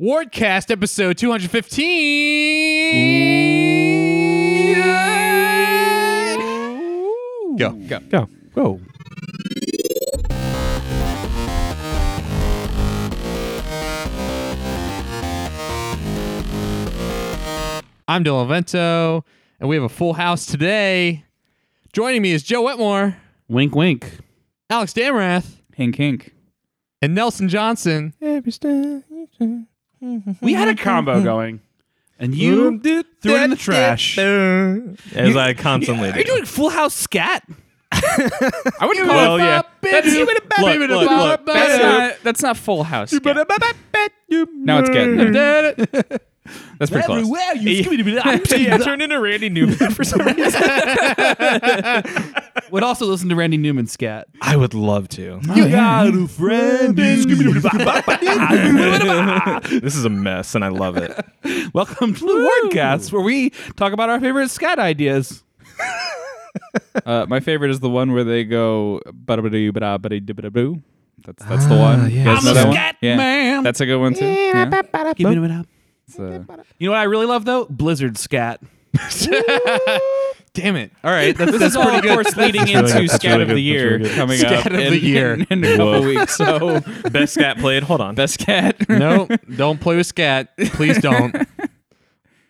Wardcast episode 215. Go. Go. Go. Go. I'm Dylan Vento, and we have a full house today. Joining me is Joe Wetmore, Wink, wink. Alex Damrath, Hink, hink. and Nelson Johnson. Every step. We had a combo going, and you threw it in the trash. It As I constantly Are you doing Full House scat? I wouldn't Well, yeah. That's, Look, look, look. That's not, that's not Full House. scat. Now it's getting there. That's pretty close. yeah, turned into Randy Newman for some reason. Would also listen to Randy Newman scat. I would love to. You got a friend. This is a mess, and I love it. Welcome to the Wardcast, where we talk about our favorite scat ideas. uh, my favorite is the one where they go "Ba-da-ba-doo, ba-da, ba-dee, da-ba-da, boo." That's that's the one. You I'm a guys know that one? scat Yeah. man. That's a good one too. Ah, Yeah. Give it up. you know what I really love though? Blizzard scat. Damn it. All right, that's, is that's all, pretty of good. course, leading really into good. That's scat really of good. the That's year really good. coming up Scat of in, the year. in, in a couple Whoa. weeks. So Best scat played. Hold on. best scat. no, don't play with scat. Please don't.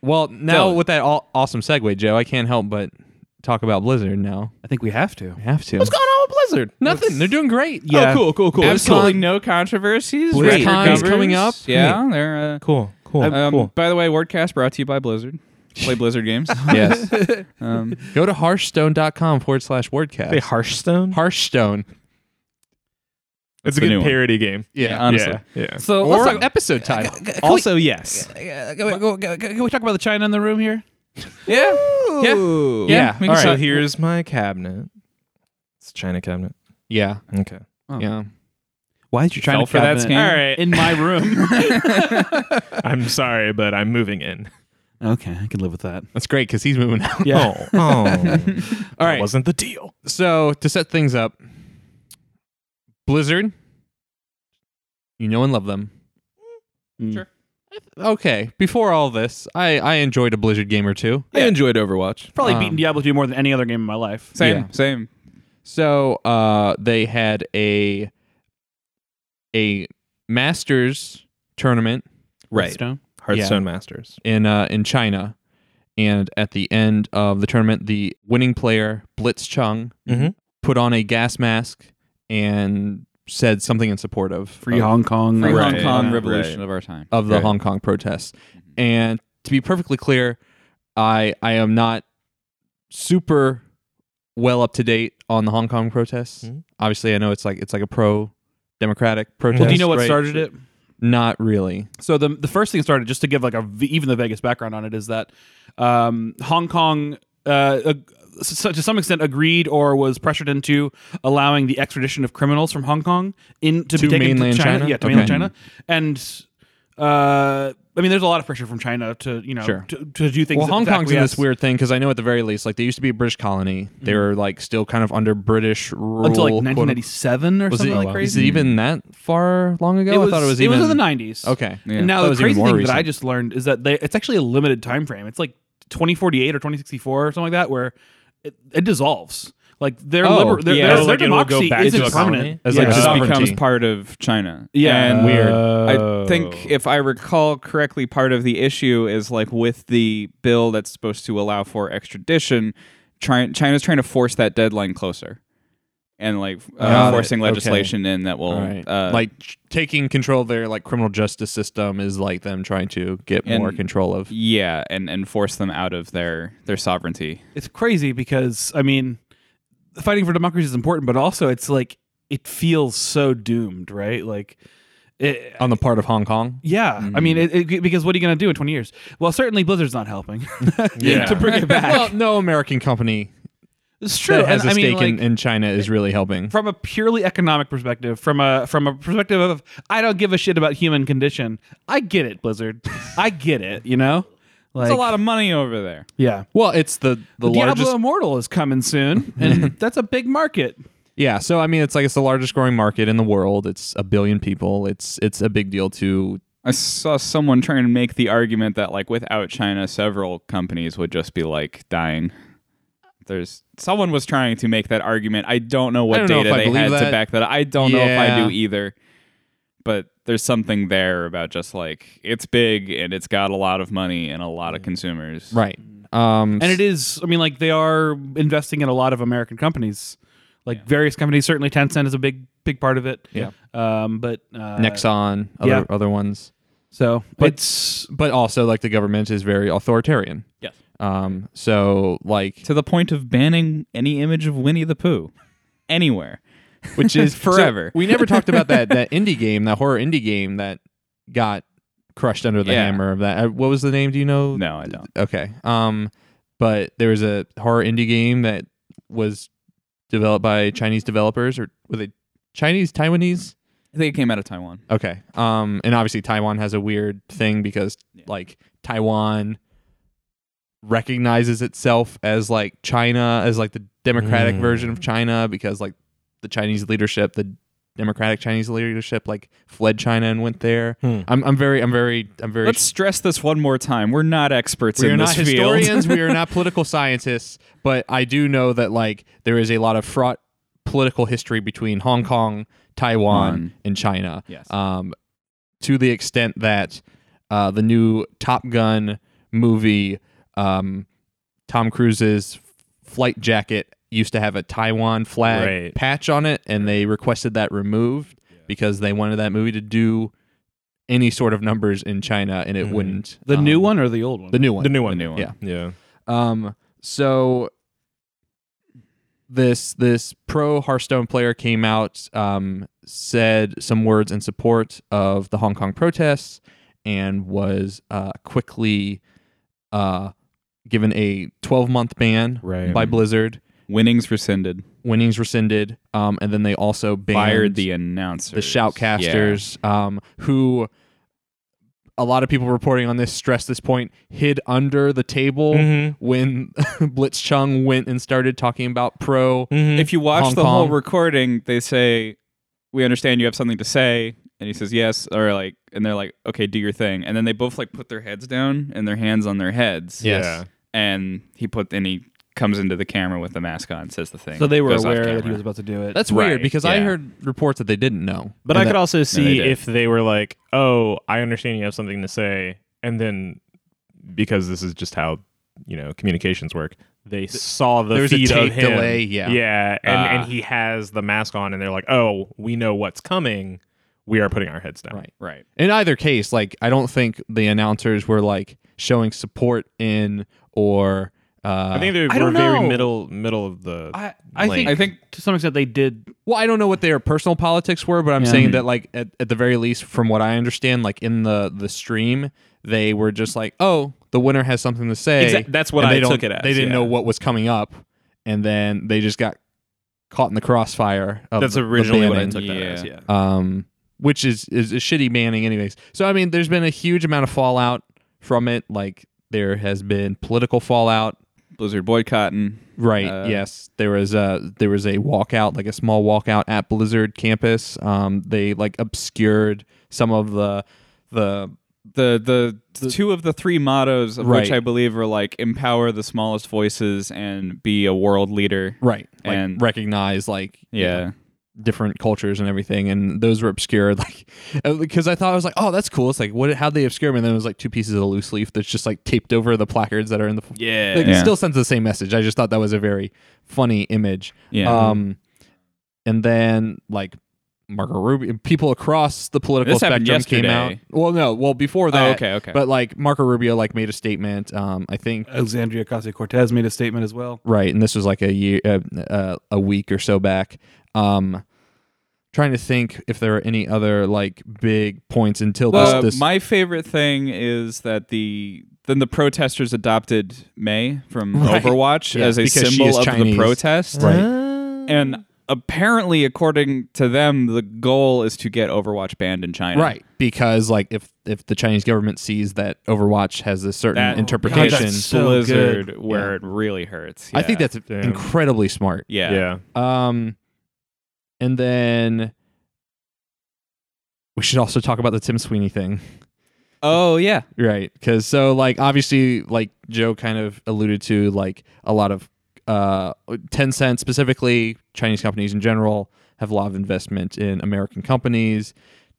Well, now Dylan. with that aw- awesome segue, Joe, I can't help but talk about Blizzard now. I think we have to. I have to. What's going on with Blizzard? Nothing. They're doing great. Oh, cool, cool, cool. Absolutely no controversies. Blizzard record Con's covers. coming up. Yeah, they're uh, Cool. Cool. Um, cool. By the way, WordCast brought to you by Blizzard. Play Blizzard games. Yes. Um, Go to harshstone.com forward slash wordcast. Hey, Hearthstone. Hearthstone. It's That's a the new good one. parody game. Yeah. honestly. Yeah. yeah. So or let's talk. episode title. Also, yes. uh, go- go- go- can we talk about the China in the room here? Yeah. Ooh. Yeah, Yeah. we can All start. So right. here's my cabinet. It's a China cabinet. Yeah. Okay. Oh. Yeah. Why did you try Fell for that scam? All right. in my room? I'm sorry, but I'm moving in. okay, I can live with that. That's great because he's moving out. Yeah. Oh. All right. wasn't the deal. So to set things up, Blizzard, you know and love them. Sure. Okay. Before all this, I, I enjoyed a Blizzard game or two. I enjoyed Overwatch. Probably Um, beaten Diablo 2 more than any other game in my life. Same, Yeah. same. So uh, they had a a Masters tournament Right. Stone. Hearthstone Masters. in uh, in China, and at the end of the tournament, the winning player Blitz Chung Mhm. put on a gas mask and said something in support of Free of, Hong Kong. Free Right. Hong Kong Yeah. revolution Right. of our time. of the Right. Hong Kong protests. Mm-hmm. And to be perfectly clear, I I am not super well up to date on the Hong Kong protests. Hmm? Mhm. Obviously, I know it's like it's like a pro democratic protest. Well, do you know what right? started it? Not really. So the the first thing that started, just to give like a v- even the Vegas background on it, is that um, Hong Kong. Uh, ag- s- to some extent, agreed or was pressured into allowing the extradition of criminals from Hong Kong in to, To be taken mainland to China. China? Yeah, to Okay. mainland China. And uh, I mean, there's a lot of pressure from China to you know Sure. to, to do things. Well, that Hong Kong's in acquiesce. this weird thing because I know at the very least, like they used to be a British colony. They were like still kind of under British rule Mm-hmm. until like quote- 1997 or Was something it, like is crazy. it even that far long ago? Oh, I thought it was even. in the 90s. Okay. Yeah. And now That the was even crazy more thing that I recent. just learned is that they, it's actually a limited time frame. It's like 2048 or 2064 or something like that, where it, it dissolves. Like their Oh, liber- their, yeah. Oh, their, their like it will go democracy back isn't to a colony? permanent. Uh, As yeah, like it just sovereignty. becomes part of China. Yeah. and Oh. I think if I recall correctly, part of the issue is like with the bill that's supposed to allow for extradition, Chi- China's trying to force that deadline closer, and like uh, Got it. forcing Okay. legislation in that will All right. uh, like ch- taking control of their like criminal justice system is like them trying to get And- more control of. yeah, and and force them out of their their sovereignty. It's crazy because I mean, fighting for democracy is important, but also it's like it feels so doomed, right? Like. It, On the part of Hong Kong, yeah, I mean, Mm. it, it, because what are you going to do in 20 years? Well, certainly Blizzard's not helping Yeah. to bring it back. well, no American company it's true. that has and, a I mean, stake in, like- in China is really helping. from a purely economic perspective, from a from a perspective of I don't give a shit about human condition. I get it, Blizzard. I get it. You know, like It's a lot of money over there. yeah. Well, it's the the Diablo largest. Immortal is coming soon, and that's a big market. Yeah, so I mean, it's like it's the largest growing market in the world. It's a billion people. It's it's a big deal to I saw someone trying to make the argument that like without China, several companies would just be like dying. There's someone was trying to make that argument. I don't know what don't know data if I they believe had to that. back that. up. I don't know if I Yeah. do either. But there's something there about just like it's big and it's got a lot of money and a lot of consumers. Mm. Right. Um, And it is, I mean, like they are investing in a lot of American companies, like various companies. Certainly, Tencent is a big, big part of it. Yeah. Um, but uh, Nexon, other yeah. other ones. so But- it's But also, like the government is very authoritarian. Yes. Um. So, like, To the point of banning any image of Winnie the Pooh anywhere. which is forever. So we never talked about that that indie game, that horror indie game that got crushed under the Yeah. hammer of that. Uh, What was the name? Do you know? No, I don't. Okay. Um. But there was a horror indie game that was developed by Chinese developers, or were they Chinese, Taiwanese? I think it came out of Taiwan. Okay. Um, and obviously Taiwan has a weird thing because Yeah. like Taiwan recognizes itself as like China as like the democratic Mm. version of China because like the Chinese leadership, the democratic Chinese leadership like fled China and went there. Hmm. I'm I'm very I'm very I'm very Let's stress this one more time. We're not experts we in are not this field. historians, we are not political scientists, but I do know that like there is a lot of fraught political history between Hong Kong, Taiwan, Mm. and China. Yes. Um, to the extent that uh, the new Top Gun movie, um, Tom Cruise's flight jacket used to have a Taiwan flag Right. patch on it, and they requested that removed because they wanted that movie to do any sort of numbers in China, and it Mm-hmm. wouldn't. the new Um, one or the old one. The new one. The new one. The new one. Yeah. Yeah. Um, so this this pro Hearthstone player came out, um, said some words in support of the Hong Kong protests, and was uh, quickly uh, given a 12 month ban Right. by Blizzard. Winnings rescinded. Winnings rescinded, um, and then they also banned Fired the announcer. the shoutcasters um, who a lot of people reporting on this stress this point hid under the table Mm-hmm. Mhm. when blitz chung went and started talking about pro Mhm. If you watch Hong the whole Kong. recording, they say, "We understand you have something to say," and he says, "Yes," or like, and they're like, "Okay, do your thing," and then they both like put their heads down and their hands on their heads. Yes. Yeah. and he put and he comes into the camera with the mask on, says the thing. so they were goes off aware that he camera. was about to do it. that's weird Right, because i yeah. heard reports that they didn't know But I And could that- also see did. if they were like, "Oh, I understand you have something to say," and then because this is just how you know communications work, they saw the there was a feed tape of him. delay, yeah. yeah, and Ah. and he has the mask on, and they're like, "Oh, we know what's coming. We are putting our heads down." Right. right. in either case like i don't think the announcers were like showing support in or uh, I think they I were don't very know. middle middle of the. I, I Link. think I think to some extent they did. Well, I don't know what their personal politics were, but I'm Yeah. saying that like at, at the very least, from what I understand, like in the the stream, they were just like, oh, the winner has something to say. Exact- that's what And I they don't- took it as, They didn't yeah. know what was coming up, and then they just got caught in the crossfire. Of that's the- the originally what I banning, took that Yeah. as. Yeah. Um, which is is a shitty banning, anyways. So I mean, there's been a huge amount of fallout from it. Like there has been political fallout. Blizzard boycotting. Right. Uh, yes. There was a there was a walkout, like a small walkout at Blizzard campus. Um, they like obscured some of the the the the, two of the three mottos of which Right. I believe are like empower the smallest voices and be a world leader. right like And- recognize like Yeah. Uh, different cultures and everything, and those were obscured. Like because I thought I was like, oh, that's cool. It's like what how'd they obscure them? And then it was like two pieces of loose leaf that's just like taped over the placards that are in the Yeah. like, Yeah. it still sends the same message. I just thought that was a very funny image. Yeah. Um, and then like Marco Rubio, people across the political This spectrum happened came out. yesterday. Oh, Well, no, well before that. okay, okay. But like Marco Rubio, like made a statement. Um, I think Alexandria Ocasio Cortez made a statement as well. right, and this was like a year, uh, uh, a week or so back. Um, trying to think if there are any other like big points until Well, this. this Uh, my favorite thing is that the then the protesters adopted May from Right. Overwatch Yeah, as a because she symbol is of the Chinese. protest. right, And apparently according to them the goal is to get Overwatch banned in China. right, because like if if the Chinese government sees that Overwatch has a certain That interpretation, God, that's so Blizzard good. where it really hurts. I think Yeah. that's Damn. incredibly smart. yeah. Yeah. Um, and then we should also talk about the Tim Sweeney thing. Oh yeah. Right. Because so, like, obviously, like Joe kind of alluded to, like, a lot of uh, Tencent specifically, Chinese companies in general, have a lot of investment in American companies.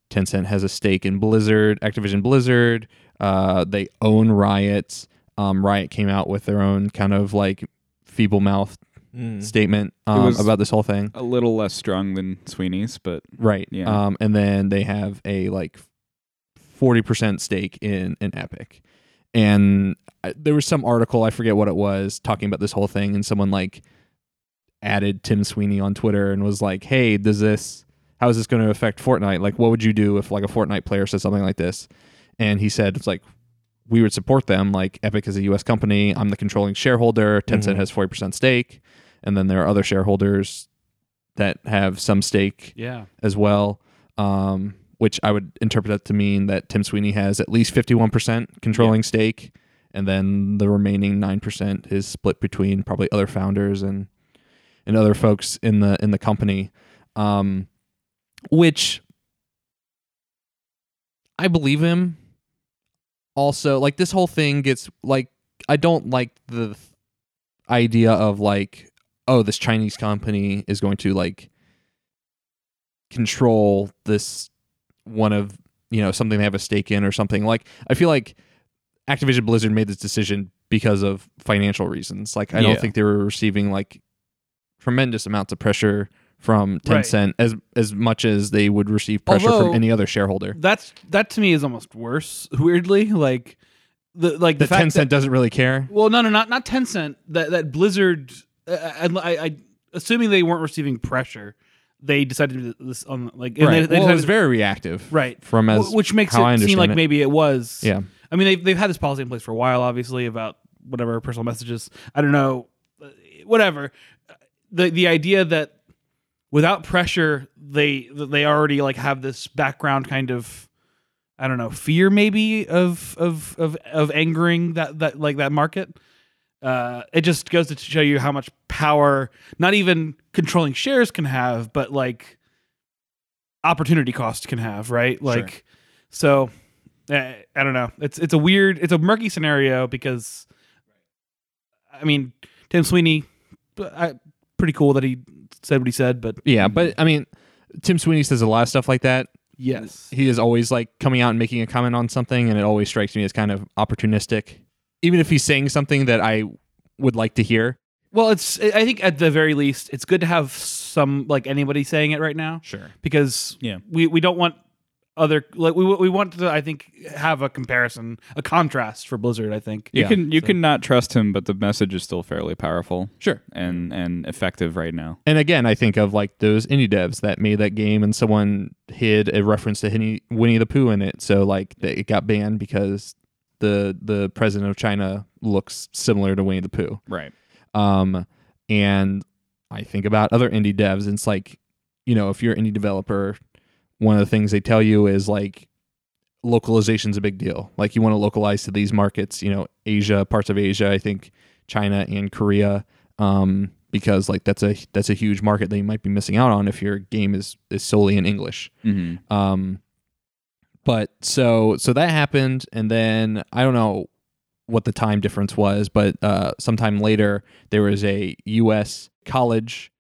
Tencent has a stake in Blizzard, Activision Blizzard. Uh, they own Riot. Um, Riot came out with their own kind of like feeble mouthed Mm. Mm-hmm. statement um, was- about this whole thing. A little less strong than Sweeney's, but Right. Yeah. Um, and then they have a like forty percent stake in in Epic, and I, there was some article I forget what it was talking about this whole thing, and someone like added Tim Sweeney on Twitter and was like, "Hey, does this? How is this going to affect Fortnite? Like, what would you do if like a Fortnite player said something like this?" And he said, "It's like." We would support them. Like Epic is a U.S. company. I'm the controlling shareholder. Tencent Mhm. has forty percent stake, and then there are other shareholders that have some stake Yeah. as well, um, which I would interpret that to mean that Tim Sweeney has at least 51% controlling stake, and then the remaining 9% is split between probably other founders and and other folks in the in the company, um, which I believe him. Also, like this whole thing gets like I don't like the idea of like oh this Chinese company is going to like control this one of you know something they have a stake in or something like i feel like activision blizzard made this decision because of financial reasons like i Yeah. don't think they were receiving like tremendous amounts of pressure from Right. tencent as as much as they would receive pressure Although- from any other shareholder That's that to me is almost worse. Weirdly, like the like the, that fact tencent doesn't really care Well, no, no, not not Tencent. That that Blizzard. Uh, I, I, I assuming they weren't receiving pressure, they decided to do this on like and right. they, they well, it decided- was very reactive right, from as Wh- which makes how I it seem understand like it. maybe it was. yeah I mean, they've they've had this policy in place for a while, obviously about whatever personal messages. I don't know, uh, whatever. The the idea that without pressure, they that they already like have this background kind of. I don't know fear maybe of of of of angering that that like that market. Uh, it just goes to show you how much power not even controlling shares can have, but like opportunity cost can have, right? Like, so uh, I don't know. It's it's a weird, it's a murky scenario because, I mean, Tim Sweeney, I, pretty cool that he said what he said, but yeah but i mean tim sweeney says a lot of stuff like that yes, he is always like coming out and making a comment on something and it always strikes me as kind of opportunistic even if he's saying something that i would like to hear well, it's I think at the very least, it's good to have some like anybody saying it right now. sure because Yeah. we, we don't want other like we we want to I think have a comparison a contrast for Blizzard I think you Yeah, can you so- can not trust him, but the message is still fairly powerful sure and Mm-hmm. and effective right now. and again i think of like those indie devs that made that game and someone hid a reference to Hinny, winnie the pooh in it so like they, it got banned because the the president of china looks similar to winnie the pooh Right. Um, and I think about other indie devs, and it's like, you know, if you're an indie developer, one of the things they tell you is like localization's a big deal. Like you want to localize to these markets, you know, Asia, parts of Asia, I think China and Korea, um, because like that's a that's a huge market that you might be missing out on if your game is is solely in English. hmm Um, but so so that happened, and then I don't know what the time difference was, but uh, sometime later there was a U.S. college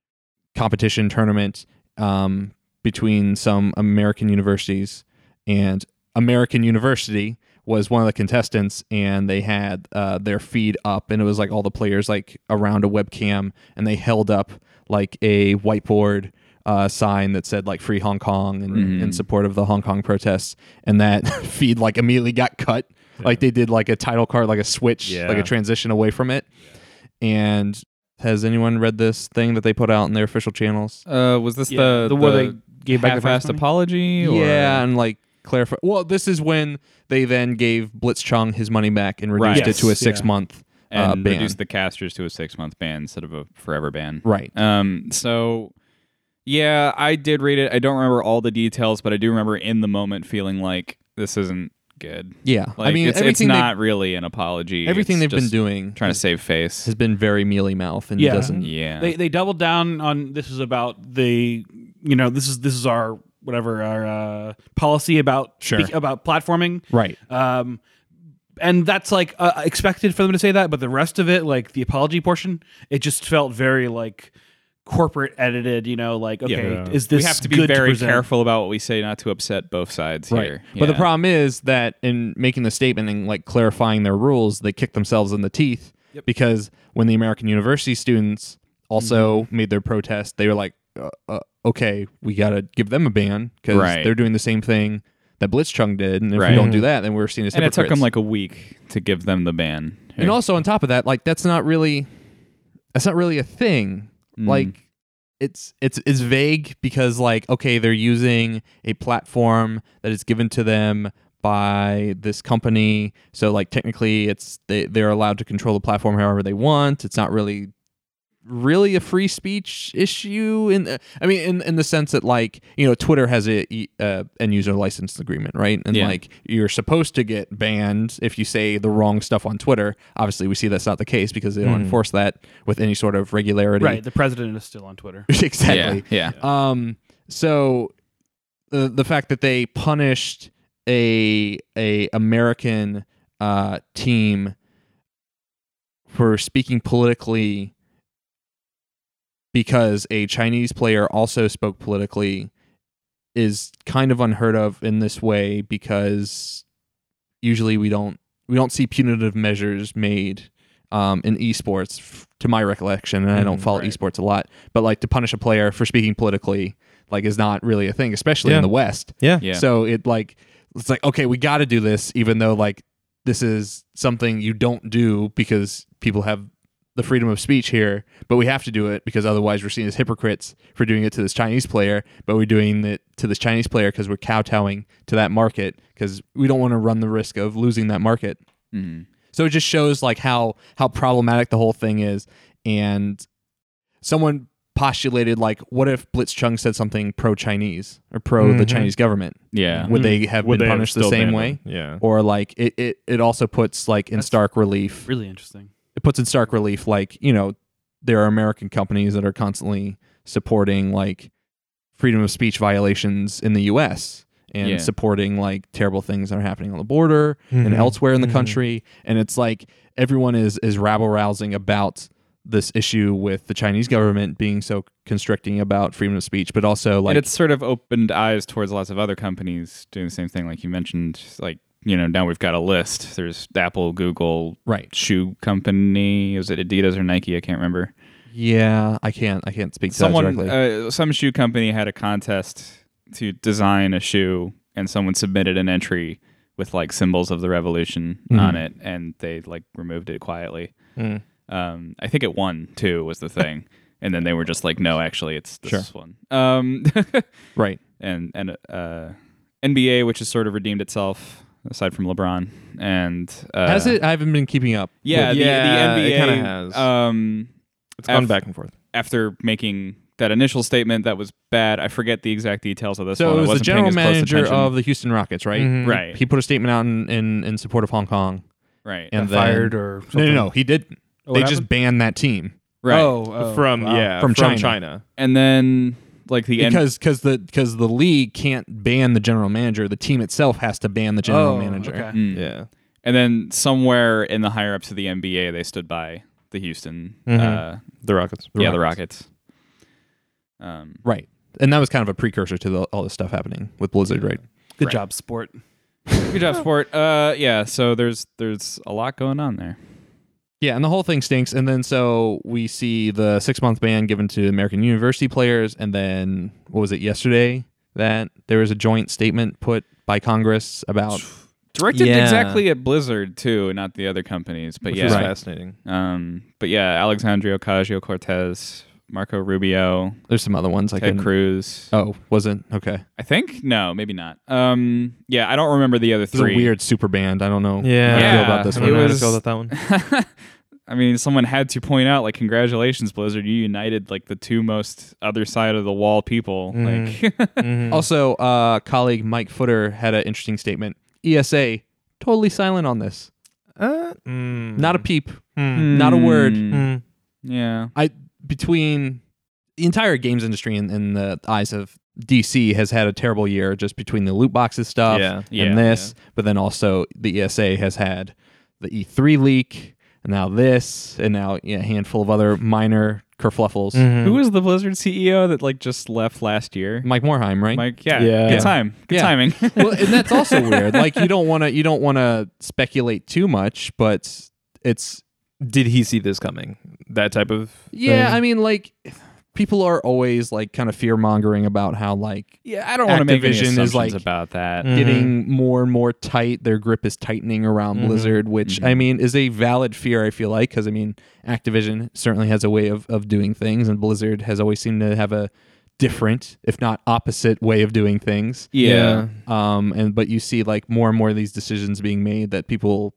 competition tournament um, between some American universities, and American University was one of the contestants, and they had uh, their feed up, and it was like all the players like around a webcam, and they held up like a whiteboard uh, sign that said like "Free Hong Kong" and in support of the Hong Kong protests, and that feed like immediately got cut. Like they did like a title card, like a switch, like Yeah. a transition away from it. And has anyone read this thing that they put out in their official channels? Uh, was this the the, where they gave half-assed back the prize money? apology? Or? Yeah, and like clarify. Well, this is when they then gave Blitz Chung his money back and reduced Right. it to a Yes, six yeah. month and uh, ban. reduce the casters to a six month ban instead of a forever ban. right. Um, so yeah, I did read it. I don't remember all the details, but I do remember in the moment feeling like this isn't good. Yeah. Like, I mean, it's, it's everything they- not really an apology. everything It's they've been just doing trying to save face. has been very mealy mouth and Yeah. doesn't. yeah, they they doubled down on this is about the you know this is this is our whatever our uh, policy about Sure. speak- about platforming, Right. Um, and that's like uh, expected for them to say that, but the rest of it, like the apology portion, it just felt very like corporate edited. You know, like okay, Yeah. is this we have to be good very present? careful about what we say not to upset both sides here. But the Yeah. problem is that in making the statement and like clarifying their rules, they kicked themselves in the teeth because when the American University students also Mm-hmm. made their protest, they were like, uh, uh, okay, we got to give them a ban because Right. they're doing the same thing that Blitzchung did. And if Right. we don't do that, then we're seen as and it hypocrites. took them like a week to give them the ban. and also on top of that, like that's not really, that's not really a thing. Like it's it's it's vague because like okay they're using a platform that is given to them by this company so like technically it's they, they're allowed to control the platform however they want it's not really really a free speech issue in the, i mean in, in the sense that like you know twitter has a e- uh, end user license agreement right and Yeah. like you're supposed to get banned if you say the wrong stuff on twitter obviously we see that's not the case because they don't Mm-hmm. enforce that with any sort of regularity Right, the president is still on Twitter. exactly. Yeah, Um. So the the fact that they punished a a American uh, team for speaking politically because a Chinese player also spoke politically is kind of unheard of in this way because usually we don't we don't see punitive measures made um, in esports f- to my recollection and I don't follow esports a lot but like to punish a player for speaking politically like is not really a thing especially Yeah. in the west Yeah. yeah. so it like it's like okay we got to do this even though like this is something you don't do because people have the freedom of speech here but we have to do it because otherwise we're seen as hypocrites for doing it to this Chinese player but we're doing it to this Chinese player because we're kowtowing to that market because we don't want to run the risk of losing that market Mm. so it just shows like how how problematic the whole thing is. And someone postulated like, what if Blitz Chung said something pro Chinese or pro the Mhm. Chinese government? yeah. Would they have Mm-hmm. Would been they have punished the still same banned way? them? Yeah. Or like it, it, it also puts like in That's- stark relief. Really interesting. It puts in stark relief like, you know, there are American companies that are constantly supporting like freedom of speech violations in the US and Yeah. supporting like terrible things that are happening on the border and Mhm. elsewhere in the Mhm. country and it's like everyone is is rabble rousing about this issue with the Chinese government being so constricting about freedom of speech but also like and it's sort of opened eyes towards lots of other companies doing the same thing, like you mentioned. Like you know, now we've got a list. There's Apple, Google, right shoe company. Is it Adidas or Nike? I can't remember. yeah I can't I can't speak to that someone directly uh, some shoe company had a contest to design a shoe and someone submitted an entry with like symbols of the revolution on it and they like removed it quietly Mm-hmm. Mm. um, i think it won too was the thing and then they were just like no actually it's this Sure. one um, right and and uh, nba which has sort of redeemed itself aside from lebron and uh, has it I haven't been keeping up yeah, the- Yeah, the, it nba kinda has. um It's gone F- back and forth. after making that initial statement that was bad. I forget the exact details of this so one. I it was the general wasn't paying as close manager attention. of the Houston Rockets right Mhm. right, he put a statement out in, in, in support of Hong Kong right, and then, Fired or something. no no no he didn't Oh, they what just banned that team right. Oh, oh, from wow. yeah, From from, China. China. And then like the end. because because the because the league can't ban the general manager the team itself has to ban the general Oh, manager okay. Mm. Yeah. And then somewhere in the higher ups of the NBA, they stood by the Houston, uh, Mm-hmm. The Rockets. yeah, the Rockets. Um, right and that was kind of a precursor to the, all this stuff happening with blizzard right Good Right. job, sport. good job, sport. Uh, yeah. So there's there's a lot going on there. yeah and the whole thing stinks and then so we see the six month ban given to american university players and then what was it yesterday that there was a joint statement put by congress about Directed Yeah. exactly at Blizzard too, and not the other companies. But Which yeah, is fascinating. Um, but yeah, Alexandria Ocasio Cortez, Marco Rubio, there's some other ones like Ted Cruz. oh wasn't okay I think no, maybe not. Um, yeah, I don't remember the other it's a three. weird super band i don't know how Yeah. i feel about this I one don't know how to was- feel about that one. I mean, someone had to point out, like, congratulations, Blizzard, you united like the two most other side of the wall people. Mm. Like, Also, uh, colleague Mike Footer had an interesting statement. ESA totally silent on this. Uh, mm, Not a peep. Not a word. Hmm, Mm. Yeah, I between the entire games industry in, in the eyes of DC has had a terrible year just between the loot boxes stuff Yeah, and yeah, this, but then also the ESA has had the E3 leak and now this and now yeah, a handful of other minor kerfluffles. Who was the Blizzard CEO that like just left last year? Mike Morheim, right? Mike, yeah, Yeah. good time, good Mm. Yeah. timing. well, and that's also weird. Like you don't want to you don't want to speculate too much, but it's Did he see this coming? That type of yeah. thing? I mean, like um, people are always like kind of fear mongering about how like yeah, I don't wanna want to make make any any Activision is, assumptions like, about that. Mm. getting more and more tight. Their grip is tightening around Blizzard, which I mean is a valid fear. I feel like because I mean Activision certainly has a way of of doing things, and Blizzard has always seemed to have a different, if not opposite, way of doing things. Yeah. um and but you see like more and more of these decisions being made that people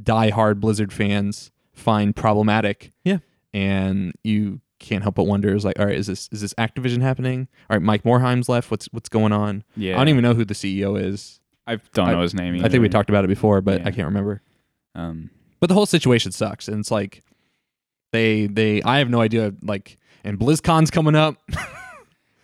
die-hard blizzard fans find problematic Yeah. and you can't help but wonder is like all right is this is this activision happening all right mike morheim's left what's what's going on Yeah, i don't even know who the ceo is I don't know his name. i think we either. talked about it before but Yeah. i can't remember Um, but the whole situation sucks and it's like they they i have no idea like and blizzcon's coming up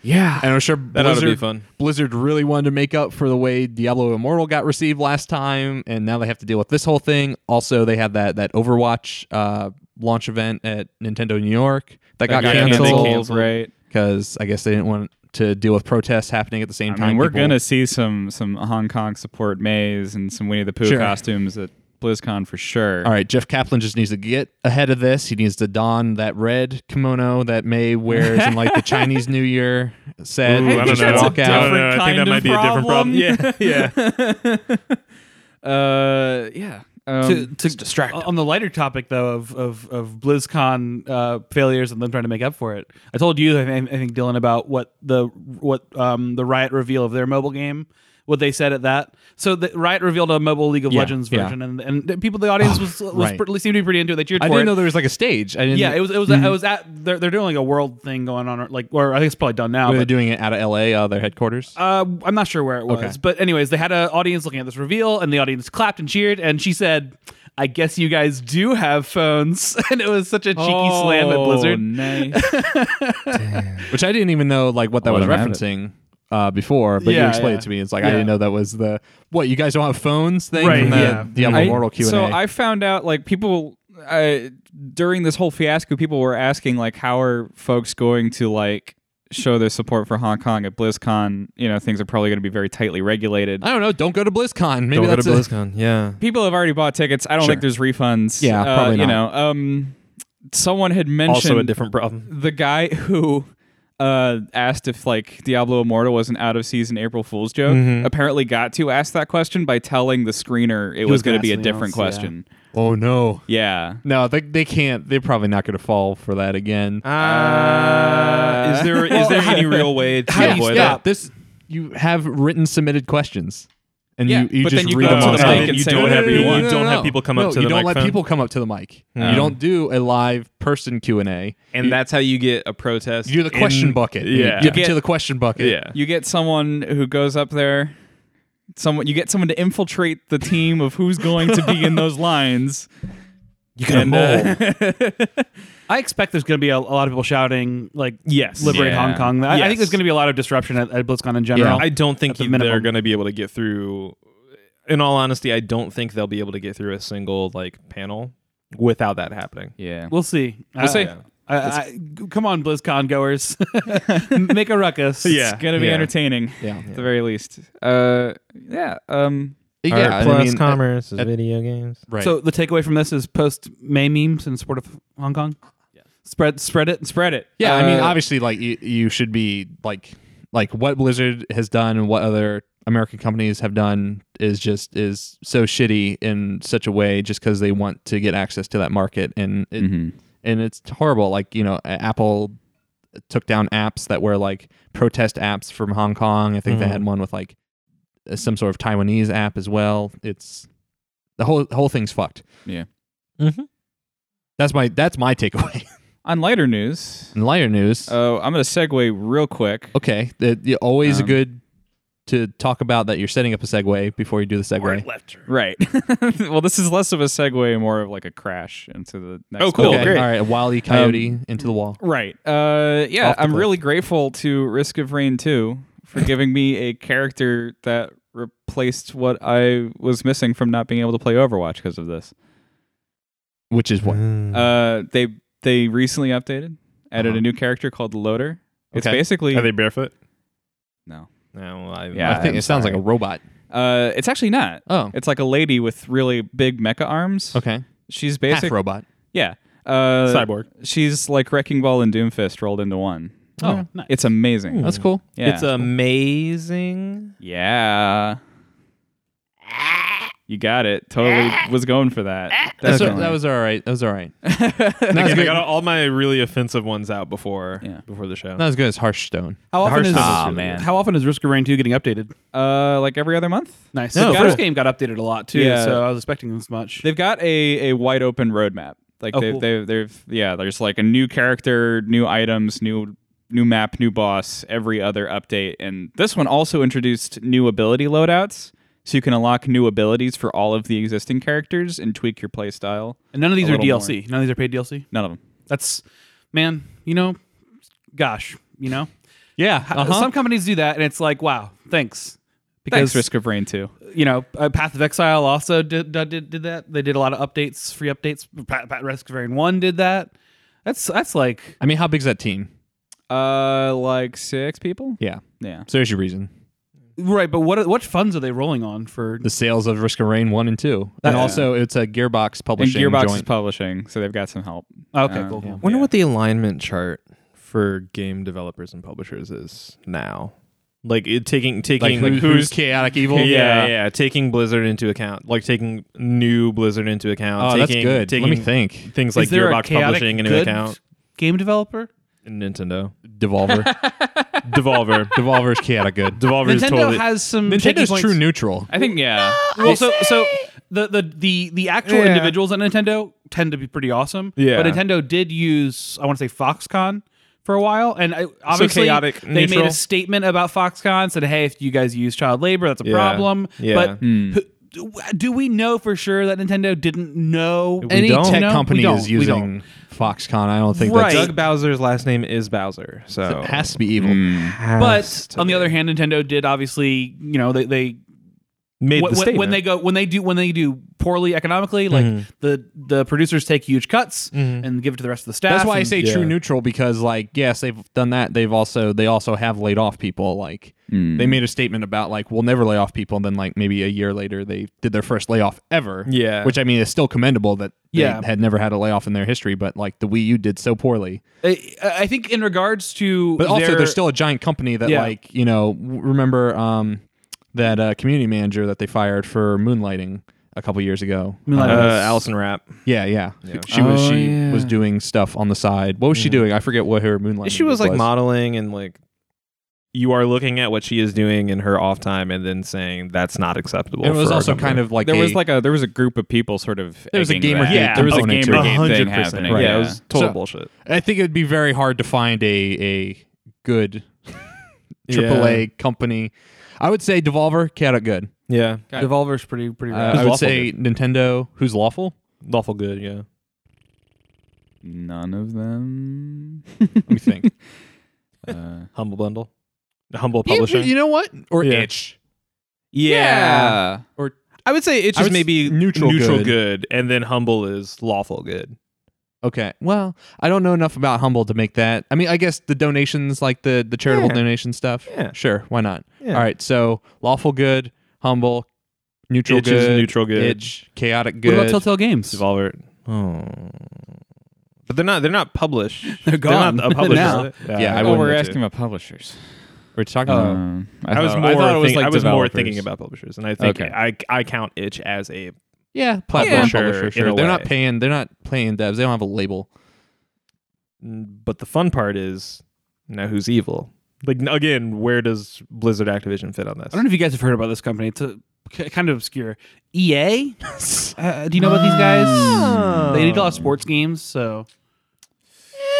yeah, and i'm sure that ought to be Blizzard- fun. Blizzard really wanted to make up for the way Diablo Immortal got received last time, and now they have to deal with this whole thing. Also, they had that that Overwatch uh, launch event at Nintendo New York that, got, got canceled 'cause canceled. canceled right? because I guess they didn't want to deal with protests happening at the same I time. mean, we're People- gonna see some some Hong Kong support maze and some Winnie the Pooh Sure. costumes at BlizzCon for sure. All right, Jeff Kaplan just needs to get ahead of this. He needs to don that red kimono that May wears in like the Chinese New Year set. Ooh, I Just don't know. walk I out. don't know. I think that might be a different problem. Yeah, yeah. uh, yeah. Um, to, to distract. On the lighter topic, though, of of, of BlizzCon uh, failures and them trying to make up for it, I told you, I think, I think Dylan, about what the what um, the Riot reveal of their mobile game, what they said at that. So the Riot revealed a mobile League of Yeah, Legends yeah. version, and and the people, the audience was was right. pretty, seemed to be pretty into it. They cheered I for didn't it. know there was Mm-hmm. like a stage. I didn't. yeah, it was it was I was at they're, they're doing like a world thing going on, or like or I think it's probably done now. Were they but- doing it out of L.A. Uh, their headquarters? uh, I'm not sure where it was, Okay. but anyways, they had an audience looking at this reveal, and the audience clapped and cheered. And she said, "I guess you guys do have phones." And it was such a cheeky slam at Oh, Blizzard. Nice. which I didn't even know like what that I Oh, was wouldn't have it. referencing uh, before, but you Yeah, explained yeah. it to me. It's like I Yeah. didn't know that was the what you guys don't have phones thing Right, from the yeah. Diablo Immortal Q and So A. I found out like people uh, during this whole fiasco, people were asking like, how are folks going to like show their support for Hong Kong at BlizzCon? You know, things are probably going to be very tightly regulated. I don't know. Don't go to BlizzCon. Maybe Don't go to that's a- BlizzCon. Yeah. people have already bought tickets. I don't Sure. think there's refunds. Yeah, Uh, probably You not. know, um, someone had mentioned Also a different problem. the guy who uh, asked if like Diablo Immortal was an out of season April Fool's joke. Mm-hmm. Apparently, got to ask that question by telling the screener it was, was going gonna to be a ask something different else, yeah. question. Oh no. Yeah. No, they, they can't. They're probably not going to fall for that again. Uh, is there is there any real way to How do you avoid stop that? this? You have written submitted questions, and Yeah, you you but just then you read go them to on the the mic mic. and you say don't whatever have you people- want. You don't have people come No, up to you the don't let microphone. people come up to the mic. You don't do a live person Q and A. and that's how you get a protest. You do the question bucket. You Yeah. dip You into get- the question bucket. yeah. You get someone who goes up there. Someone you get someone to infiltrate the team of who's going to be in those lines. you got a mole. Oh. I expect there's going to be a, a lot of people shouting like Yes. "Liberate Yeah. Hong Kong." I, I think Yes. there's going to be a lot of disruption at, at BlizzCon in general. Yeah. I don't think At the you- they're minimum. going to be able to get through. In all honesty, I don't think they'll be able to get through a single like panel without that happening. Yeah. we'll see. We'll see. I, I, come on, BlizzCon goers, make a ruckus. Yeah. It's gonna be Yeah. entertaining. Yeah. At the very least. Uh yeah. Um Yeah, I mean, commerce is at- video games. Right. So the takeaway from this is post May memes in support of Hong Kong. Spread spread it. spread it. yeah, I mean, Uh, obviously, like you, you should be like like what Blizzard has done and what other American companies have done is just is so shitty in such a way just because they want to get access to that market and it, and it's horrible. Like you know, A- Apple took down apps that were like protest apps from Hong Kong. I think Mhm. they Mm-hmm. had one with like uh, some sort of Taiwanese app as well. It's the whole whole thing's fucked. Yeah. Mhm. That's my that's my takeaway. on lighter news. In lighter news, Uh, Oh, I'm gonna segue real quick. okay, that- yeah, always a Um, good to talk about that you're setting up a segue before you do the segue. Right. well, this is less of a segue and more of like a crash into the next. Oh, cool. one. okay. great. All right. Wily coyote Um, into the wall. Right. Uh, yeah, Off the I'm cliff. really grateful to Risk of Rain 2 for giving me a character that replaced what I was missing from not being able to play Overwatch because of this. Which is what? Uh, they they recently updated, Mm. added Uh-huh. a new character called Loader. It's Okay. basically Are they barefoot? no. No, I, Yeah. I think I'm it sounds sorry. like a robot. Uh, it's actually not. Oh. It's like a lady with really big mecha arms. Okay. She's Half basic. robot. Yeah. Uh, Cyborg. She's like Wrecking Ball and Doomfist rolled into one. Oh, nice. It's amazing. That's cool. Yeah. It's amazing. Yeah. You got it. Totally was going for that. That's Definitely. that was all right. That was all right. Again, Not as I good, got all my really offensive ones out before Yeah. before the show. not as good as Hearthstone. How often Hearthstone is is really man. how often is Risk of Rain two getting updated? uh, like every other month. Nice. No, the cool. first game got updated a lot too, Yeah. so I was expecting this much. They've got a, a wide open roadmap. Like Oh, they've, cool. they've they've yeah. There's like a new character, new items, new new map, new boss every other update. And this one also introduced new ability loadouts, so you can unlock new abilities for all of the existing characters and tweak your play style. and none of these a are little DLC. None of these are paid DLC. None of them. That's man, you know, gosh, you know. Yeah. Uh, Some companies do that, and it's like, wow, thanks. Because Because Risk of Rain too. you know, uh, Path of Exile also did, did did did that. They did a lot of updates, free updates. Pa- Pa- Risk of Rain One did that. That's that's like I mean, how big's that team? Uh, like six people. Yeah. Yeah. So there's your reason. right. But what what funds are they rolling on for? The sales of Risk of Rain one and two, and Yeah. also it's a Uh, Gearbox And publishing Gearbox is joint. publishing, so they've got some help. okay, Ah, Uh, cool. cool. wonder what the alignment chart for game developers and publishers is now. Like it, taking taking like, like, who- who's, chaotic evil? yeah, yeah taking Blizzard into account, like taking new Blizzard into account. Oh, that's taking, good. Let Taking me think. things like Is there a Gearbox chaotic publishing into good account Game developer. and Nintendo. Devolver. Devolver. Devolver's chaotic good. Devolver is Nintendo totally has some. shaky Nintendo's points. true neutral. I think yeah. Well, so so the the the the actual Yeah. individuals at Nintendo tend to be pretty awesome. Yeah. but Nintendo did use I want to say Foxconn for a while, and I, obviously chaotic, they made neutral. a statement about Foxconn said, "Hey, if you guys use child labor, that's a Yeah. problem." Yeah. But Hmm. who- do we know for sure that Nintendo didn't know Any don't. tech No, we company don't. is We don't. using Foxconn. I don't think Right. that's Doug Bowser's last name is Bowser, so it has to be evil. Hmm. has But to on the be. other hand, Nintendo did obviously, you know, they they made when, the when- statement. when they go when they do when they do poorly economically, like the the producers take huge cuts and give it to the rest of the staff. That's why I and- say Yeah. true neutral because, like, yes, they've done that. They've also they also have laid off people. Like, they Mm-hmm. made a statement about like we'll never lay off people, and then like maybe a year later they did their first layoff ever. Yeah. which I mean is still commendable that they Yeah. had never had a layoff in their history, but like the Wii U did so poorly. I, I think in regards to, But also, their- they're still a giant company that Yeah. like you know w- remember um that uh, community manager that they fired for moonlighting a couple years ago. Moonlighting. Uh, uh, Allison Rapp. yeah, yeah, She was Oh, she yeah. was doing stuff on the side. What was she doing? I forget what her moonlighting. she was gig like modeling and like you are looking at what she is doing in her off time and then saying that's not acceptable. And it was also kind of like there a- was like a there was a group of people sort of There was a egging gamer that. gate there was a component to gamer it. gate thing 100%. happening Yeah, Right. it was total So- bullshit. I think it'd be very hard to find a a good AAA company. I would say Devolver, chaotic good. Yeah, Devolver's pretty pretty. Uh, rad. I would say Nintendo, who's lawful. lawful good. Yeah, none of them. Let me think. Uh, humble bundle, humble You- publishing. You know what? Or Yeah. itch. yeah. Or I would say it's I just would s- maybe neutral neutral good. good. and then humble is lawful good. okay. Well, I don't know enough about Humble to make that. I mean, I guess the donations, like the the charitable Yeah. donation stuff. Yeah. Sure. Why not? Yeah. All right. So lawful good, humble, neutral Itch is good, neutral good. itch, chaotic what good. about Telltale Games? Devolver. Oh, but they're not. They're not published. They're They're gone not a publisher. now. Yeah, I well, wouldn't oh, we're go asking about publishers. We're talking Uh, about. Um, I was thought- more. I, thought it was think- like I was more developers. thinking about publishers, and I think Okay. I I count itch as a Yeah, platform Publisher, publisher. in Sure. a They're not way. paying. They're not paying devs. They don't have a label. But the fun part is now who's evil? Like n- again, where does Blizzard Activision fit on this? I don't know if you guys have heard about this company. It's a, k- kind of obscure. EA. uh, do you know about these guys? They did a lot of sports games, so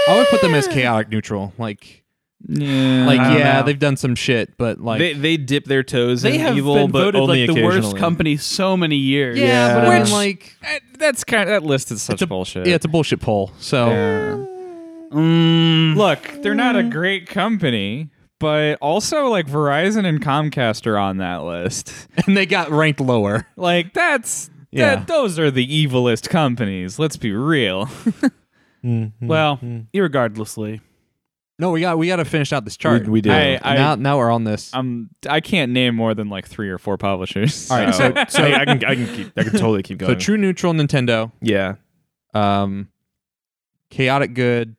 I would put them as chaotic neutral. Like Yeah, Like, I don't yeah, know. they've done some shit, but like, they they dip their toes They in have evil, been but voted only like the worst occasionally. company so many years. yeah, but Yeah. I mean, Which- like, eh, Uh, That's kind of that list is such bullshit. yeah, it's a Mm. bullshit poll. So mm, Look, they're not a great company, but also like Verizon and Comcast are on that list. and they got ranked lower. Like that's Yeah. that, those are the evilest companies. Let's be real. Mm-hmm. Well, irregardlessly, No, we got we got to finish out this chart. We- we do. I, I, now now we're on this. I'm- I can't name more than like three or four publishers. All right, so so I can I can keep I can totally keep so going. true neutral Nintendo, yeah. um, chaotic good.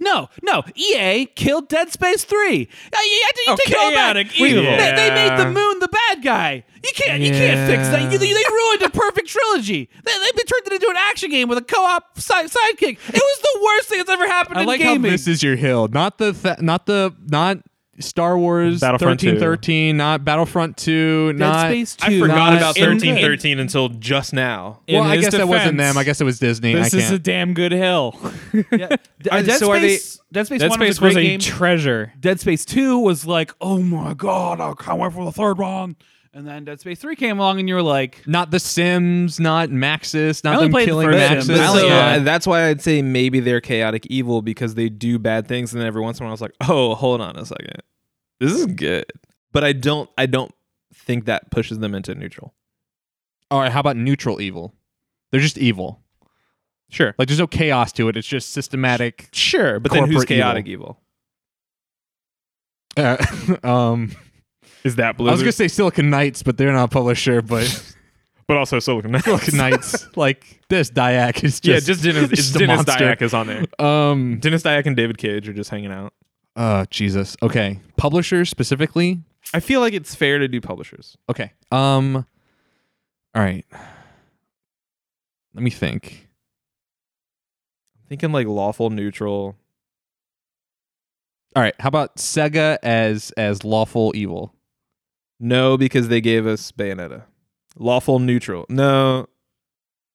no, no. EA killed Dead Space Three. Uh, you, you, you take it all back. chaotic We- evil. They, they made Yeah. the moon the bad guy. You can't you can't fix that. You, they ruined a perfect trilogy. They, they turned it into an action game with a co-op si- sidekick. It was the worst thing that's ever happened I in like gaming. how this is your hill, not the th- not the not Star Wars Battlefront 2. thirteen thirteen, not Battlefront two, Dead not Space Two. I forgot Not- about in- thirteen thirteen until just now. Well, In I his guess that wasn't defense, them. I guess it was Disney. this I is can't. a damn good hill. Yeah. D- uh, Dead, so are they- Space, Dead Space Dead One Space was was a great a game. treasure. Dead Space Two was like, oh my god, I can't wait for the third one. And then Dead Space Three came along, and you were like, not The Sims, not Maxis, I not only them played the killing first Maxis. Sims. But But so, yeah. uh, that's why I'd say maybe they're chaotic evil because they do bad things, and then every once in a while, I was like, "Oh, hold on a second, this is good." But I don't, I don't think that pushes them into neutral. All right, how about neutral evil? They're just evil. Sure, Like there's no chaos to it. It's just systematic. sure. But then who's Corporate evil. chaotic evil? Uh, um, is that I was Blizzard? gonna say Silicon Knights, but they're not a publisher. But but also Silicon Knights. Silicon Knights, like this Dyak is just yeah, just Dennis, it's it's a Dennis monster. Dyack is on there. um. Dennis Dyack and David Cage are just hanging out. Uh, Jesus. Okay, publishers specifically. I feel like it's fair to do publishers. Okay. Um. All right. Let me think. I'm thinking like lawful neutral. All right. How about Sega as as lawful evil? No, because they gave us Bayonetta. Lawful neutral. No.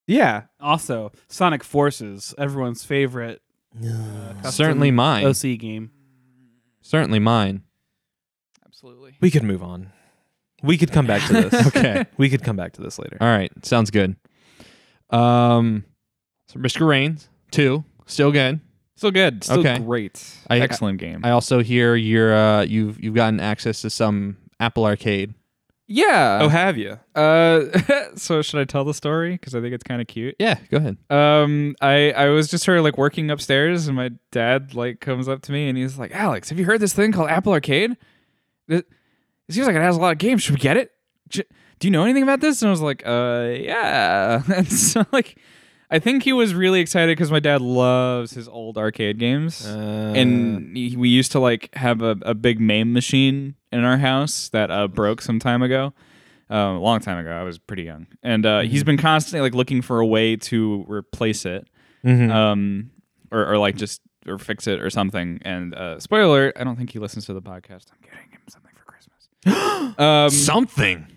Yeah. also Sonic Forces, everyone's favorite. uh, custom Certainly mine. OC game. Certainly mine. Absolutely. We could move on. We could come back to this. Okay. We could come back to this later. All right. Sounds good. Um. So Risk of Rain two still good. Still good. Still Okay. great. I- Excellent game. I also hear you're uh you've you've gotten access to some Apple Arcade. Oh, yeah. have you? Uh, so should I tell the story? Because I think it's kind of cute. Yeah. Go ahead. um i i was just sort of like working upstairs and my dad like comes up to me and he's like alex have you heard this thing called apple arcade it, it seems like it has a lot of games should we get it J- do you know anything about this and i was like uh yeah and so like i think he was really excited because my dad loves his old arcade Uh, games and he- we used to like have a, a big MAME machine in our house that uh, broke some time ago, uh, a long time ago. I was pretty young, and uh, he's been constantly like looking for a way to replace it, um, or, or like just or fix it or something. And uh, spoiler, alert, I don't think he listens to the podcast. I'm getting him something for Christmas. um, Something.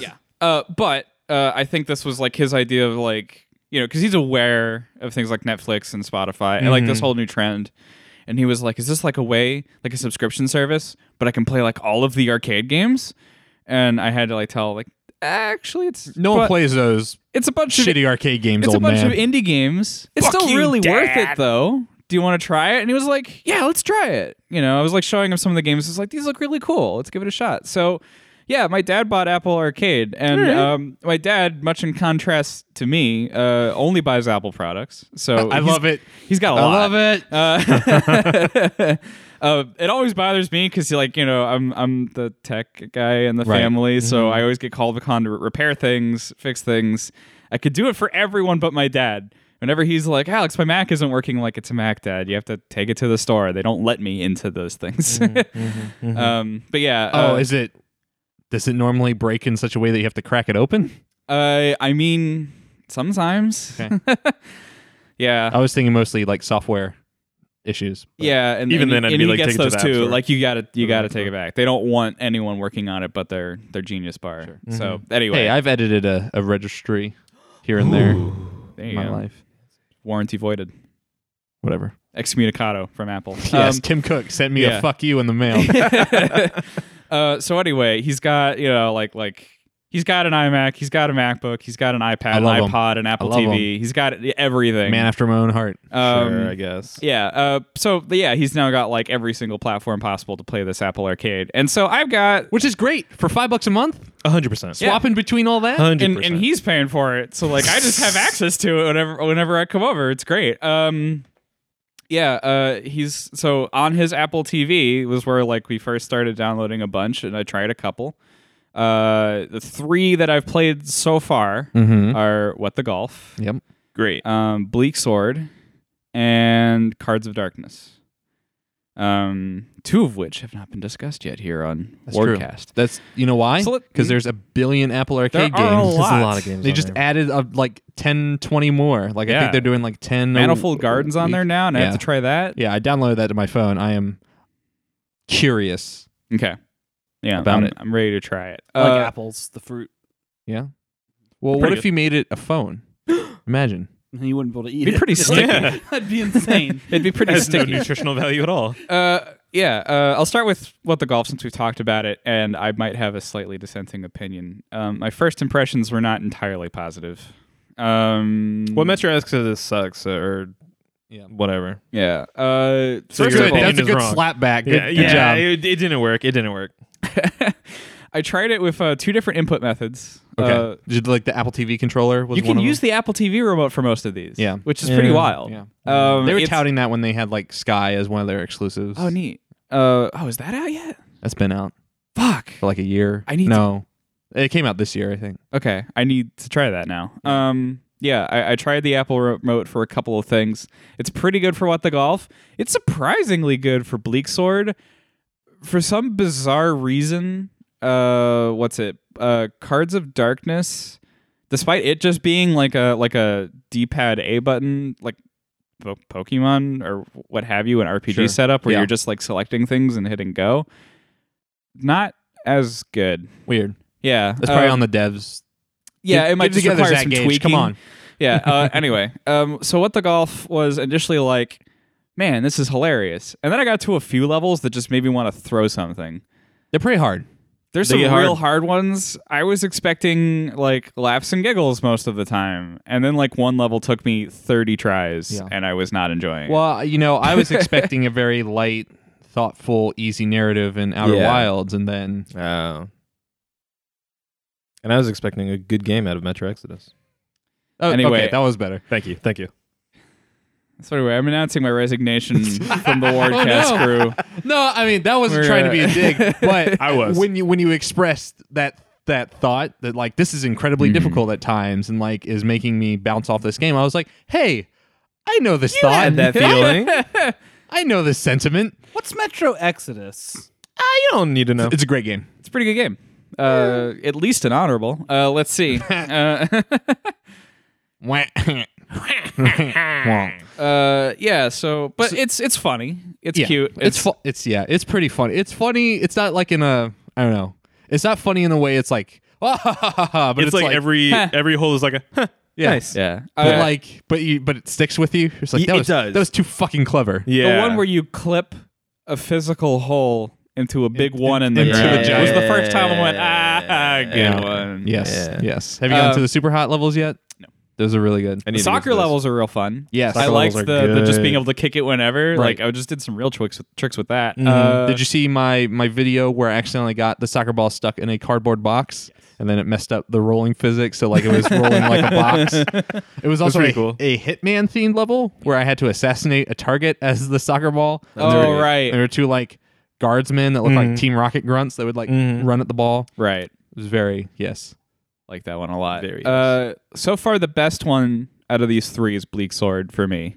yeah. Uh, but uh, I think this was like his idea of like you know because he's aware of things like Netflix and Spotify and like Mm-hmm. this whole new trend, and he was like, "Is this like a way like a subscription service, but I can play like all of the arcade games?" And I had to like tell like actually it's No one but- plays those It's a bunch of shitty arcade games, it's old a bunch man. of indie games. It's still really worth it though. Do you want to try it? And he was like, Yeah, let's try it. You know, I was like showing him some of the games. I was like, These look really cool. Let's give it a shot. So yeah, my dad bought Apple Arcade, and um, my dad, much in contrast to me, uh, only buys Apple products. So I he's- love it. He's got a I lot. love it. Uh, uh, it always bothers me because like you know I'm I'm the tech guy in the Right. Mm-hmm. family, so I always get called upon to repair things, fix things. I could do it for everyone but my dad. Whenever he's like, Alex, my Mac isn't working, I'm like it's a Mac, Dad. You have to take it to the store. They don't let me into those things. um, but yeah, Mm-hmm, oh, uh, is it? Does it normally break in such a way that you have to crack it open? uh, I mean, sometimes. yeah. I was thinking mostly like software issues. but- Yeah, and Even then, and I'd he, be and he like, gets take it to those the App too. Store. Like you gotta the you gotta App take it back. They don't want anyone working on it but their their genius bar. Mm-hmm. So anyway, Hey, I've edited a, a registry here and there in there you my go. life. warranty voided. Whatever. excommunicado from Apple. Yes, Um, Tim Cook sent me yeah. a fuck you in the mail. uh, so anyway, he's got you know like like he's got an iMac, he's got a MacBook, he's got an iPad, an love 'em. iPod, an Apple love TV. He's got e, everything. Man after my own heart. um, sure, I guess. Yeah. Uh, so yeah, he's now got like every single platform possible to play this Apple Arcade, and so I've got Which is great for five bucks a month. hundred percent. Swapping between all that. Hundred and, and percent. he's paying for it. So like I just have access to it whenever whenever I come over. It's great. Um yeah, uh he's so on his Apple TV was where like we first started downloading a bunch and I tried a couple. Uh the three that I've played so far Mhm. are What the Golf, Yep. Great. um Bleak Sword, and Cards of Darkness. Um two of which have not been discussed yet here on That's true. Wordcast. That's you know why? So Because let- there's a billion Apple Arcade There are a games. lot. There's a lot of games They on just there. added uh, like 10, 20 more. Like I Yeah. think they're doing like ten. a Manifold w- Gardens on week. there now, and I Yeah. have to try that. Yeah, I downloaded that to my phone. I am curious. Okay. Yeah, About I'm, it. I'm ready to try it. like Uh, apples, the fruit. Yeah. Well, what Pretty if you made it a phone? Imagine. And you wouldn't be able to eat Be it. pretty sticky. Yeah. That'd be insane. it'd be pretty Has no sticky. nutritional value at all. uh, yeah, uh, I'll start with what the golf since we've talked about it, and I might have a slightly dissenting opinion. Um, my first impressions were not entirely positive. Um, Well, Metro asks if this sucks or Yeah. whatever. yeah. Uh, So first your of all, opinion That's a is good wrong. slapback. Good, good yeah. job. It, it didn't work. It didn't work. I tried it with uh, two different input methods. Uh, Okay. Did like the Apple TV controller was you one can of use them? the Apple TV remote for most of these, Yeah. which is pretty Yeah. wild. Yeah. Um, they were it's- touting that when they had like Sky as one of their exclusives. Oh, neat. Uh, oh, is that out yet? That's been out Fuck. for like a year. I need to- No. It came out this year, I think. Okay, I need to try that now. Um, yeah, I, I tried the Apple Remote for a couple of things. It's pretty good for what the golf. It's surprisingly good for Bleak Sword. For some bizarre reason, uh, what's it? Uh, Cards of Darkness. Despite it just being like a like a D pad A button, like po- Pokemon or what have you, an RPG Sure. setup where Yeah. you're just like selecting things and hitting go. Not as good. Weird. Yeah, That's probably um, on the devs. yeah, Get- it might get just together, require Zach some Gage. tweaking. Come on. Yeah. Uh, anyway, um, so what the golf was initially like, man, this is hilarious, and then I got to a few levels that just made me want to throw something. They're pretty hard. There's They some get hard. real hard ones. I was expecting like laughs and giggles most of the time, and then like one level took me 30 tries, Yeah. and I was not enjoying. it. Well, uh, you know, I was expecting a very light, thoughtful, easy narrative in Outer Yeah. Wilds, and then Oh. And I was expecting a good game out of Metro Exodus. oh, Anyway. okay, that was better. Thank you. Thank you. so anyway, I'm announcing my resignation from the Wardcast Oh, no. crew. No, I mean that wasn't We're, trying to be a uh, dig, but I was. when you when you expressed that that thought that like this is Mm-hmm. incredibly difficult at times and like is making me bounce off this game. I was like, hey, I know this thought. had that feeling. uh, I know this sentiment. What's Metro Exodus? Ah, you don't need to know. It's a great game. It's a pretty good game. Uh, at least an honorable. Uh, let's see. Uh, Wah. Uh, yeah. So, but it's it's funny. It's yeah. cute. It's fu- it's yeah. It's pretty funny. It's funny. It's not like in a I don't know. It's not funny in the way it's like. but it's, it's, like, every huh. every hole is like a huh, Yeah. nice. yeah. But Uh, like, but you, but it sticks with you. It's like Ye- that it was, does. That was too fucking clever. Yeah. the one where you clip a physical hole into a big one in the into the ground giant- was the first time I went ah good Yeah. one. Yes, Yeah. yes. Have you gotten Um, to the super hot levels yet? No. Those are really good. Mm. I need The to get to soccer this. levels are real fun. Yes. I Soccer liked levels the, are the just good. being able to kick it whenever. Right. Like I just did some real tricks with, tricks with that. Uh, Did you see my my video where I accidentally got the soccer ball stuck in a cardboard box? And then it messed up the rolling physics, so like it was rolling like a box. It was also pretty a, cool. a hitman themed level where I had to assassinate a target as the soccer ball. And Oh, there were, right. There were two like guardsmen that looked like Team Rocket grunts that would like run at the ball. right? It was very yes. Like that one a lot. Very uh, so far, the best one out of these three is Bleak Sword for me.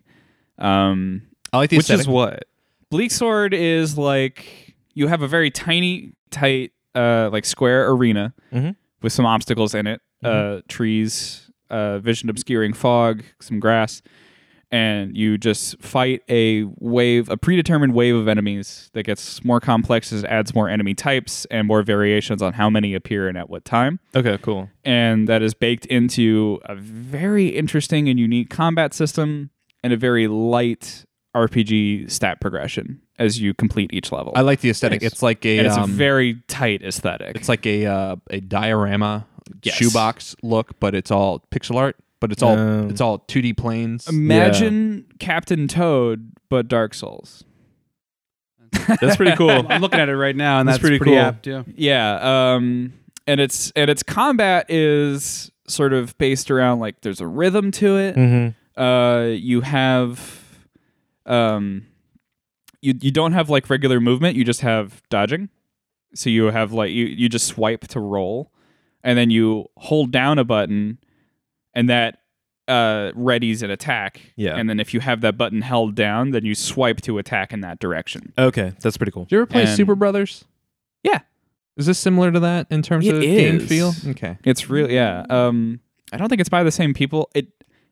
Um, I like the Which aesthetic. is what? Bleak Sword is like you have a very tiny, tight, uh, like square arena Mhm. with some obstacles in it, Mm-hmm. uh, trees, uh, vision obscuring fog, some grass, and you just fight a wave, a predetermined wave of enemies that gets more complex as it adds more enemy types and more variations on how many appear and at what time Okay, cool. and that is baked into a very interesting and unique combat system and a very light RPG stat progression as you complete each level. I like the aesthetic. Nice. It's like a and it's um, a very tight aesthetic. it's like a uh, a diorama Yes. shoebox look, but it's all pixel art. But it's all Oh. it's all two D planes. Imagine Captain Toad but Dark Souls. That's pretty cool. I'm looking at it right now, and that's, That's pretty pretty cool. apt. Yeah. Yeah, um and it's and its combat is sort of based around like there's a rhythm to it. mm-hmm. Uh you have um you you don't have like regular movement, you just have dodging. So you have like you you just swipe to roll and then you hold down a button and that uh readies an attack. Yeah. And then if you have that button held down, then you swipe to attack in that direction. Okay, that's pretty cool. Do you ever play And- Super Brothers? Yeah. Is this similar to that in terms It of game is. feel? Okay. It's real, yeah. Um, I don't think it's by the same people. It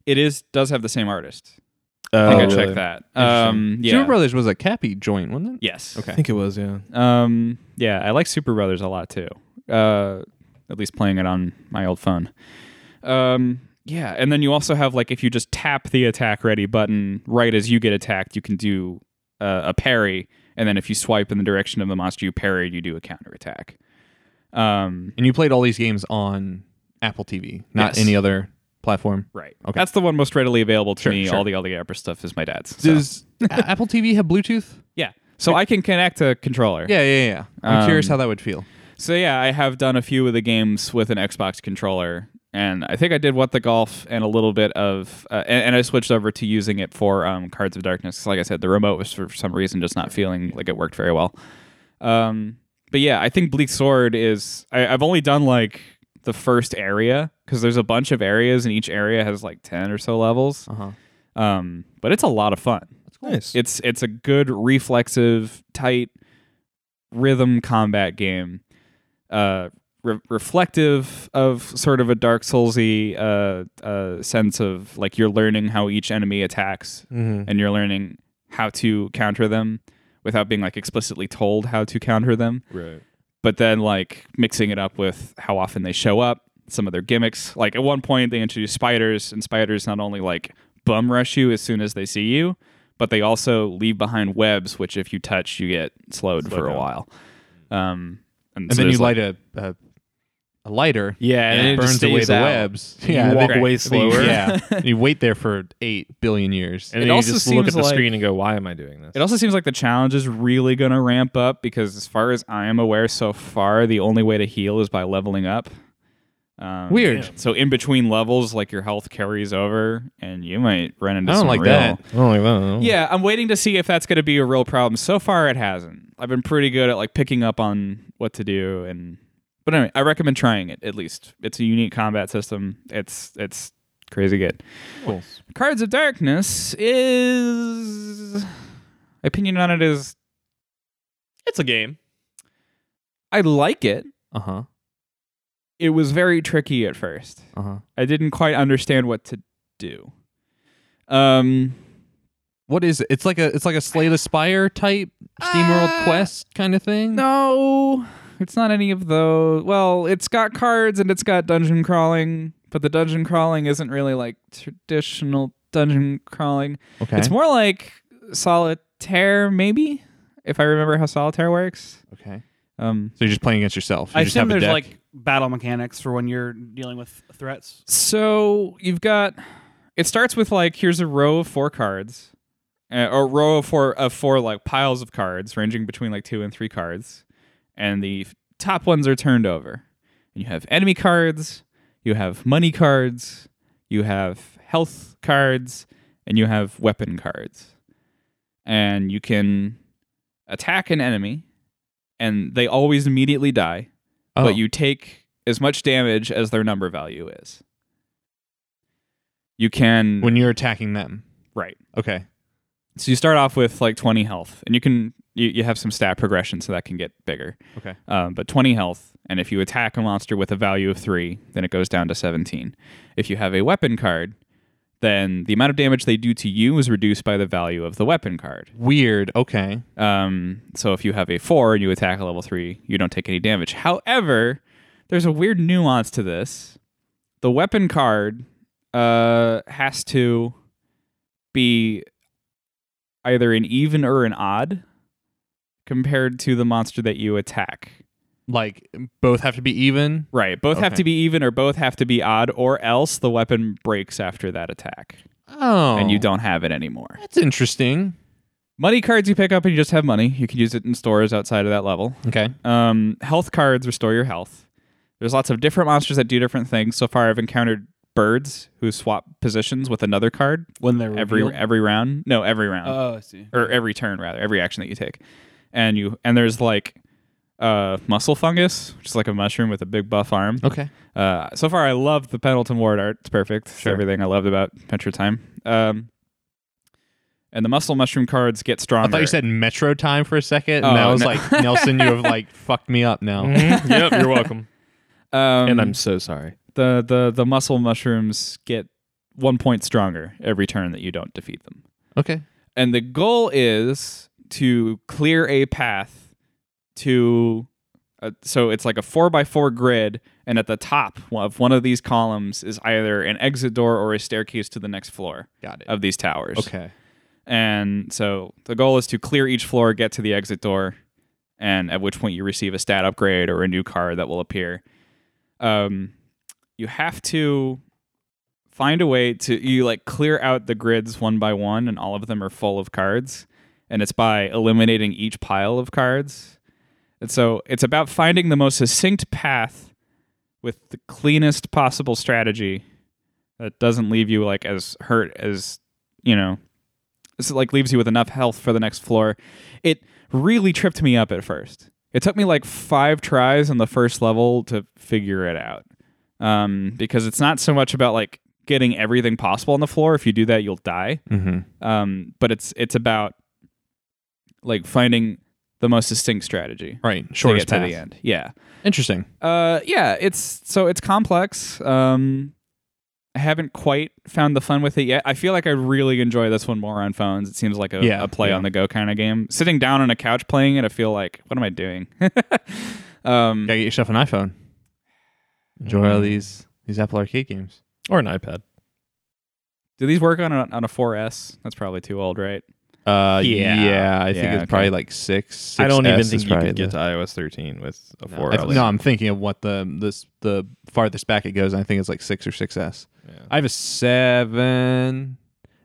it is does have the same artist. I Oh, think I checked that. Um, yeah. Super Brothers was a Cappy joint, wasn't it? Yes. Okay. I think it was, yeah. Um, yeah, I like Super Brothers a lot too. Uh, at least playing it on my old phone. Um, yeah, and then you also have like if you just tap the attack ready button right as you get attacked, you can do uh, a parry, and then if you swipe in the direction of the monster you parried, you do a counter attack. Um, And you played all these games on Apple TV, not Yes. any other platform. right. Okay. That's the one most readily available to Sure, me. sure. All the all the other stuff is my dad's. so- Does A- Apple TV have Bluetooth? Yeah. So I can connect a controller. Yeah, yeah, yeah. I'm Um, curious how that would feel. So yeah, I have done a few of the games with an Xbox controller, and I think I did what the golf and a little bit of, uh, and, and I switched over to using it for um, Cards of Darkness. 'cause Like I said, the remote was for some reason just not feeling like it worked very well. Um, but yeah, I think Bleak Sword is. I, I've only done like the first area because there's a bunch of areas, and each area has like ten or so levels. Uh-huh. Um, but it's a lot of fun. Nice. It's it's a good reflexive, tight rhythm combat game. Uh, re- reflective of sort of a Dark Soulsy uh, uh, sense of like you're learning how each enemy attacks mm-hmm. and you're learning how to counter them without being like explicitly told how to counter them. Right. But then like mixing it up with how often they show up, some of their gimmicks. Like at one point they introduce spiders, and spiders not only like bum rush you as soon as they see you, but they also leave behind webs, which if you touch, you get slowed for a down. while. Um, and, And so then you there's, like- light a, a a lighter. Yeah, and, it burns away the webs. Yeah, you walk right. away slower. Yeah, And you wait there for eight billion years. And then It you also just look at seems the like- screen and go, "Why am I doing this?" It also seems like the challenge is really going to ramp up because, as far as I am aware, so far the only way to heal is by leveling up. Um, Weird. Yeah. So in between levels, like your health carries over, and you might run into. I don't some like real- that. I don't like that. Yeah, I'm waiting to see if that's going to be a real problem. So far, it hasn't. I've been pretty good at like picking up on what to do, and but anyway, I recommend trying it. At least it's a unique combat system. It's it's crazy good. Cool. Cards of Darkness is opinion on it is It's a game. I like it. Uh huh. It was very tricky at first. Uh huh. I didn't quite understand what to do. Um, What is it? It's like a it's like a Slay the Spire type Steamworld Uh, Quest kind of thing. no, it's not any of those. Well, it's got cards and it's got dungeon crawling, but the dungeon crawling isn't really like traditional dungeon crawling. Okay. It's more like solitaire, maybe, if I remember how solitaire works. okay. Um, So you're just playing against yourself. You I just assume have a there's deck. like battle mechanics for when you're dealing with threats. So you've got. It starts with like here's a row of four cards, uh, or a row of four of four like piles of cards, ranging between like two and three cards, and the f- top ones are turned over. And you have enemy cards, you have money cards, you have health cards, and you have weapon cards. And you can attack an enemy, and they always immediately die oh. but you take as much damage as their number value is. You can when you're attacking them. right. Okay. So you start off with like 20 health, and you can you, you have some stat progression, so that can get bigger. Okay. Um, but 20 health, and if you attack a monster with a value of three, then it goes down to 17. If you have a weapon card, then the amount of damage they do to you is reduced by the value of the weapon card. Weird. Okay. Um, so if you have a four and you attack a level three, you don't take any damage. However, there's a weird nuance to this. The weapon card uh, has to be either an even or an odd compared to the monster that you attack. Like both have to be even. Right. Both have Okay. to be even or both have to be odd, or else the weapon breaks after that attack Oh, and you don't have it anymore. That's interesting. Money cards you pick up and you just have money. You can use it in stores outside of that level. Okay. Um, health cards restore your health. There's lots of different monsters that do different things. So far, I've encountered birds who swap positions with another card when they're every revealed? every round. No, every round Uh, Oh, I see. or every turn rather, every action that you take. And you and there's like uh, muscle fungus, which is like a mushroom with a big buff arm. Okay. Uh, so far, I love the Pendleton Ward art. It's perfect. It's Oh. Sure. everything I loved about Adventure Time. Um, and the muscle mushroom cards get stronger. I thought you said Metro time for a second, and Oh, I was no. like, Nelson, you have like fucked me up now. yep, you're welcome. Um, and I'm so sorry. the the the muscle mushrooms get one point stronger every turn that you don't defeat them. Okay. And the goal is to clear a path to. Uh, so it's like a four by four grid, and at the top of one of these columns is either an exit door or a staircase to the next floor Got it. of these towers. Okay. And so the goal is to clear each floor, get to the exit door, and at which point you receive a stat upgrade or a new card that will appear. Um, you have to find a way to you like clear out the grids one by one, and all of them are full of cards, and it's by eliminating each pile of cards. And so it's about finding the most succinct path with the cleanest possible strategy that doesn't leave you like as hurt as you know this like leaves you with enough health for the next floor. It really tripped me up at first. It took me like five tries on the first level to figure it out. Um, because it's not so much about like getting everything possible on the floor. If you do that, you'll die. Mm-hmm. Um, but it's it's about like finding the most succinct strategy Right. to Shortest get to path. the end. Yeah. Interesting. Uh, yeah, it's so it's complex. Um, I haven't quite found the fun with it yet. I feel like I really enjoy this one more on phones. It seems like a, Yeah, a play yeah. on the go kind of game. Sitting down on a couch playing it, I feel like, what am I doing? um, Gotta get yourself an iPhone. Enjoy Mm. all these these Apple Arcade games. Or an iPad. do these work on a, on a 4S? That's probably too old, right? Uh, Yeah. yeah. I think Yeah, it's okay. probably like six. I don't 6S even is think you probably could get the- to iOS 13 with a No, 4 I- at no, least. I'm thinking of what the this the farthest back it goes. And I think it's like six or six S. I Yeah. have a seven,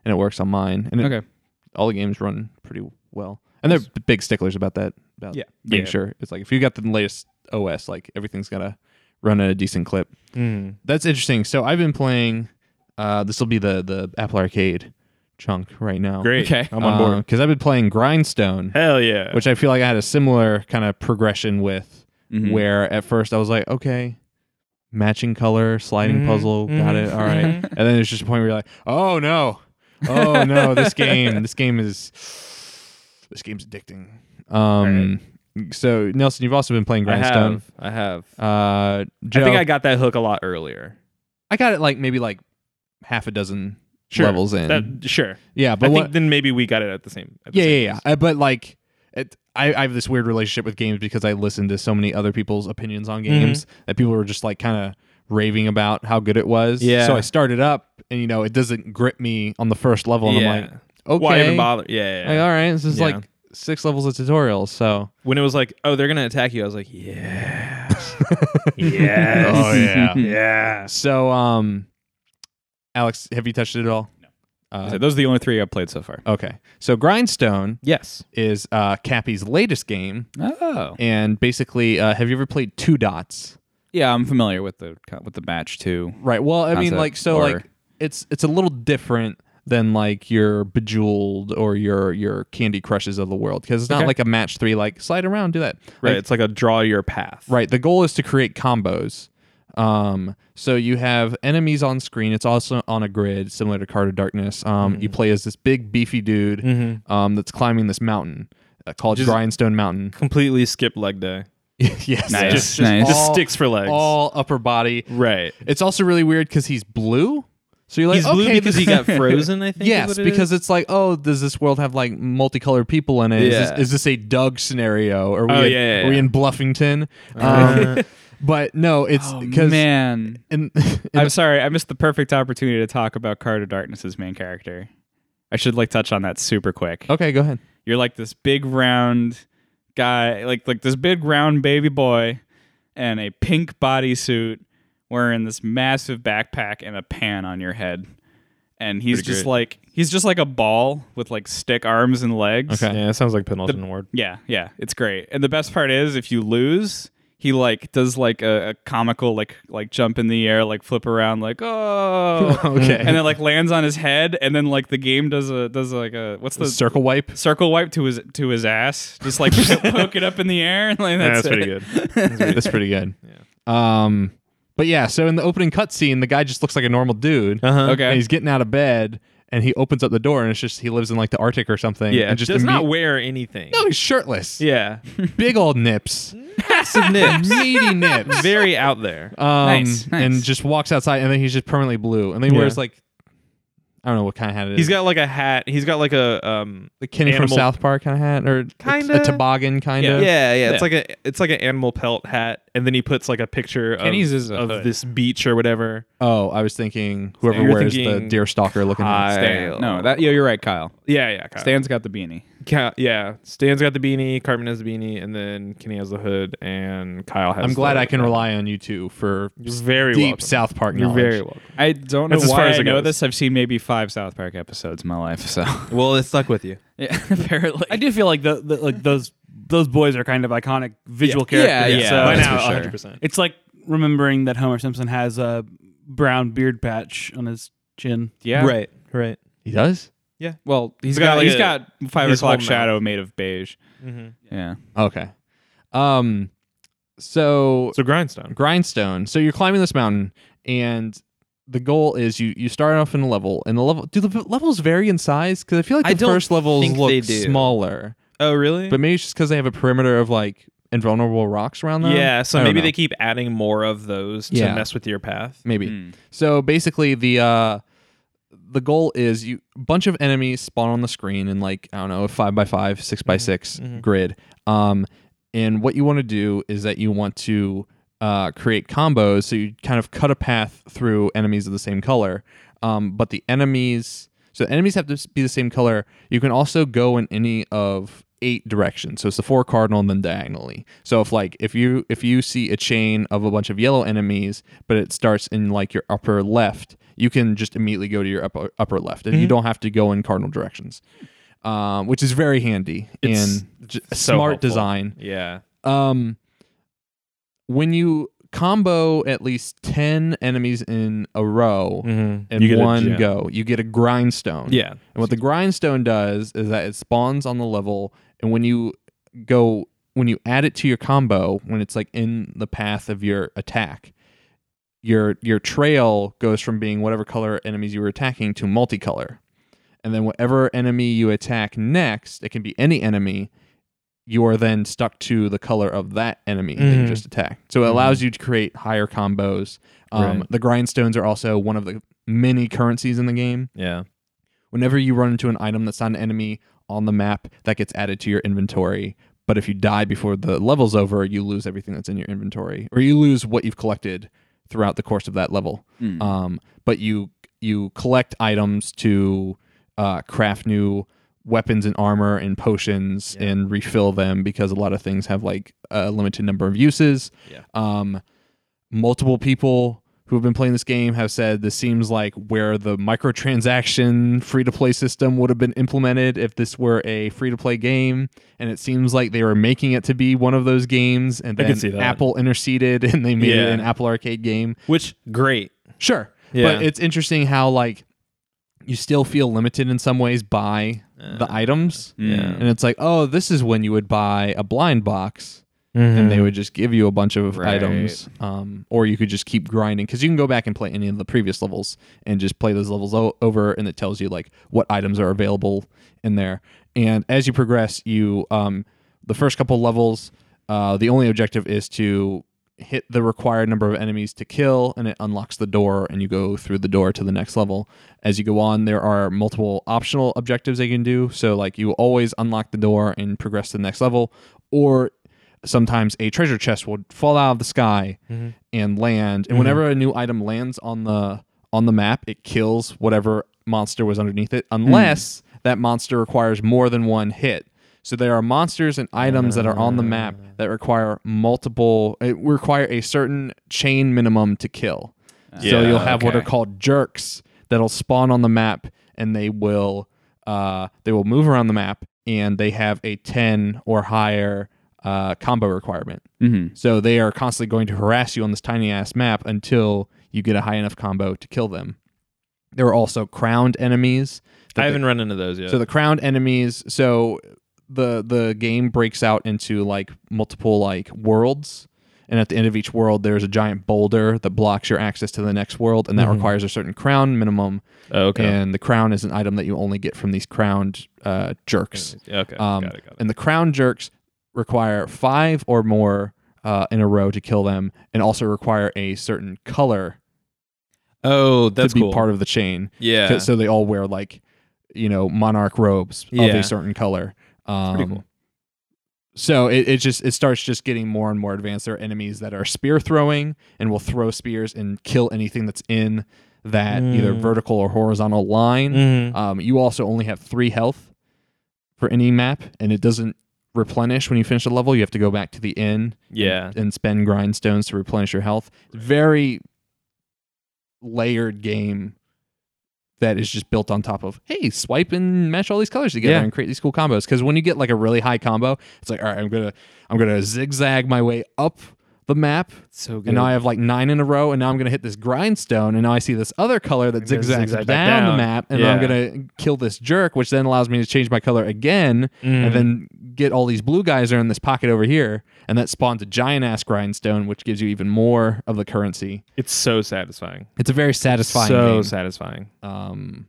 and it works on mine. And it- Okay. all the games run pretty well. And they're b- big sticklers about that. About Yeah. making Yeah. sure it's like if you got the latest OS, like everything's gotta run at a decent clip. Mm. That's interesting. So I've been playing. Uh, this will be the the Apple Arcade chunk right now. Great. Okay. I'm on board. because I've been playing Grindstone, Hell yeah. which I feel like I had a similar kind of progression with, Mm-hmm. Mhm. where at first I was like, okay, matching color, sliding Mhm, Mm-hmm. puzzle, got mhm, it, all right. And then there's just a point where you're like, oh no, oh no, this game, this game is, this game's addicting. Um, so Nelson, you've also been playing I Grindstone. have. I have. Uh, I Joe, think I got that hook a lot earlier. I got it like maybe like half a dozen levels in. That, sure. yeah, but I what, think then maybe we got it at the same. At the yeah, same yeah, yeah. I, but like, it, I, I have this weird relationship with games because I listen to so many other people's opinions Mm-hmm. on games that people were just like kind of raving about how good it was. Yeah. So I started up, and you know, it doesn't grip me on the first level, and I'm Yeah. like, okay, Why even bother? Yeah. yeah, Like, yeah. all right, this is Yeah. like six levels of tutorials, so when it was like, oh, they're gonna attack you, I was like, yeah, yes, Oh, yeah. yeah. so um, Alex, have you touched it at all? No. I Uh, said, those are the only three I've played so far. okay, so Grindstone Yes, is uh, Cappy's latest game, Oh. and basically, uh, have you ever played Two Dots? Yeah, I'm familiar with the co- with the match too. Right. Well, I mean, concept, like, so, or- like, it's it's a little different than like your Bejeweled or your your Candy Crushes of the world because it's not Okay. like a match three, like slide around, do that. right. Like, it's like a draw your path. right. The goal is to create combos. Um, so you have enemies on screen. It's also on a grid, similar to Card of Darkness. Um, you play as this big beefy dude, um, that's climbing this mountain uh, called Just- Grindstone Mountain. Completely skip leg day. yes. Nice. Just, just, Nice. just All- sticks for legs. All upper body. right. It's also really weird because he's blue. So you're like, He's okay, blue because this- he got frozen. I think. Yes, is what it because is. it's like, oh, does this world have like multicolored people in it? Is Yeah. this, is this a Doug scenario? Are we, Oh, in, yeah, yeah, are we yeah. in Bluffington? Uh. Um, but no, it's Oh, because. man. in- in- I'm sorry, I missed the perfect opportunity to talk about Carter Darkness's main character. I I should like touch on that super quick. Okay, go ahead. You're like this big round guy, like like this big round baby boy, and a pink bodysuit, wearing this massive backpack and a pan on your head, and he's just like he's just like a ball with like stick arms and legs. Okay. Yeah, it sounds like Pendleton Ward. Yeah, yeah, it's great. And the best part is, if you lose, he like does like a, a comical like like jump in the air, like flip around, like oh, Okay. and then like lands on his head, and then like the game does a does like a what's the Circle wipe. circle wipe to his to his ass, just like poke it up in the air, and like Yeah, that's, that's pretty it. good. That's pretty good. Um, but yeah, so in the opening cutscene, the guy just looks like a normal dude. Uh-huh. Okay, And he's getting out of bed, and he opens up the door, and it's just he lives in like the Arctic or something. Yeah, and just does not imme- wear anything. No, he's shirtless. Yeah, Big old nips, massive nips, meaty nips. very out there. Um, Nice, nice. And just walks outside, and then he's just permanently blue, and then he Yeah. wears like I don't know what kind of hat it is. He's got like a hat. He's got like a um. the Kenny from animal- South Park kind of hat, or a, Kinda. a toboggan kind Yeah, of. yeah, It's like a it's like an animal pelt hat, and then he puts like a picture of, Kenny's is a of hood. this beach or whatever. Oh, I was thinking whoever You're wears the thinking deer stalker looking hat. Stan. No, that yeah, you're right, Kyle. Yeah, yeah. Kyle. Stan's got the beanie. Ca- yeah, Stan's got the beanie, Cartman has the beanie, and then Kenny has the hood, and Kyle has. I'm glad the- I can rely on you two for You're very deep welcome. South Park You're knowledge. very welcome. I don't know That's as why far as I it know goes. this. I've seen maybe five South Park episodes in my life, so Well, it stuck with you. yeah, apparently. I do feel like the, the like those those boys are kind of iconic visual characters. yeah, so By that's now, for sure. 100. percent It's like remembering that Homer Simpson has a brown beard patch on his chin. yeah, Right, right. He does? Well, he's He's got, got, like, he's a- got five his o'clock whole shadow made of beige. Mm-hmm. Yeah. Okay. Um so So grindstone. grindstone. So you're climbing this mountain and the goal is you you start off in a level and the level do the levels vary in size cuz I feel like the I don't first levels think look they do. smaller. Oh, really? But maybe it's just cuz they have a perimeter of like invulnerable rocks around them. yeah. So uh, I don't maybe know. they keep adding more of those to Yeah. mess with your path. maybe. Mm. So basically the uh the goal is you bunch of enemies spawn on the screen in like I don't know a five by five, six by 6 grid. Um, and what you want to do is that you want to uh, create combos, so you kind of cut a path through enemies of the same color. Um, but the enemies, so the enemies have to s- be the same color. You can also go in any of eight directions. So it's the four cardinal and then diagonally. So if like if you if you see a chain of a bunch of yellow enemies, but it starts in like your upper left, you can just immediately go to your upper upper left, and you don't have to go in cardinal directions, um, which is very handy It's and j- so smart helpful. design. Yeah. Um, when you combo at least ten enemies in a row Mm-hmm. in You get a one gem. go, you get a grindstone. Yeah. And what the grindstone does is that it spawns on the level, and when you go, when you add it to your combo, when it's like in the path of your attack, your your trail goes from being whatever color enemies you were attacking to multicolor, and then whatever enemy you attack next, it can be any enemy. You are then stuck to the color of that enemy that you Mhm. just attacked. So it allows you to create higher combos. Um, Right. The grindstones are also one of the many currencies in the game Yeah. whenever you run into an item that's not an enemy on the map that gets added to your inventory but if you die before the level's over you lose everything that's in your inventory or you lose what you've collected throughout the course of that level um, but you you collect items to uh, craft new weapons and armor and potions and refill them because a lot of things have like a limited number of uses Yeah. um, multiple people who have been playing this game have said this seems like where the microtransaction free to play system would have been implemented if this were a free to play game. And it seems like they were making it to be one of those games. And I then could see that. Apple interceded and they made Yeah. it an Apple Arcade game. Which great. Sure. Yeah. But it's interesting how, like, you still feel limited in some ways by Uh, the items. Yeah. And it's like, oh, this is when you would buy a blind box and they would just give you a bunch of Right. items um, or you could just keep grinding because you can go back and play any of the previous levels and just play those levels o- over and it tells you like what items are available in there and as you progress you um, the first couple levels uh, the only objective is to hit the required number of enemies to kill and it unlocks the door and you go through the door to the next level as you go on there are multiple optional objectives they can do so like you always unlock the door and progress to the next level or sometimes a treasure chest will fall out of the sky and land and whenever a new item lands on the on the map it kills whatever monster was underneath it, unless that monster requires more than one hit. So there are monsters and items that are on the map that require multiple, it require a certain chain minimum to kill. so Yeah, you'll have what are okay. called jerks that'll spawn on the map, and they will uh, they will move around the map, and they have a ten or higher uh, combo requirement. Mm-hmm. So they are constantly going to harass you on this tiny ass map until you get a high enough combo to kill them. There are also crowned enemies. that I they- haven't run into those yet. so the crowned enemies. So the the game breaks out into like multiple like worlds, and at the end of each world, there's a giant boulder that blocks your access to the next world, Mm-hmm. and that requires a certain crown minimum. oh, okay. And the crown is an item that you only get from these crowned uh, jerks. okay. Um, got it, got it. And the crown jerks require five or more uh, in a row to kill them, and also require a certain color Oh, that's to be cool. part of the chain. yeah. 'Cause- So they all wear like, you know, monarch robes of Yeah. a certain color. Um, pretty cool. So it, it just it starts just getting more and more advanced. There are enemies that are spear throwing and will throw spears and kill anything that's in that either Mm. vertical or horizontal line. Mm-hmm. Um, you also only have three health for any map, and it doesn't replenish when you finish a level. You have to go back to the inn Yeah. and spend grindstones to replenish your health. Very layered game that is just built on top of hey, swipe and mesh all these colors together Yeah. and create these cool combos. Because when you get like a really high combo, it's like all right, I'm gonna I'm gonna zigzag my way up the map So and now I have like nine in a row, and now I'm gonna hit this grindstone, and now I see this other color that there's zigzags down, zigzag back the down. map, and I'm Yeah. gonna kill this jerk, which then allows me to change my color again, Hmm. and then get all these blue guys are in this pocket over here, and that spawns a giant ass grindstone, which gives you even more of the currency. it's so satisfying. It's a very satisfying so game. satisfying. um,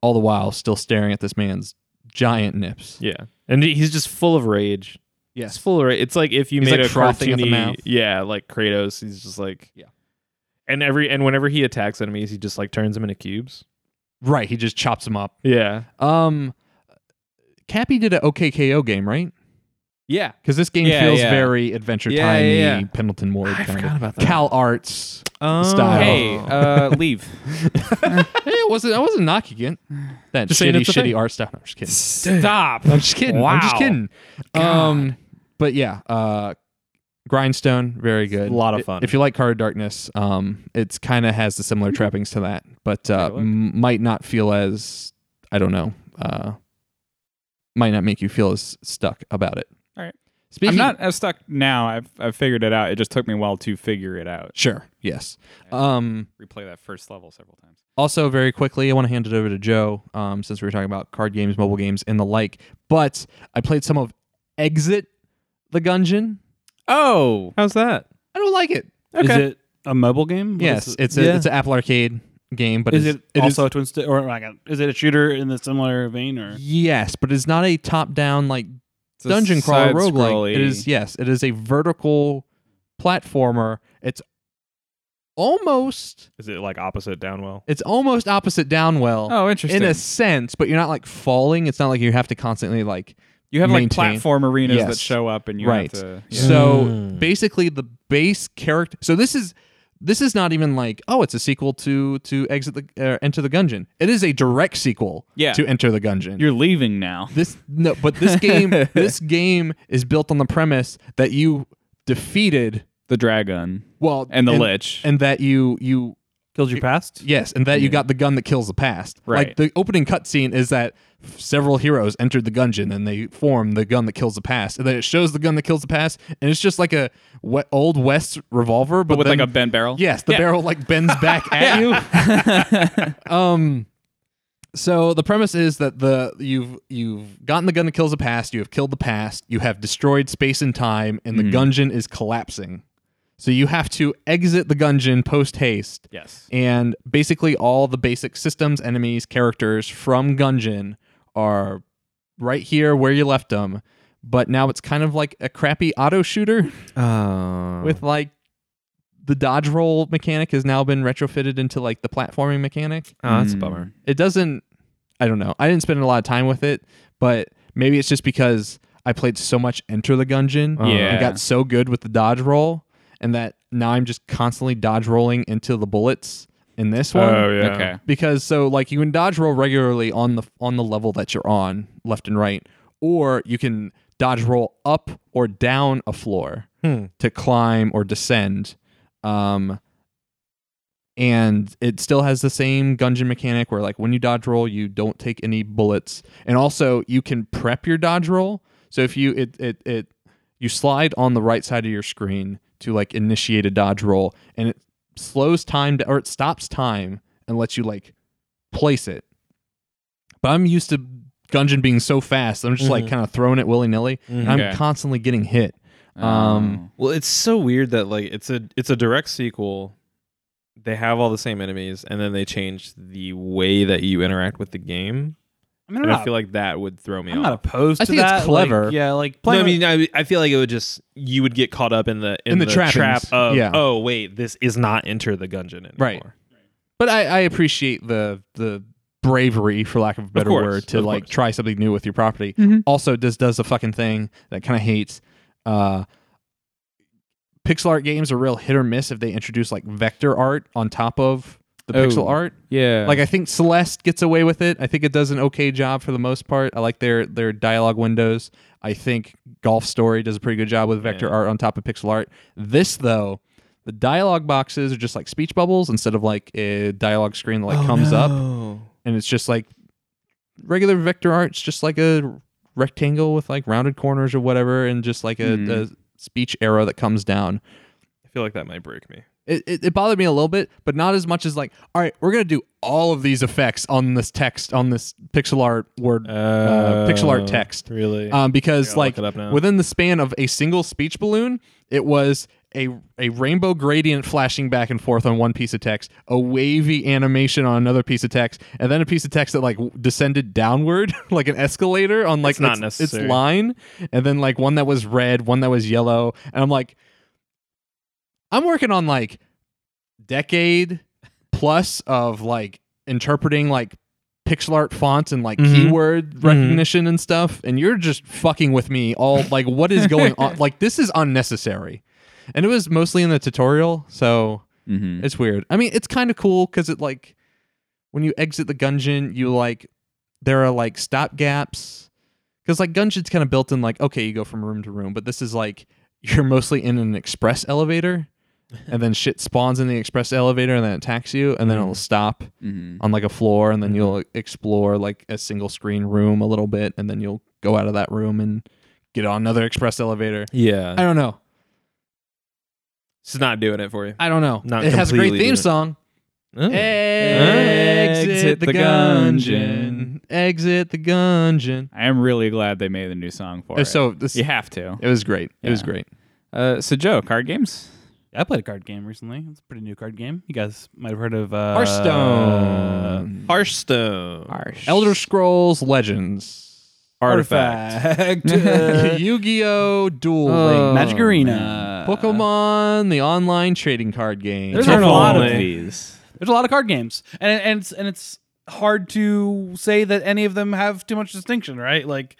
all the while still staring at this man's giant nips. Yeah. And he- he's just full of rage. It's Yes, full of rage. It's like if you He's, made like, a frothing at the cartoony- mouth. Yeah, like Kratos. He's just like Yeah. And every and whenever he attacks enemies, he just like turns them into cubes. right. He just chops them up. Yeah. Um, Cappy did an OKKO game, right? Yeah. Because this game Yeah, feels yeah. very Adventure Yeah, Time, yeah, yeah. Pendleton Ward I kind forgot of about that. Cal Arts. Oh. Style. Hey, uh, leave. Hey, it wasn't. I wasn't knocking it. That Just saying shitty, it's a shitty thing. art stuff. No, I'm just kidding. Stop. I'm just kidding. I'm just Wow. kidding. Um, but yeah, uh, Grindstone, very good. a lot of I- fun. If you like Card Darkness, um, it's kind of has the similar trappings to that, but uh, Take a look. m- might not feel as I don't know. Uh, might not make you feel as stuck about it. All right. Speaking, I'm not as stuck now. I've I've figured it out. It just took me a while to figure it out. sure. Yes. Um. Replay that first level several times. Also, very quickly, I want to hand it over to Joe um, since we were talking about card games, mobile games, and the like. But I played some of Exit the Gungeon. Oh. How's that? I don't like it. Is it a mobile game? What yes, is it? it's a, Yeah. it's an Apple Arcade game, but Is it's, it also a twin stick, or like a, is it a shooter in the similar vein, or yes, but it's not a top down like a dungeon crawler roguelike. side-scrolly- It is yes, it is a vertical platformer. It's almost Is it like opposite Downwell? it's almost opposite Downwell. Oh, interesting. in a sense, but you're not like falling. It's not like you have to constantly like you have like maintain- platform arenas that Yes. show up, and you Right. have to. Yeah. So Mm. basically, the base character. So this is this is not even like oh, it's a sequel to to exit the uh, Enter the Gungeon. It is a direct sequel Yeah. to Enter the Gungeon. You're leaving now. this no, but this game this game is built on the premise that you defeated The dragon well and the lich. and that you you kills your past? Yes, and that you got the gun that kills the past. Like Right. the opening cutscene is that f- several heroes entered the dungeon and they form the gun that kills the past, and then it shows the gun that kills the past, and it's just like a we- old west revolver, but, with then- like a bent barrel. yes, the barrel like bends back at you. um, so the premise is that the you've you've gotten the gun that kills the past, you have killed the past, you have destroyed space and time, and Mm-hmm. the gungeon is collapsing. So you have to exit the gungeon post haste Yes. and basically all the basic systems, enemies, characters from Gungeon are right here where you left them. But now it's kind of like a crappy auto shooter Oh. with like the dodge roll mechanic has now been retrofitted into like the platforming mechanic. Oh, that's a Mm. bummer. It doesn't I don't know. I didn't spend a lot of time with it, but maybe it's just because I played so much Enter the Gungeon. Yeah. I got so good with the dodge roll and that now I'm just constantly dodge rolling into the bullets in this one Oh yeah. Okay. because so like you can dodge roll regularly on the on the level that you're on left and right or you can dodge roll up or down a floor Hmm. to climb or descend um and it still has the same gungeon mechanic where like when you dodge roll you don't take any bullets and also you can prep your dodge roll so if you it it, it you slide on the right side of your screen to like initiate a dodge roll and it slows time to, or it stops time and lets you like place it but i'm used to gungeon being so fast i'm just like kind of throwing it willy-nilly and i'm Okay. constantly getting hit um Well, it's so weird that like it's a it's a direct sequel. They have all the same enemies, and then they change the way that you interact with the game. I mean, I'm And not, I feel like that would throw me I'm off. not opposed I to think it's that. clever. Like, yeah, like No, playing. I mean, I, I feel like it would just you would get caught up in the in, In the trappings, trap of yeah. oh wait, this is not enter the gungeon anymore. Right. but I, I appreciate the the bravery for lack of a better course, word to of like course. try something new with your property also this does a fucking thing that I kind of hates uh pixel art games are real hit or miss if they introduce like vector art on top of the Oh. pixel art Yeah. like I think Celeste gets away with it. I think it does an okay job for the most part. I like their their dialogue windows. I think Golf Story does a pretty good job with vector art on top of pixel art. This though, the dialogue boxes are just like speech bubbles instead of like a dialogue screen that like comes up and it's just like regular vector art. It's just like a rectangle with like rounded corners or whatever and just like a, a speech arrow that comes down I feel like that might break me. it, it, it bothered me a little bit, but not as much as like, all right, we're gonna do all of these effects on this text, on this pixel art word, uh, pixel Oh, art text, Really? um, because gotta like look it up now. within the span of a single speech balloon, it was a a rainbow gradient flashing back and forth on one piece of text, a wavy animation on another piece of text, and then a piece of text that like w- descended downward like an escalator on like It's not its, its necessary. line, and then like one that was red, one that was yellow, and I'm like, I'm working on like decade plus of like interpreting like pixel art fonts and like Mm-hmm. keyword Mm-hmm. recognition and stuff and you're just fucking with me all like what is going on like this is unnecessary and it was mostly in the tutorial so Mhm. it's weird i mean it's kind of cool because it like when you exit the gungeon you like there are like stop gaps because like gungeon's kind of built in like okay you go from room to room but this is like you're mostly in an express elevator and then shit spawns in the express elevator and then it attacks you and then it'll stop Mhm. on like a floor and then you'll explore like a single screen room a little bit and then you'll go out of that room and get on another express elevator Yeah, i don't know it's not doing it for you. i eh. don't know Not it has a great completely theme different. song Hmm. Oh. exit Exit the the gungeon exit the gungeon I am really glad they made a new song for Uh, it. so this you have to. it was great it was Yeah. great Uh, so Joe, card games. I played a card game recently. It's a pretty new card game. You guys might have heard of uh, hearthstone Hearthstone. Harsh. Uh, elder scrolls legends Artifact. Uh, yu-gi-oh duel Links. Magic Arena. Oh. pokemon the online trading card game There's a lot of Only. these. There's a lot of card games, and and it's, and it's hard to say that any of them have too much distinction, right? Like,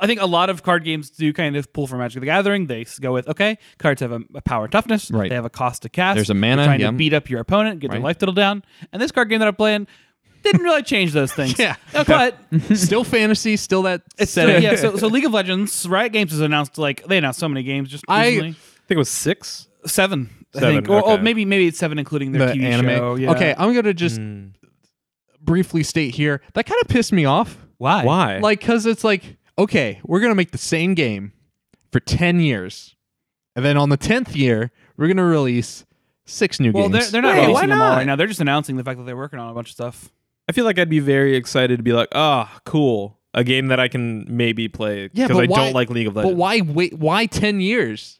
I think a lot of card games do kind of pull from Magic the Gathering. They s- go with okay, cards have a, a power toughness, Right. They have a cost to cast. There's a You're mana, trying yeah. to beat up your opponent, get their Right. life total down. And this card game that I'm playing didn't really change those things. Yeah. but still fantasy, still that it's setting. still, yeah. So, so League of Legends, Riot Games has announced like they announced so many games just I- recently. I think it was six. Seven, I Seven, think, or, or okay. maybe maybe it's seven, including their the TV anime. show. Yeah. Okay, I'm gonna just Hmm. briefly state here that kind of pissed me off. Mm-hmm. why? Why? Like, cause it's like, okay, we're gonna make the same game for ten years, and then on the tenth year, we're gonna release six new Well, they're, games. they're not Wait, why releasing them all not? right now. They're just announcing the fact that they're working on a bunch of stuff. I feel like I'd be very excited to be like, ah, cool, a game that I can maybe play Yeah, because but I why- don't like League of but Legends. why wait? Why ten years?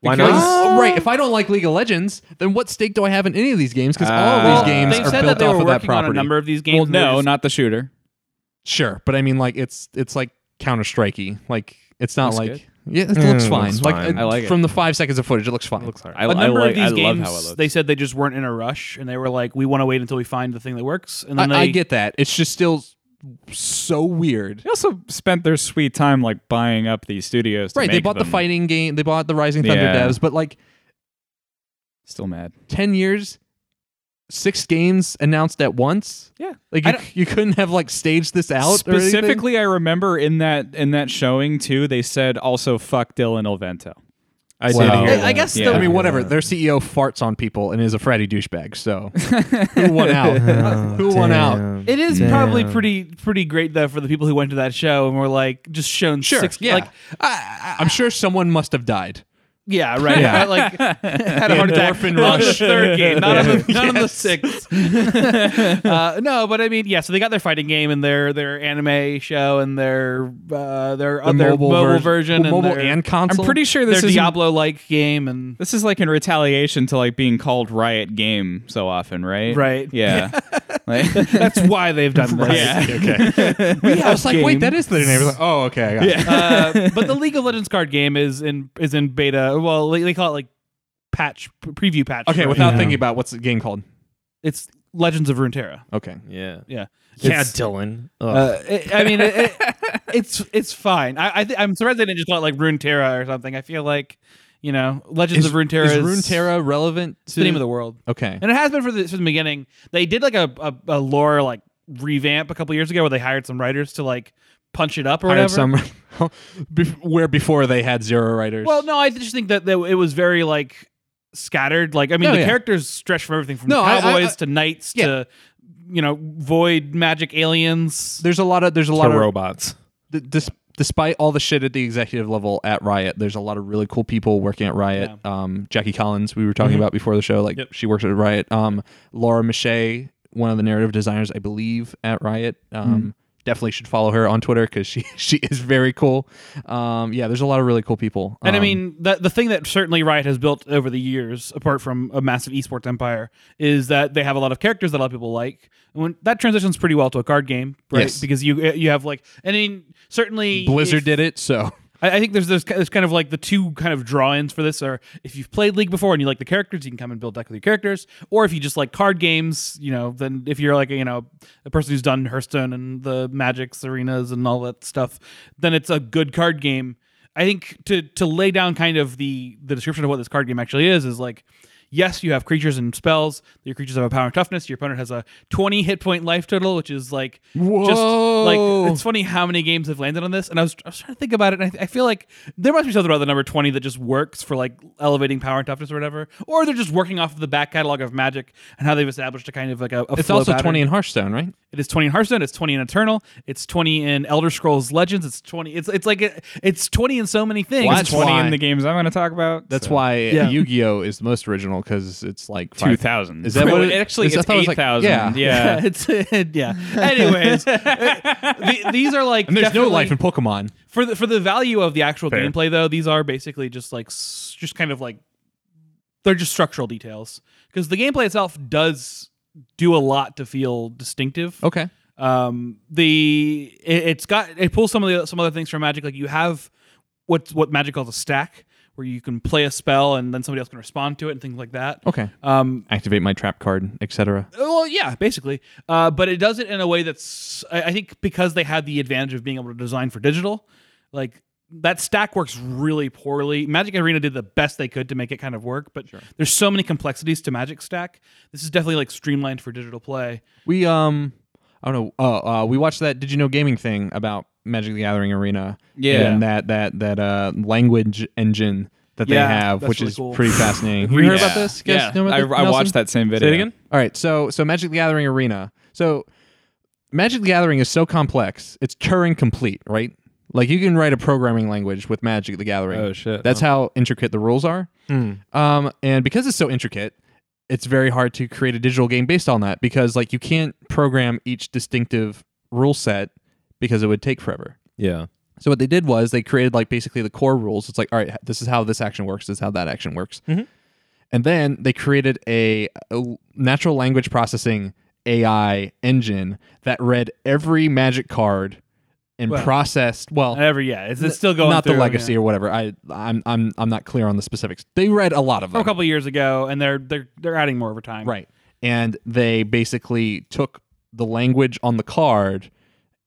Why Because- Oh, not? right. If I don't like League of Legends, then what stake do I have in any of these games? Because all Ah. Uh, of Well, these games they've are said built that they off were of that working on property. a number of these games. Well, and they're no, just- not the shooter. Sure, but I mean, like it's it's like Counter Strikey. Like it's not Looks like good. yeah, it Mm, looks it fine. looks like fine. uh, I like it. from the five seconds of footage, it looks fine. I, a number I of like. these I love games, how it looks. they said they just weren't in a rush, and they were like, "We want to wait until we find the thing that works." And I, then I they get that. It's just still s- so weird. They also spent their sweet time like buying up these studios. To Right? They make bought the them. fighting game. They bought the Rising Thunder Yeah. devs, but like Still mad. ten years six games announced at once. Yeah. Like I you, you couldn't have like staged this out or anything? Specifically, I remember in that in that showing too, they said also fuck Dylan Olvento. I Wow. did hear I- that. I guess Oh, Yeah. I mean whatever. Their CEO farts on people and is a fratty douchebag. So who won out? who won out? It is Damn. probably pretty pretty great though for the people who went to that show and were like just shown Sure, six yeah. like I I- I'm sure someone must have died. yeah right Yeah. like had a heart attack Endorphin on the rush. third game not on the, not on the sixth uh, no but I mean yeah so they got their fighting game and their their anime show and their uh, their The other mobile, version- version well, mobile and, their, and console. I'm pretty sure their this is Diablo like game and This is like in retaliation to like being called Riot Game so often, right? Right. Yeah. Like- that's why they've done this Yeah. okay. I was like, wait, that is their name. I was like, oh, okay. I got it. uh, but the League of Legends card game is in is in beta. Well, they they call it like patch p- preview patch. Okay, for it. without Yeah. thinking about what's the game called? it's Legends of Runeterra. Okay. Yeah. Yeah, Yeah, It's- Dylan. uh, it- I mean, it, it- it's it's fine. I, I th- I'm surprised they didn't just call it like Runeterra or something. I feel like you know Legends of Runeterra is is Runeterra relevant it's to the name of the world, Okay. and it has been for the from the beginning. They did like a a, a lore like revamp a couple years ago where they hired some writers to like punch it up or Hired whatever. some bef- where before they had zero writers. Well, no, I just think that, that it was very like scattered. Like, I mean, No, the Oh, yeah. characters stretch from everything from No, I- I- cowboys I- to knights Yeah. to you know void magic aliens. there's a lot of there's a lot To of robots. d- dis- despite all the shit at the executive level at Riot, there's a lot of really cool people working at Riot. Um, Jackie Collins, we were talking about before the show, like she works at Riot. Um, Laura Mache, one of the narrative designers, I believe, at Riot. Um, Definitely should follow her on Twitter because she she is very cool. Um, yeah, there's a lot of really cool people. And I Um, mean, the, the thing that certainly Riot has built over the years, apart from a massive esports empire, is that they have a lot of characters that a lot of people like. And when, that transitions pretty well to a card game, right? Yes. Because you eh, you have like, I mean, certainly Blizzard if- did it, so I, I think there's, there's there's kind of like the two kind of draw-ins for this are if you've played League before and you like the characters, you can come and build deck with your characters, or if you just like card games, you know, then if you're like a, you know a person who's done Hearthstone and the Magic's arenas and all that stuff, then it's a good card game. I think to to lay down kind of the the description of what this card game actually is is like. Yes, you have creatures and spells. Your creatures have a power and toughness. Your opponent has a 20 hit point life total, which is like just Whoa. like it's funny how many games have landed on this, and I was, I was trying to think about it, and I, th- I feel like there must be something about the number twenty that just works for like elevating power and toughness or whatever, or they're just working off of the back catalog of Magic and how they've established a kind of like a. a it's flow also pattern. 20 in Hearthstone, right? It is twenty in Hearthstone. It's twenty in Eternal. It's twenty in Elder Scrolls Legends. It's twenty. It's it's like it, it's twenty in so many things. That's twenty why- in the games I'm going to talk about. That's so. why Yeah. Yu-Gi-Oh is the most original because it's like five- two thousand. Is that what it- actually? is- I It's thought it was eight like- thousand. yeah. yeah. it's yeah. Anyways, uh, the- these are like And there's no definitely- life in Pokemon. for the for the value of the actual Fair. gameplay though these are basically just like s- just kind of like they're just structural details because the gameplay itself does do a lot to feel distinctive Okay. um the it, it's got it pulls some of the some other things from magic like you have what what magic calls a stack where you can play a spell and then somebody else can respond to it and things like that Okay. um Activate my trap card, etc. well, yeah, basically. Uh, but it does it in a way that's, I, I think, because they had the advantage of being able to design for digital, like that stack works really poorly. Magic Arena did the best they could to make it kind of work, but there's so many complexities to Magic Stack. This is definitely like streamlined for digital play. We um I don't know. Oh, uh, we watched that Did You Know Gaming thing about Magic the Gathering Arena. Yeah. And that that that uh language engine that they Yeah, have, that's which really is cool. pretty fascinating. Have you heard Yeah. about this? You guys Yeah. know about I, that, I Nelson? watched that same video. again? All right, so so Magic the Gathering Arena. So Magic the Gathering is so complex. It's Turing complete, right? Like you can write a programming language with Magic the Gathering. Oh, Hmm. shit. That's how intricate the rules are. Um, and because it's so intricate, it's very hard to create a digital game based on that because like you can't program each distinctive rule set because it would take forever. Yeah. So what they did was they created like basically the core rules. It's like, all right, this is how this action works. This is how that action works. Mm-hmm. And then they created a, a natural language processing AI engine that read every magic card and Well, processed. Well, Whatever, yeah, it's, it's still going. not the through, legacy yeah. or whatever. I I'm I'm I'm not clear on the specifics. They read a lot of from them. a couple years ago, and they're they're they're adding more over time. Right. And they basically took the language on the card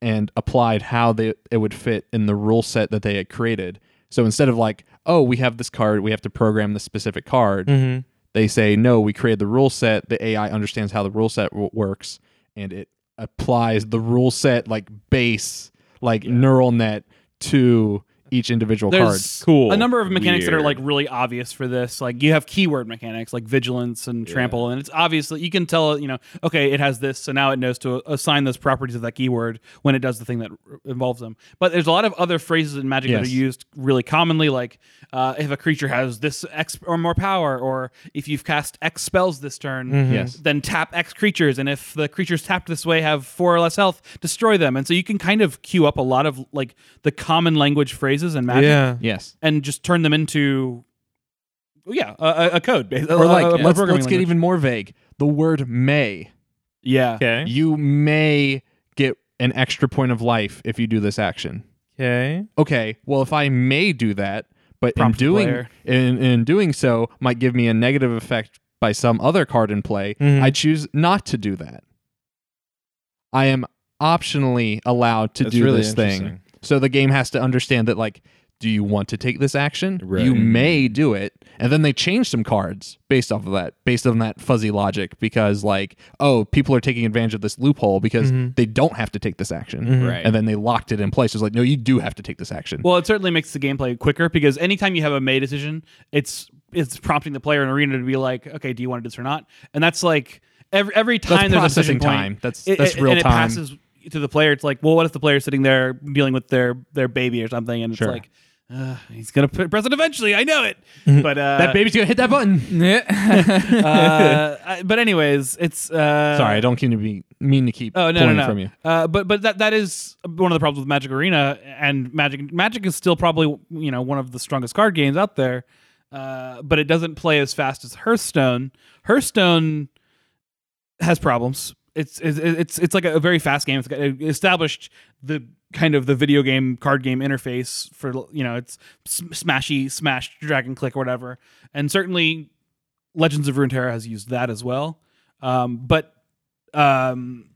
and applied how they it would fit in the rule set that Mm-hmm. they had created. So instead of like, oh, we have this card, we have to program this specific card, They say, no, we created the rule set. The AI understands how the rule set w- works and it applies the rule set, like base, like neural net to each individual card. There's Cool. a number of mechanics that are like Weird. really obvious for this. Like you have keyword mechanics like vigilance and trample, and it's obviously you can tell you know okay it has this, so now it knows to assign those properties of that keyword when it does the thing that r- involves them. But there's a lot of other phrases in Magic that Yes. are used really commonly, like uh, if a creature has this X or more power, or if you've cast X spells this turn, Mm-hmm. Yes. then tap X creatures, and if the creatures tapped this way have four or less health, destroy them. And so you can kind of queue up a lot of like the common language phrases and Magic Yeah. Yes. and just turn them into oh, yeah a, a- a code basically Or like, a, a let's, uh, programming let's get language. even more vague. The word may. yeah okay. You may get an extra point of life if you do this action. Okay. okay, well, if I may do that, but in Prompt the doing player. in, in doing so might give me a negative effect by some other card in play, Mm-hmm. Mhm. I choose not to do that. I am optionally allowed to That's do really this thing. interesting. So the game has to understand that like do you want to take this action? Right. You may do it. And then they change some cards based off of that, based on that fuzzy logic, because like, oh, people are taking advantage of this loophole because Mm-hmm. they don't have to take this action. Right. And then they locked it in place. It's like, no, you do have to take this action. well it certainly makes the gameplay quicker because anytime you have a may decision it's it's prompting the player in arena to be like okay do you want to do this or not and that's like every every time there's a decision processing point, time. That's- it- that's it- real and time. it passes to the player it's like well what if the player's sitting there dealing with their their baby or something and it's like uh, he's gonna p- press it eventually i know it but uh, Mm-hmm. that baby's gonna hit that button. Yeah. uh, I- but anyways it's uh Sorry, I don't mean to be mean to keep Oh no, no, pulling no. from you. Uh, but but that that is one of the problems with Magic Arena and Magic. Magic is still probably you know one of the strongest card games out there, uh, but it doesn't play as fast as Hearthstone. Hearthstone has problems. It's it's it's, it's like a very fast game. It's got- it established the kind of the video game card game interface for you know it's sm- smashy smash drag and click or whatever, and certainly Legends of Runeterra has used that as well. Um, but um,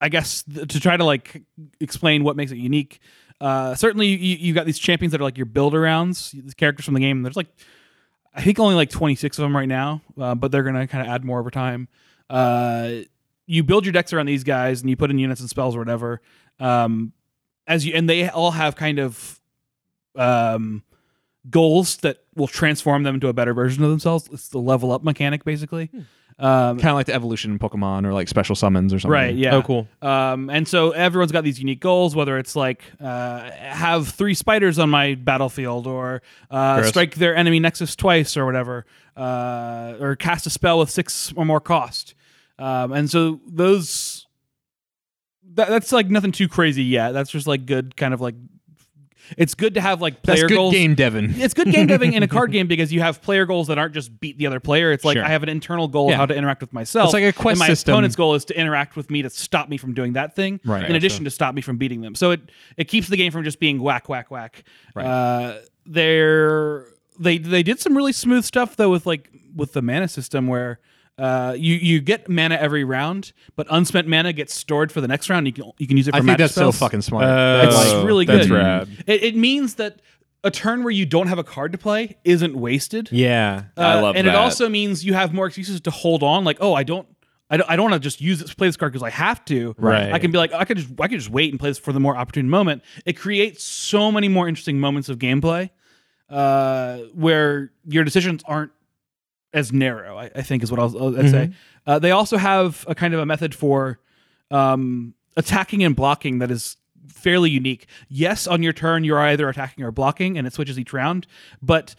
I guess th- to try to like explain what makes it unique. Uh, certainly, you, you got these champions that are like your build arounds, these characters from the game. There's like, I think only like 26 of them right now, uh, but they're gonna kind of add more over time. Uh, you build your decks around these guys, and you put in units and spells or whatever. Um, as you and they all have kind of um, goals that will transform them into a better version of themselves. It's the level up mechanic, basically. Um, Kind of like the evolution in Pokemon or like special summons or something. right? Yeah. Oh, cool. Um, and so everyone's got these unique goals, whether it's like uh, have three spiders on my battlefield, or uh, strike their enemy nexus twice, or whatever, uh, or cast a spell with six or more cost. Um, and so those that, that's like nothing too crazy yet. That's just like good kind of like it's good to have like player That's good goals game, Devin. it's good game deving in a card game because you have player goals that aren't just beat the other player. It's like Sure. I have an internal goal Yeah. of how to interact with myself. It's like a quest and my system. opponent's goal is to interact with me to stop me from doing that thing. Right. In Gotcha. addition to stop me from beating them, so it it keeps the game from just being whack whack whack. Right. Uh, they're they they did some really smooth stuff though with like with the mana system where. Uh, you you get mana every round, but unspent mana gets stored for the next round. You can you can use it. For I think magic that's spells. Uh, so fucking smart. It's Oh, really that's good. rad. It, it means that a turn where you don't have a card to play isn't wasted. Yeah. I Uh, love and that. it also means you have more excuses to hold on. Like, oh, I don't, I don't, I don't want to just use this, play this card because I have to. Right. I can be like, I could just, I could just wait and play this for the more opportune moment. It creates so many more interesting moments of gameplay, uh, where your decisions aren't as narrow. I, I think is what I'll, I'll- I'd say. Mm-hmm. Uh, they also have a kind of a method for um, attacking and blocking that is fairly unique. Yes, on your turn you're either attacking or blocking, and it switches each round. But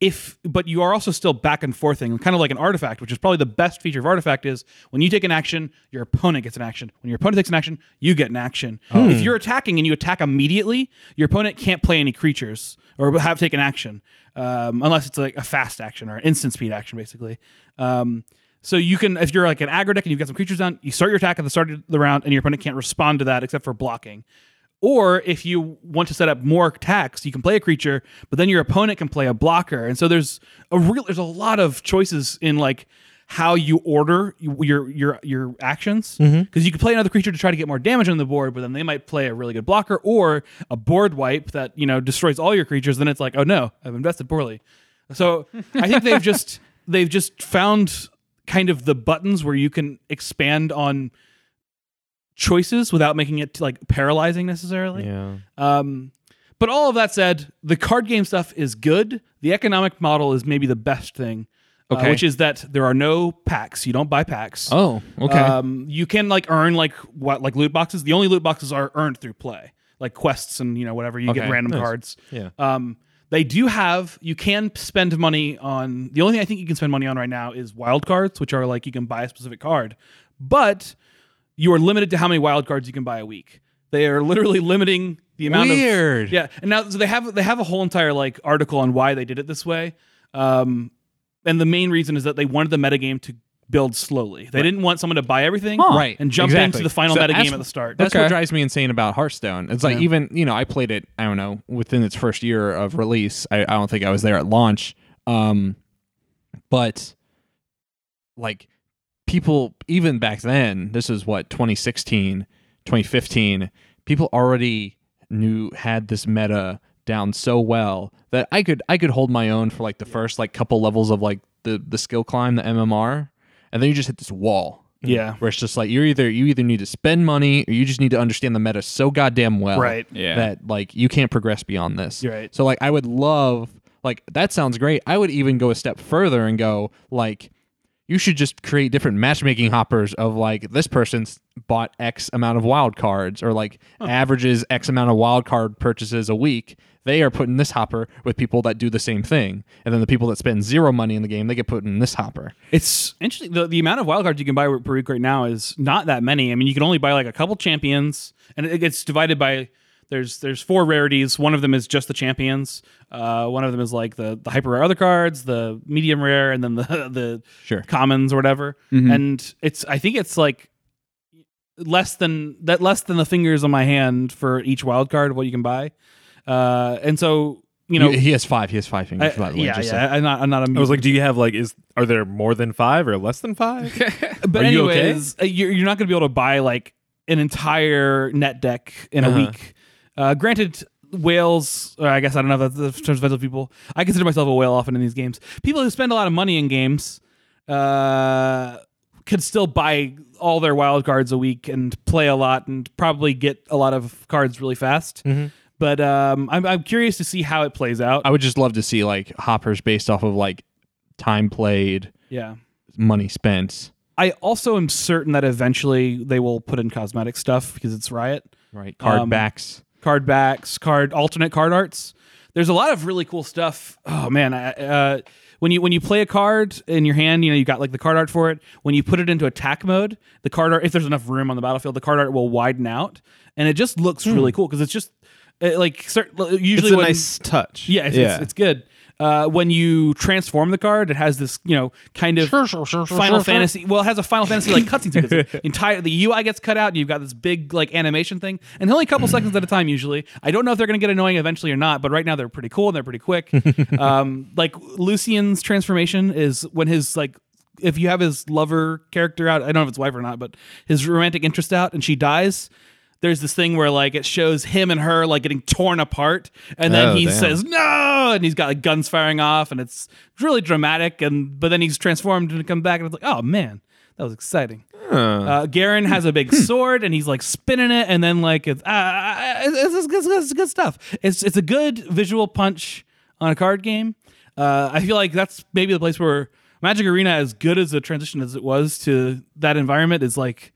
if but you are also still back and forthing, kind of like an artifact, which is probably the best feature of artifact is when you take an action, your opponent gets an action. When your opponent takes an action, you get an action. If you're attacking and you attack immediately, your opponent can't play any creatures or have taken action, um, unless it's like a fast action or an instant speed action, basically. Um, so you can, if you're like an aggro deck and you've got some creatures down, you start your attack at the start of the round, and your opponent can't respond to that except for blocking. Or if you want to set up more attacks, you can play a creature, but then your opponent can play a blocker, and so there's a real, there's a lot of choices in like how you order your your your actions because you can play another creature to try to get more damage on the board, but then they might play a really good blocker or a board wipe that you know destroys all your creatures. Then it's like, oh no, I've invested poorly. So I think they've just they've just found kind of the buttons where you can expand on choices without making it like paralyzing necessarily. Yeah. Um, but all of that said, the card game stuff is good. The economic model is maybe the best thing, uh, Okay. which is that there are no packs. You don't buy packs. Oh, okay. Um, you can like earn like what like loot boxes. The only loot boxes are earned through play, like quests and you know whatever. You Okay, get random cards. Yeah. Um, they do have. You can spend money on. The only thing I think you can spend money on right now is wild cards, which are like you can buy a specific card, but you are limited to how many wild cards you can buy a week. They are literally limiting the amount Weird. of yeah. And now so they have they have a whole entire like article on why they did it this way. Um, and the main reason is that they wanted the metagame to build slowly. They didn't want someone to buy everything Huh. Right. and jump Exactly. into the final So that's- metagame at the start. That's Okay. what drives me insane about Hearthstone. It's like even you know I played it. I don't know within its first year of release. I, I don't think I was there at launch. Um, but like people even back then, this is what 2016, 2015. People already knew had this meta down so well that I could I could hold my own for like the first like couple levels of like the the skill climb, the MMR, and then you just hit this wall yeah. where it's just like you're either you either need to spend money or you just need to understand the meta so goddamn well Right. Yeah. that like you can't progress beyond this You're right. so like i would love like that sounds great i would even go a step further and go like you should just create different matchmaking hoppers of like this person's bought x amount of wild cards or like averages x amount of wild card purchases a week they are put in this hopper with people that do the same thing and then the people that spend zero money in the game they get put in this hopper It's interesting. The, the amount of wild cards you can buy per week right now is not that many. I mean, you can only buy like a couple champions, and it gets divided by there's there's four rarities. One of them is just the champions. Uh, one of them is like the the hyper rare other cards, the medium rare, and then the the Sure. commons or whatever. Mm-hmm. And it's I think it's like less than that less than the fingers on my hand for each wild card of what you can buy. Uh, and so you know, he has five he has five fingers I- by the way yeah, just so- yeah. I'm not I'm not. I was like, do you have like is are there more than five or less than five? But Are you okay? anyways, uh, you're, you're not going to be able to buy like an entire net deck in Uh-huh. a week. Uh, granted, whales. Or I guess I don't know if that's the terms of people. I consider myself a whale often in these games. People who spend a lot of money in games uh, could still buy all their wild cards a week and play a lot and probably get a lot of cards really fast. Mm-hmm. But um, I'm, I'm curious to see how it plays out. I would just love to see like hoppers based off of like time played, yeah. money spent. I also am certain that eventually they will put in cosmetic stuff because it's Riot. Right. Card Um, backs. card backs, card alternate card arts. There's a lot of really cool stuff. Oh man, I, uh, when you when you play a card in your hand, you know you got like the card art for it. When you put it into attack mode, the card art, if there's enough room on the battlefield, the card art will widen out, and it just looks really cool because it's just it, like cer- Hmm. It's usually a when- nice touch. yeah, it's, It's, it's good. Uh, when you transform the card, it has this, you know, kind of Final Fantasy. Well, it has a Final Fantasy like cutscene sequence. The Entire the UI gets cut out, and you've got this big like animation thing, and they're only a couple seconds at a time usually. I don't know if they're going to get annoying eventually or not, but right now they're pretty cool and they're pretty quick. um, like Lucian's transformation is when his like if you have his lover character out, I don't know if it's wife or not, but his romantic interest out and she dies, there's this thing where like it shows him and her like getting torn apart and then Oh, he damn. says no and he's got like guns firing off and it's really dramatic and but then he's transformed and come back and it's like oh man that was exciting uh, Garen has a big sword and he's like spinning it, and then like it's, uh, it's, it's, it's, it's good stuff. It's it's a good visual punch on a card game. Uh, I feel like that's maybe the place where Magic Arena, as good as the transition as it was to that environment, is like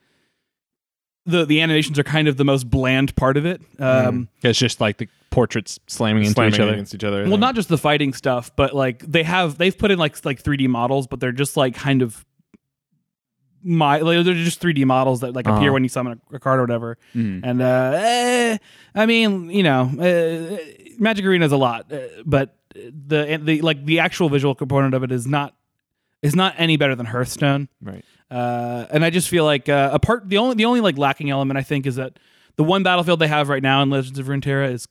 the the animations are kind of the most bland part of it. Um, It's just like the portraits slamming, Slamming into each other. against each other. I well, think. not just the fighting stuff, but like they have they've put in like like 3D models, but they're just like kind of my like, they're just 3D models that like appear Uh-huh. when you summon a, a card or whatever. And uh, eh, I mean, you know, uh, Magic Arena is a lot, uh, but the and the like the actual visual component of it is not is not any better than Hearthstone. Right. Uh, and I just feel like uh, apart the only the only like lacking element I think is that the one battlefield they have right now in Legends of Runeterra is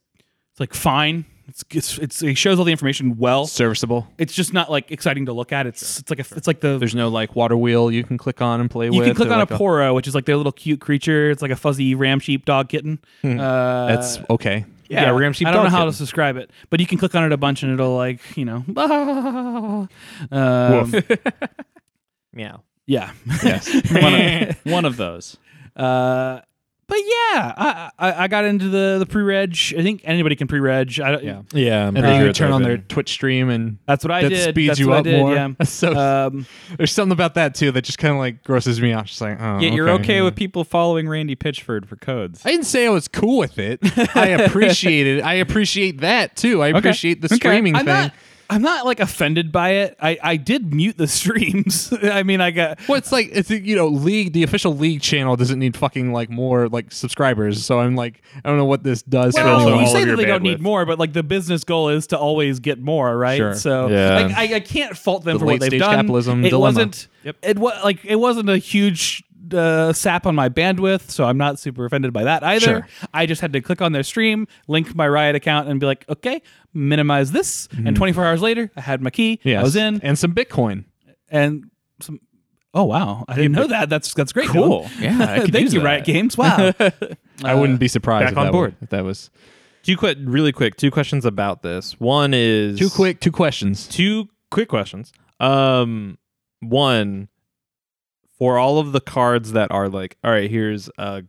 it's like fine. It's it's, it's it shows all the information well. Serviceable. It's just not like exciting to look at. It's it's like a it's like the There's no like water wheel you can click on and play with. you can click or, on like, a poro, which is like their little cute creature. It's like a fuzzy ram sheep dog kitten. uh, That's okay. Yeah, Ram Sheep I don't know Dog how Kitten. to describe it, but you can click on it a bunch and it'll like you know. um, Meow. yeah. one, of, one of those. Uh, but yeah, I, I I got into the the pre-reg. I think anybody can pre-reg. I, yeah. Yeah. Yeah, and And they then you it's turn on their open. Twitch stream, and That's what I that did. speeds That's you what I up did, more. Yeah. That's so Um, there's something about that too that just kind of like grosses me out. Just like, oh, Yeah, you're okay yeah. with people following Randy Pitchford for codes. I didn't say I was cool with it. I appreciate it. I appreciate that too. I appreciate the streaming I'm thing. not. I'm not like offended by it. I, I did mute the streams. I mean, I got well, it's like it's you know, league. The official league channel doesn't need fucking like more like subscribers. So I'm like, I don't know what this does. for also Well, anyone. we all say of that your they don't bandwidth. need more, but like the business goal is to always get more, right? Sure. So Yeah. like, I, I can't fault them The for what late-stage they've done. capitalism it dilemma. wasn't. It was like it wasn't a huge uh, sap on my bandwidth, so I'm not super offended by that either. Sure. I just had to click on their stream, link my Riot account, and be like, okay, minimize this. And 24 hours later, I had my key. Yes. I was in, and some Bitcoin. and some. Oh wow! I didn't know that. That's that's great. Dylan. Cool. Yeah, I could Thank use you, that. Riot Games. Wow. I Uh, wouldn't be surprised back if on that board. were- if that was Two quick, really quick. Two questions about this. One is too quick. Two questions. Two quick questions. Um, one for all of the cards that are like, all right, here's uh,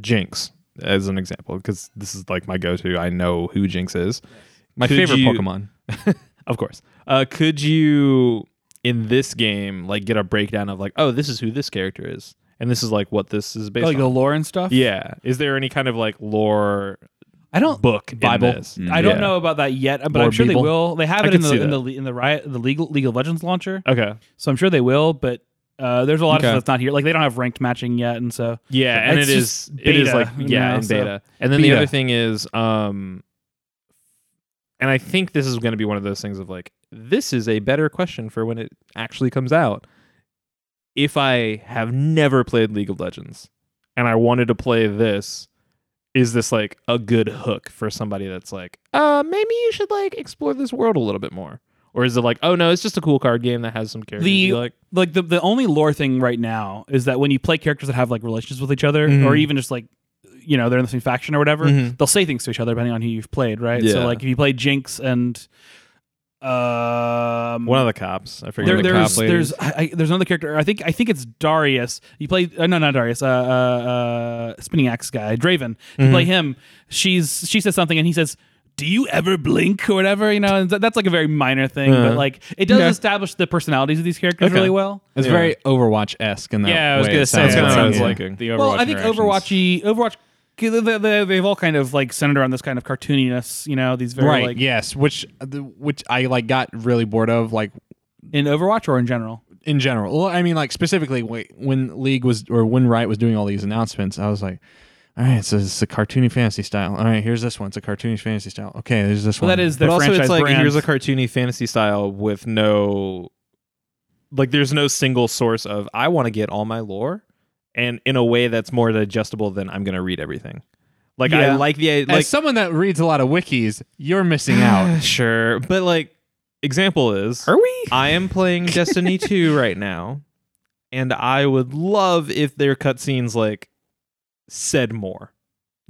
Jinx as an example because this is like my go-to. I know who Jinx is. My Could favorite you- Pokemon. Of course. Uh, could you in this game like get a breakdown of like, oh, this is who this character is, and this is like what this is based like on? the lore and stuff. yeah. Is there any kind of like lore I don't book in Bible. this? I don't Yeah. know about that yet, Or but I'm sure Beeble. they will. They have I it could in the, see in that. the in the riot the legal League of Legends launcher, Okay. so I'm sure they will. But uh, there's a lot Okay. of stuff that's not here. Like they don't have ranked matching yet, and so Yeah, and it's it is just it is beta, like you yeah, know, in so- beta. And then the Beta. other thing is um and I think this is going to be one of those things of like this is a better question for when it actually comes out. If I have never played League of Legends and I wanted to play this, is this like a good hook for somebody that's like, uh maybe you should like explore this world a little bit more? Or is it like, oh no, it's just a cool card game that has some characters The- you like like the the only lore thing right now is that when you play characters that have like relationships with each other, Mm-hmm. or even just like you know they're in the same faction or whatever, they'll say things to each other depending on who you've played, right? So Yeah. like if you play Jinx and um one of the cops. I forget There, the there's cop lady. there's I, I- there's another character. I think I think it's Darius. You play uh, no not Darius. Uh, uh, uh, spinning axe guy Draven. You Mm-hmm. play him. She's she says something and he says, "Do you ever blink or whatever?" You know, and th- that's like a very minor thing, Uh-huh. but like it does establish the personalities of these characters really well. It's very Overwatch esque in that. Yeah, I was way gonna it say sounds kinda that what I like. was sounds Yeah. like the Overwatch. well, I think interactions. Overwatchy Overwatch. They, they, they've all kind of like centered around this kind of cartooniness, you know, these very right. like yes, which uh, the, which I like got really bored of like in Overwatch or in general. in general. Well, I mean like specifically wait, when League was or when Riot was doing all these announcements, I was like, all right, so it's a cartoony fantasy style. All right, here's this one. It's a cartoony fantasy style. Okay, there's this Well, one. that is their but also franchise it's like brand. here's a cartoony fantasy style with no like there's no single source of i want to get all my lore and in a way that's more digestible than i'm going to read everything like i Yeah. like the As like someone that reads a lot of wikis, you're missing out. sure but like example is Are we? i am playing destiny 2 right now and i would love if their cutscenes like said more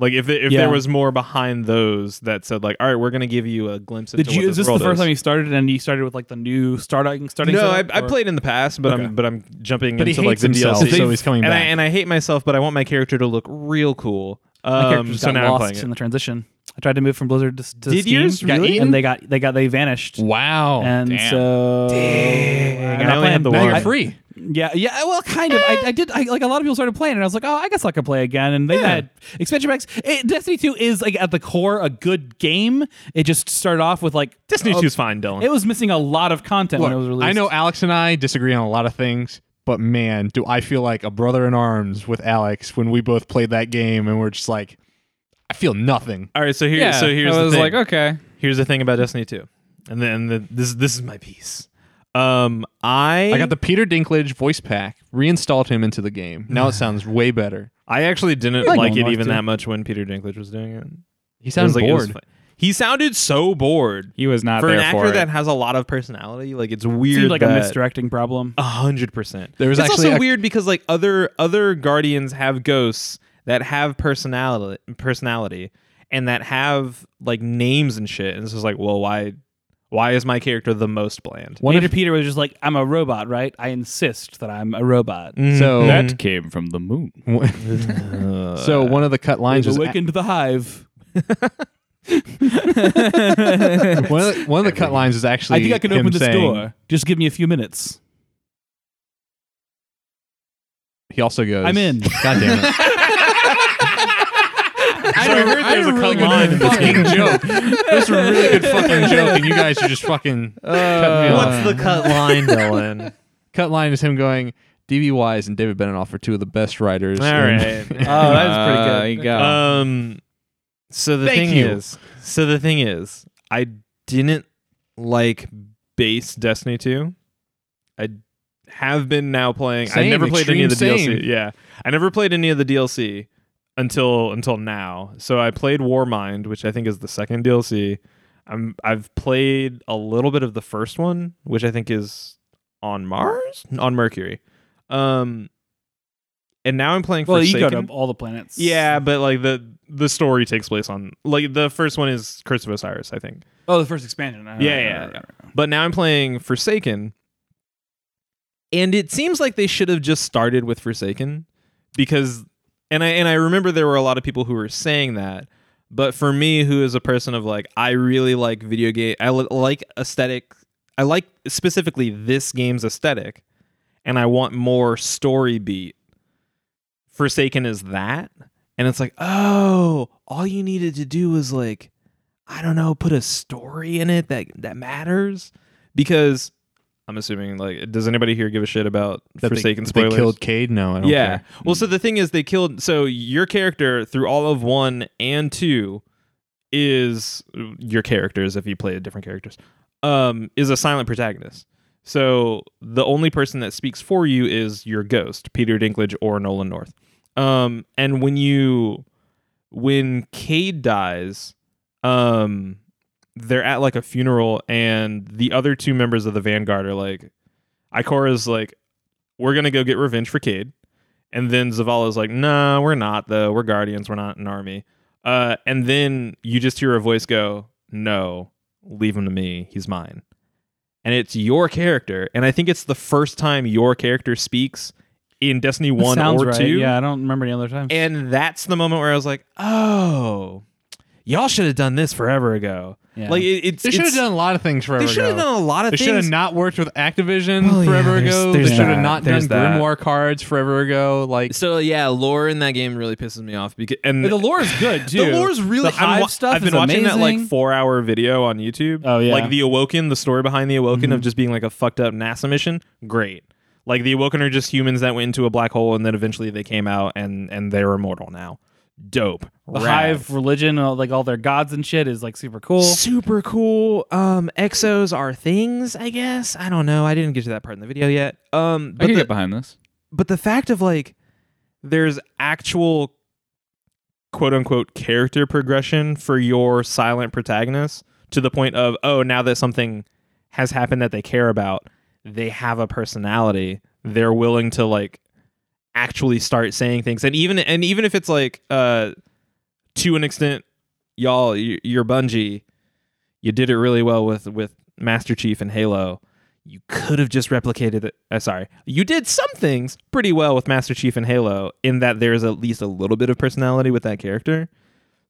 like if, if Yeah. there was more behind those that said like all right we're going to give you a glimpse into Did you? what Is this the world first is. time you started, and you started with like the new starting starting? No, I, setup, I or- played in the past, but I'm but I'm jumping But he into like hates the himself, DLC. so he's coming and I, back. and I hate myself, but I want my character to look real cool. My Um, characters so got now I'm lost playing it. in the transition. I tried to move from Blizzard to, to Did Steam, yours got really? and they got they got they vanished. Wow. and damn. so I I'm not only playing- had the now one. you're I- free. Yeah, yeah. Well, kind of. I, I did. I, like a lot of people started playing, and I was like, oh, I guess I could play again. And they had expansion packs. It, Destiny Two is like at the core a good game. It just started off with like Destiny oh, 2's fine, Dylan. It was missing a lot of content when it was Look, released. I know Alex and I disagree on a lot of things, but man, do I feel like a brother in arms with Alex when we both played that game and we're just like, I feel nothing. All right, so here, so here's I the was thing. like, "Oh." okay. Here's the thing about Destiny 2, and then the, this this is my piece. Um, I I got the Peter Dinklage voice pack, reinstalled him into the game. Now it sounds way better. I actually didn't like like Lone it Wolf even too. that much when Peter Dinklage was doing it. He It was sounds like, it was bored. fun. he sounded so bored He was not for an there for actor it. that has a lot of personality. Like it's weird. seemed like a that- misdirecting problem. A hundred percent. There was it's actually also a- weird because like other other guardians have ghosts that have personality personality, and that have like names and shit. And this is like, well, why why is my character the most bland? One Peter of, Peter was just like, I'm a robot, right? I insist that I'm a robot. Mm, so That came from the moon. so one of the cut lines was Awakened the hive. one of the, one of the cut lines is actually I think I can him open this saying- door. Just give me a few minutes. He also goes, I'm in. God damn it. I heard There's a cut line in this fucking joke. That's a really good fucking joke, and you guys are just fucking cutting me off. What's the cut line, Dylan? cut line is him going, DB Wise and David Benioff are two of the best writers. All in- right. Uh, Oh, that was pretty Uh, good. There you go. Um. So the Thank thing you. is, so the thing is, I didn't like base Destiny two. I have been now playing. I Same, never played any of the extreme DLC. same. Yeah, I never played any of the DLC until until now. So I played Warmind, which I think is the second DLC. I'm I've played a little bit of the first one, which I think is on Mars, on Mercury. Um, and now I'm playing. Well, Forsaken. you go to all the planets. Yeah, but like the the story takes place on like the first one is Curse of Osiris, I think. Oh, the first expansion. All right, Yeah, all yeah. right, all right. But now I'm playing Forsaken, and it seems like they should have just started with Forsaken because, and I and I remember there were a lot of people who were saying that. But for me, who is a person of like, I really like video game. I li- like aesthetic. I like specifically this game's aesthetic, and I want more story beat. Forsaken is that, and it's like, oh, all you needed to do was like I don't know, put a story in it that that matters because I'm assuming like does anybody here give a shit about That they- Forsaken that spoilers? They killed Cade? No, I don't yeah. care. Well, so the thing is they killed so your character through all of 1 and 2 is your characters if you play different characters. Um is a silent protagonist. So the only person that speaks for you is your ghost, Peter Dinklage or Nolan North. Um and when you when Cade dies, um they're at like a funeral and the other two members of the Vanguard are like Ikora's like we're gonna go get revenge for Cade. And then Zavala's like, nah, we're not though. We're guardians, we're not an army. Uh and then you just hear a voice go, No, leave him to me, he's mine. And it's your character. And I think it's the first time your character speaks in Destiny That One sounds or right. two. Yeah, I don't remember any other times. And that's the moment where I was like, oh, y'all should have done this forever ago. Yeah. Like it, it's They should have it's- done a lot of things forever They should have ago. done a lot of They should have things. not worked with Activision Well, Oh, yeah, forever there's- ago. there's they should have that. not There's done that. Grimoire cards forever ago. Like So yeah, lore in that game really pisses me off because and the lore is good too. The lore's really. The I'm hive wa- stuff I've been is watching that like amazing. four hour video on YouTube. Oh, yeah. like the Awoken, the story behind the Awoken of just being like a fucked up NASA mission. Great. Like the Awoken are just humans that went into a black hole and then eventually they came out and and they're immortal now. Dope. The Rad. hive religion, all- like all their gods and shit, is like super cool. Super cool. Um, exos are things, I guess. I don't know. I didn't get to that part in the video yet. Um, I but can the, get behind this. but the fact of like there's actual quote unquote character progression for your silent protagonist to the point of oh now that something has happened that they care about they have a personality they're willing to like actually start saying things and even and even if it's like uh to an extent y'all y- you're Bungie you did it really well with with Master Chief and Halo you could have just replicated it. Uh, sorry, you did some things pretty well with Master Chief and Halo in that there's at least a little bit of personality with that character.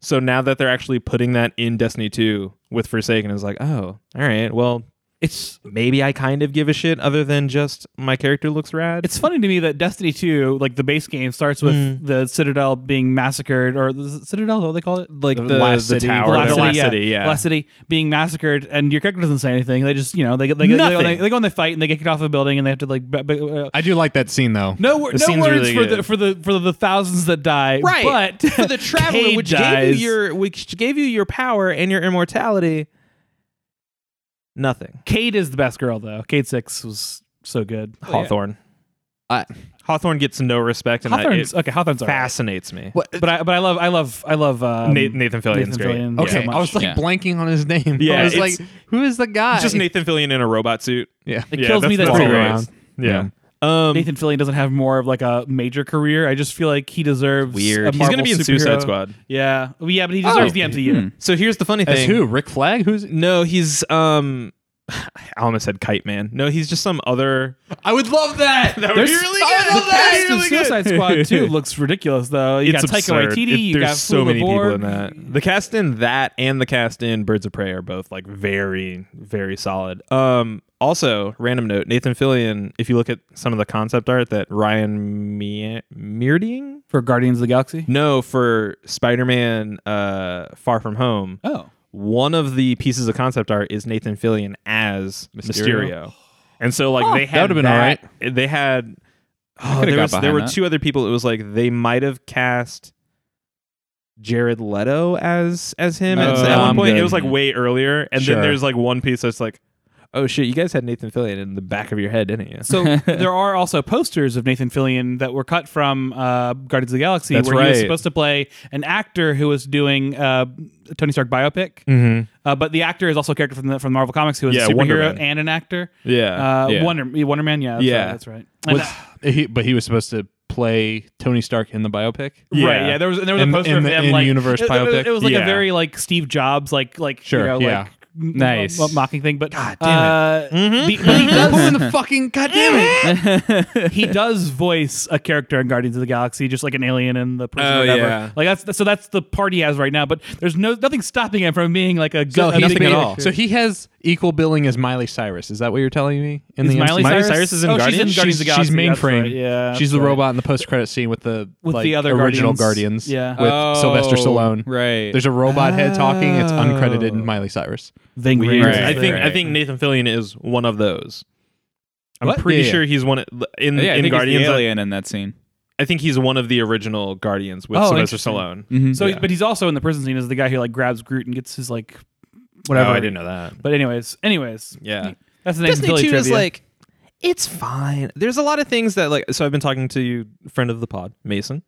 So now that they're actually putting that in Destiny 2 with Forsaken, it's like, oh, all right, well, it's maybe I kind of give a shit other than just my character looks rad. It's funny to me that Destiny 2, like the base game, starts with Mm. the Citadel being massacred, or the Citadel, what do they call it? like the, the last the city. tower, The the last yeah. city, yeah. The last city being massacred, and your character doesn't say anything. They just, you know, they get- they, get- they, go, they, Nothing. they go and they fight, and they get kicked off a building, and they have to like. b- b- uh, I do like that scene though. no, wor- The no scene's words really for good. the for the for the thousands that die. right? but for the traveler, Cade which gave dies. you your which gave you your power and your immortality, nothing. Cade is the best girl though. Cade Six was so good. Hawthorne. I- Oh, Hawthorne gets no respect, and I- Hawthorne's it okay. Hawthorne's alright. fascinates me. What? but I but I love I love I love um, Na- Nathan Fillion's Nathan great. Fillion Okay, so much. I was like Yeah. blanking on his name. Yeah, I was it's- like, who is the guy? Just Nathan Fillion in a robot suit. Yeah. It Yeah, kills me that's that Walk the thing. Tyrell- around. Yeah. Um, Nathan Fillion doesn't have more of like a major career. I just feel like he deserves Weird. A He's He's gonna Marvel be in superhero. Suicide Squad. Yeah, Well, yeah, but he Oh. deserves the MCU. so here's the funny As thing. who? Rick Flag? Who's No, he's um. I almost said Kite Man. No, he's just some other. I would love that. that would be really good. I would love Cast that. of Suicide Squad too looks ridiculous though. You it's got Taika absurd. Waititi. It- you there's got so Flew many people Aboard. in that. The cast in that and the cast in Birds of Prey are both like very, very solid. Um. Also, random note: Nathan Fillion. If you look at some of the concept art that Ryan Mie- Meerding, for Guardians of the Galaxy. no, for Spider-Man, uh, Far From Home. Oh, one of the pieces of concept art is Nathan Fillion as Mysterio. Mysterio. And so like they had would've been that- They had oh, could've there, got was, there behind were that. two other people. It was like they might have cast Jared Leto as as him at, Oh, at one I'm point. It good. was like way earlier. And Sure. then there's like one piece that's like, oh shit, you guys had Nathan Fillion in the back of your head, didn't you? so there are also posters of Nathan Fillion that were cut from uh, Guardians of the Galaxy, That's where he was right. supposed to play an actor who was doing uh, a Tony Stark biopic. Mm-hmm. Uh, but the actor is also a character from the from Marvel Comics who is Yeah, a Wonder superhero Man. and an actor. Yeah. Uh, yeah. Wonder Wonder Man, yeah, that's Yeah. right, that's right. And, Was, he, but he was supposed to play Tony Stark in the biopic. Yeah. Right. Yeah. There was there was In- a poster in of the them like in-universe it, it- biopic? It was like a Yeah. very like Steve Jobs like like Sure, you know, yeah. like m- Nice. m- mocking thing. But God damn it. the, but he does in the fucking goddamn it. he does voice a character in Guardians of the Galaxy, just like an alien in the person. Oh, or whatever. yeah. Like that's so that's the part he has right now. But there's no nothing stopping him from being like a good. So a he's big- made- So he has equal billing as Miley Cyrus. Is that what you're telling me? In Is the MCU? Miley, Miley Cyrus? Cyrus is in oh, She's Guardians? in Guardians of the she's Galaxy. that's mainframe. right, Yeah. she's that's the right. robot in the post credit scene with the With like, the other original Guardians. Guardians. Yeah. with Sylvester Oh, Stallone. Right. There's a robot head talking. It's uncredited. Oh. and Miley Cyrus. Thing Weird. raises I the- think I Right. think Nathan Fillion is one of those. I'm What? pretty Yeah, yeah. sure he's one of- in Oh, yeah, I in think Guardians. he's the I- alien in that scene. I think he's one of the original Guardians with Oh, Sylvester interesting. Stallone. Mm-hmm. So, Yeah. but he's also in the prison scene as the guy who like grabs Groot and gets his like whatever. Oh, I didn't know that. But anyways, anyways, Yeah. that's the name. Destiny 2 trivia. is like it's fine. There's a lot of things that like so I've been talking to you friend of the pod, Mason.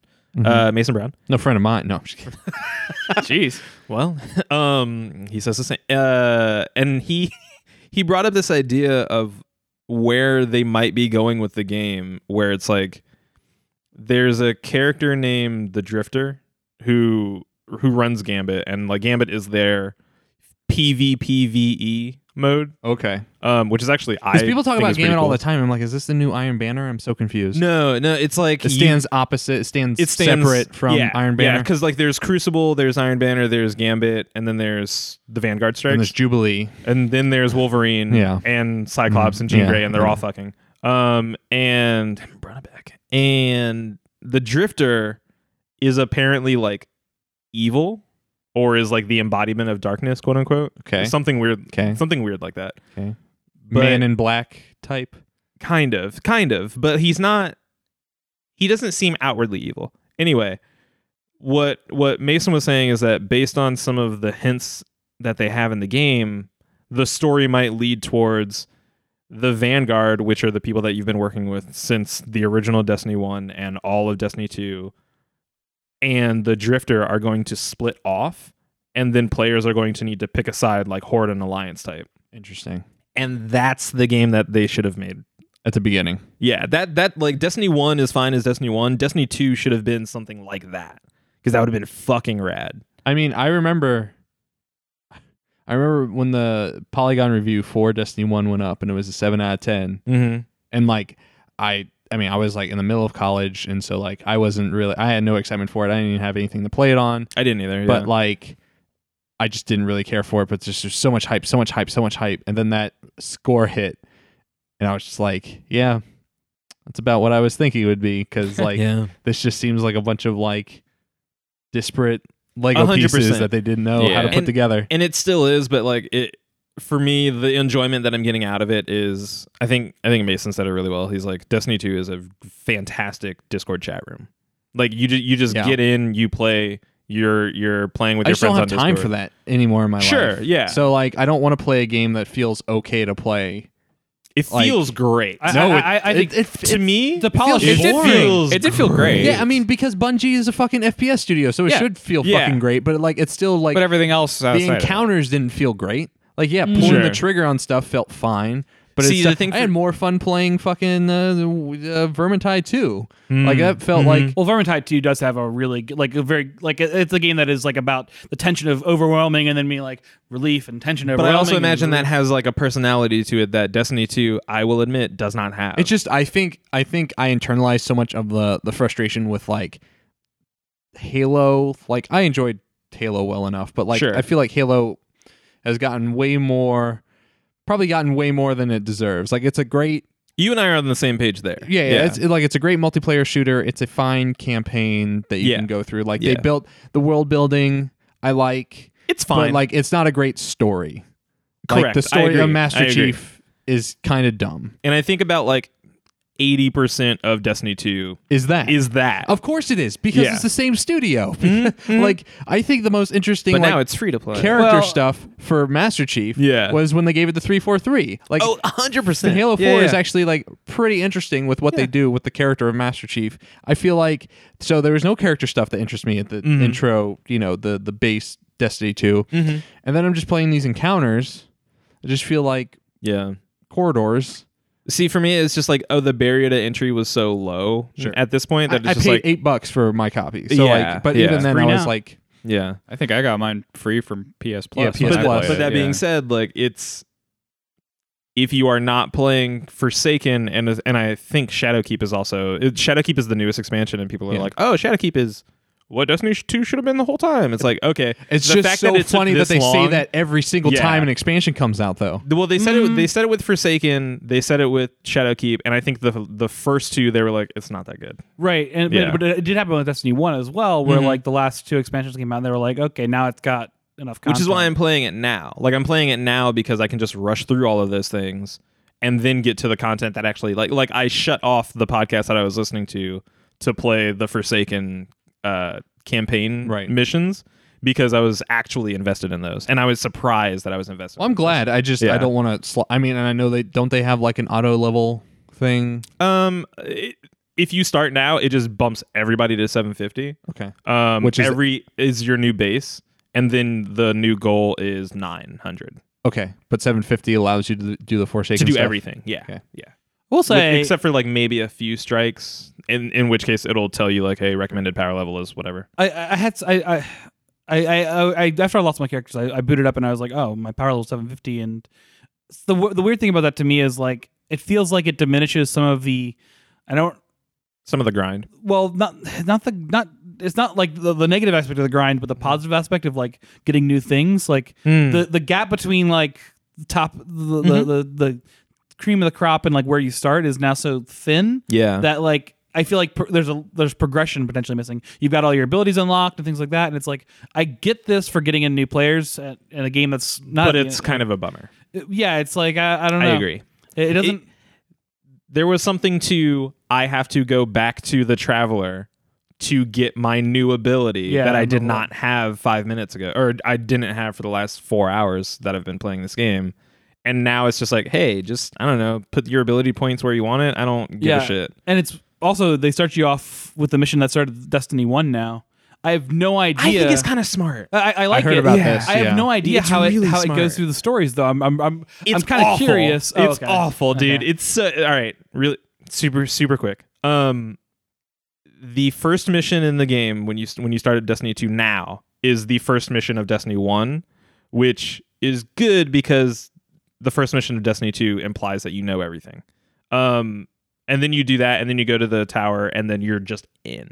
Uh Mason Brown. No friend of mine. No, I'm just kidding. Jeez. Well, um he says the same uh and he he brought up this idea of where they might be going with the game where it's like there's a character named the Drifter who who runs Gambit and like Gambit is their PvPvE E mode, okay. um, which is actually I Because people talk think about is pretty Gambit all cool. the time. I'm like, is this the new Iron Banner? I'm so confused. No, no, it's like it you- stands opposite. It stands, separate from yeah, Iron Banner. Yeah, because like there's Crucible, there's Iron Banner, there's Gambit, and then there's the Vanguard Strikes, and and, there's Jubilee. then there's Wolverine, Yeah. Mm-hmm. and Cyclops and Jean yeah, Grey, and they're yeah. all fucking. Um, and Brunaback and the Drifter is apparently like evil, or is like the embodiment of darkness, quote unquote. Okay. something weird. Okay. something weird like that. Okay. But- Man in Black type. kind of kind of but he's not he doesn't seem outwardly evil anyway what what mason was saying is that based on some of the hints that they have in the game the story might lead towards the vanguard which are the people that you've been working with since the original destiny 1 and all of destiny 2 and the drifter are going to split off and then players are going to need to pick a side like horde and alliance type Interesting. and that's the game that they should have made At the beginning. yeah, that that like Destiny One is fine as Destiny One. Destiny Two should have been something like that because that would have been fucking rad. I mean, I remember. I remember when the Polygon review for Destiny One went up, and it was a seven out of ten. Mm-hmm. and like i i mean i was like in the middle of college and so like i wasn't really i had no excitement for it i didn't even have anything to play it on I didn't either. but like i just didn't really care for it but just there's so much hype so much hype so much hype and then that score hit and i was just like yeah that's about what i was thinking it would be because like yeah, this just seems like a bunch of like disparate lego 100%. pieces that they didn't know how to Yeah. put And- together and it still is, but like it for me, the enjoyment that I'm getting out of it is I think I think Mason said it really well. He's like Destiny Two is a fantastic Discord chat room. Like you just you just Yeah. get in, you play. You're you're playing with I your just don't friends have on time Discord. for that anymore in my life. Sure, yeah. So like, I don't want to play a game that feels okay to play It Like- feels great. I, No, I, it- I, I think it- it- to me, the polish feels is boring. boring. It did feel great. Yeah, I mean because Bungie is a fucking FPS studio, so it Yeah. should feel Yeah. fucking great. But like, it's still like but everything else Oh, the outside. of it. encounters didn't feel great. Like, yeah, pulling Sure. the trigger on stuff felt fine, but But See, it's, the thing I had for- more fun playing fucking uh, uh, Vermintide 2. Hmm. Like that felt Mm-hmm. like Well, Vermintide 2 does have a really g- like a very like it- it's a game that is like about the tension of overwhelming and then being like relief and tension But overwhelming. I also and imagine relief. that has like a personality to it that Destiny 2, I will admit, does not have. it's just I think I think I internalized so much of the the frustration with like Halo. Like I enjoyed Halo well enough, but like Sure. I feel like Halo has gotten way more probably gotten way more than it deserves. Like it's a great you and I are on the same page there. yeah, yeah. It's it- like it's a great multiplayer shooter. It's a fine campaign that you Yeah. can go through. Like Yeah. they built the world building. I like, It's but fine. like it's not a great story. Like Correct. I the story agree. of Master I agree. Chief is kind of dumb. and I think about like 80% of Destiny 2 Is that? is that. of course it is because Yeah. Mm-hmm. it's the same studio. like I think the most interesting but like, now it's free to play. character Well- stuff for Master Chief Yeah. was when they gave it the three four three. Like oh, 100%. And Halo 4 Yeah, is yeah. actually like pretty interesting with what they do with the character of Master Chief. I feel like so there was no character stuff that interests me at the Mm-hmm. intro, you know, the the base Destiny 2. And then I'm just playing these encounters. I just feel like Yeah. corridors. See, for me, it's just like, oh, the barrier to entry was so low at this point I, that I it's just paid like, 8 bucks for my copy. So Yeah, like but yeah. even then Free I was now. like yeah. I think I got mine free from PS Plus. Yeah, when PS Plus. I played But it, that yeah. being said, like it's if you are not playing Forsaken and and I think Shadowkeep is also it, Shadowkeep is the newest expansion and people are Yeah. like, "Oh, Shadowkeep is what Destiny 2 should have been the whole time." It's like, okay, it's the just fact so that it took funny that this they say long- that every single Yeah. time an expansion comes out though. Well, they said Mm-hmm. it they said it with Forsaken, they said it with Shadowkeep, and I think the the first two they were like, "It's not that good." right, and Yeah. but, but it did happen with Destiny One as well, Mm-hmm. where like the last two expansions came out, and they were like, okay, now it's got enough. Content. Which is why I'm playing it now. Like I'm playing it now because I can just rush through all of those things and then get to the content that actually like like I shut off the podcast that I was listening to to play the Forsaken uh campaign Right. missions because I was actually invested in those and I was surprised that I was invested. Well, I'm glad. I just Yeah. I don't want to sl- I mean and I know they don't they have like an auto level thing. Um it, if you start now, it just bumps everybody to 750. Okay. Um Which which is- is every is your new base and then the new goal is 900 Okay, but 750 allows you to do the Forsaken to do stuff? everything. Yeah. Okay. Yeah. we'll With- say except for like maybe a few strikes, in in which case it'll tell you like, hey, recommended power level is whatever. I, I I had s- I. I I, I, I- I- after I lost my characters, I, I booted up and I was like, oh, my power level 750. And s- the w- the weird thing about that to me is like, it feels like it diminishes some of the. I don't Some of the grind. well not not the not it's not like the, the negative aspect of the grind but the Mm-hmm. positive aspect of like getting new things like Mm. the the gap between like the top the, the, the Mm-hmm. the cream of the crop and like where you start is now so thin Yeah. that like I feel like pr- there's a there's progression potentially missing. You've got all your abilities unlocked and things like that, and it's like I get this for getting in new players at, in a game that's not. but it's kind of a bummer. yeah, it's like I, I don't know. I agree. It, it doesn't. It- there was something to I have to go back to the traveler to get my new ability Yeah, that I I did remember not have five minutes ago, or I didn't have for the last four hours that I've been playing this game. And now it's just like, hey, just I don't know, put your ability points where you want it. I don't give a shit. And it's also they start you off with the mission that started Destiny One. Now I have no idea. I think it's kind of smart. I, I like heard it. about Yeah. this, I have yeah. no idea It's how really it how smart. it goes through the stories though. I'm I'm I'm, I'm kind of awful. curious. Oh, it's okay. awful, dude. It's so, all right. Really super super quick. Um, the first mission in the game when you when you started Destiny two now is the first mission of Destiny one, which is good because the first mission of Destiny two implies that you know everything. Um, and then you do that, and then you go to the tower, and then you're just in.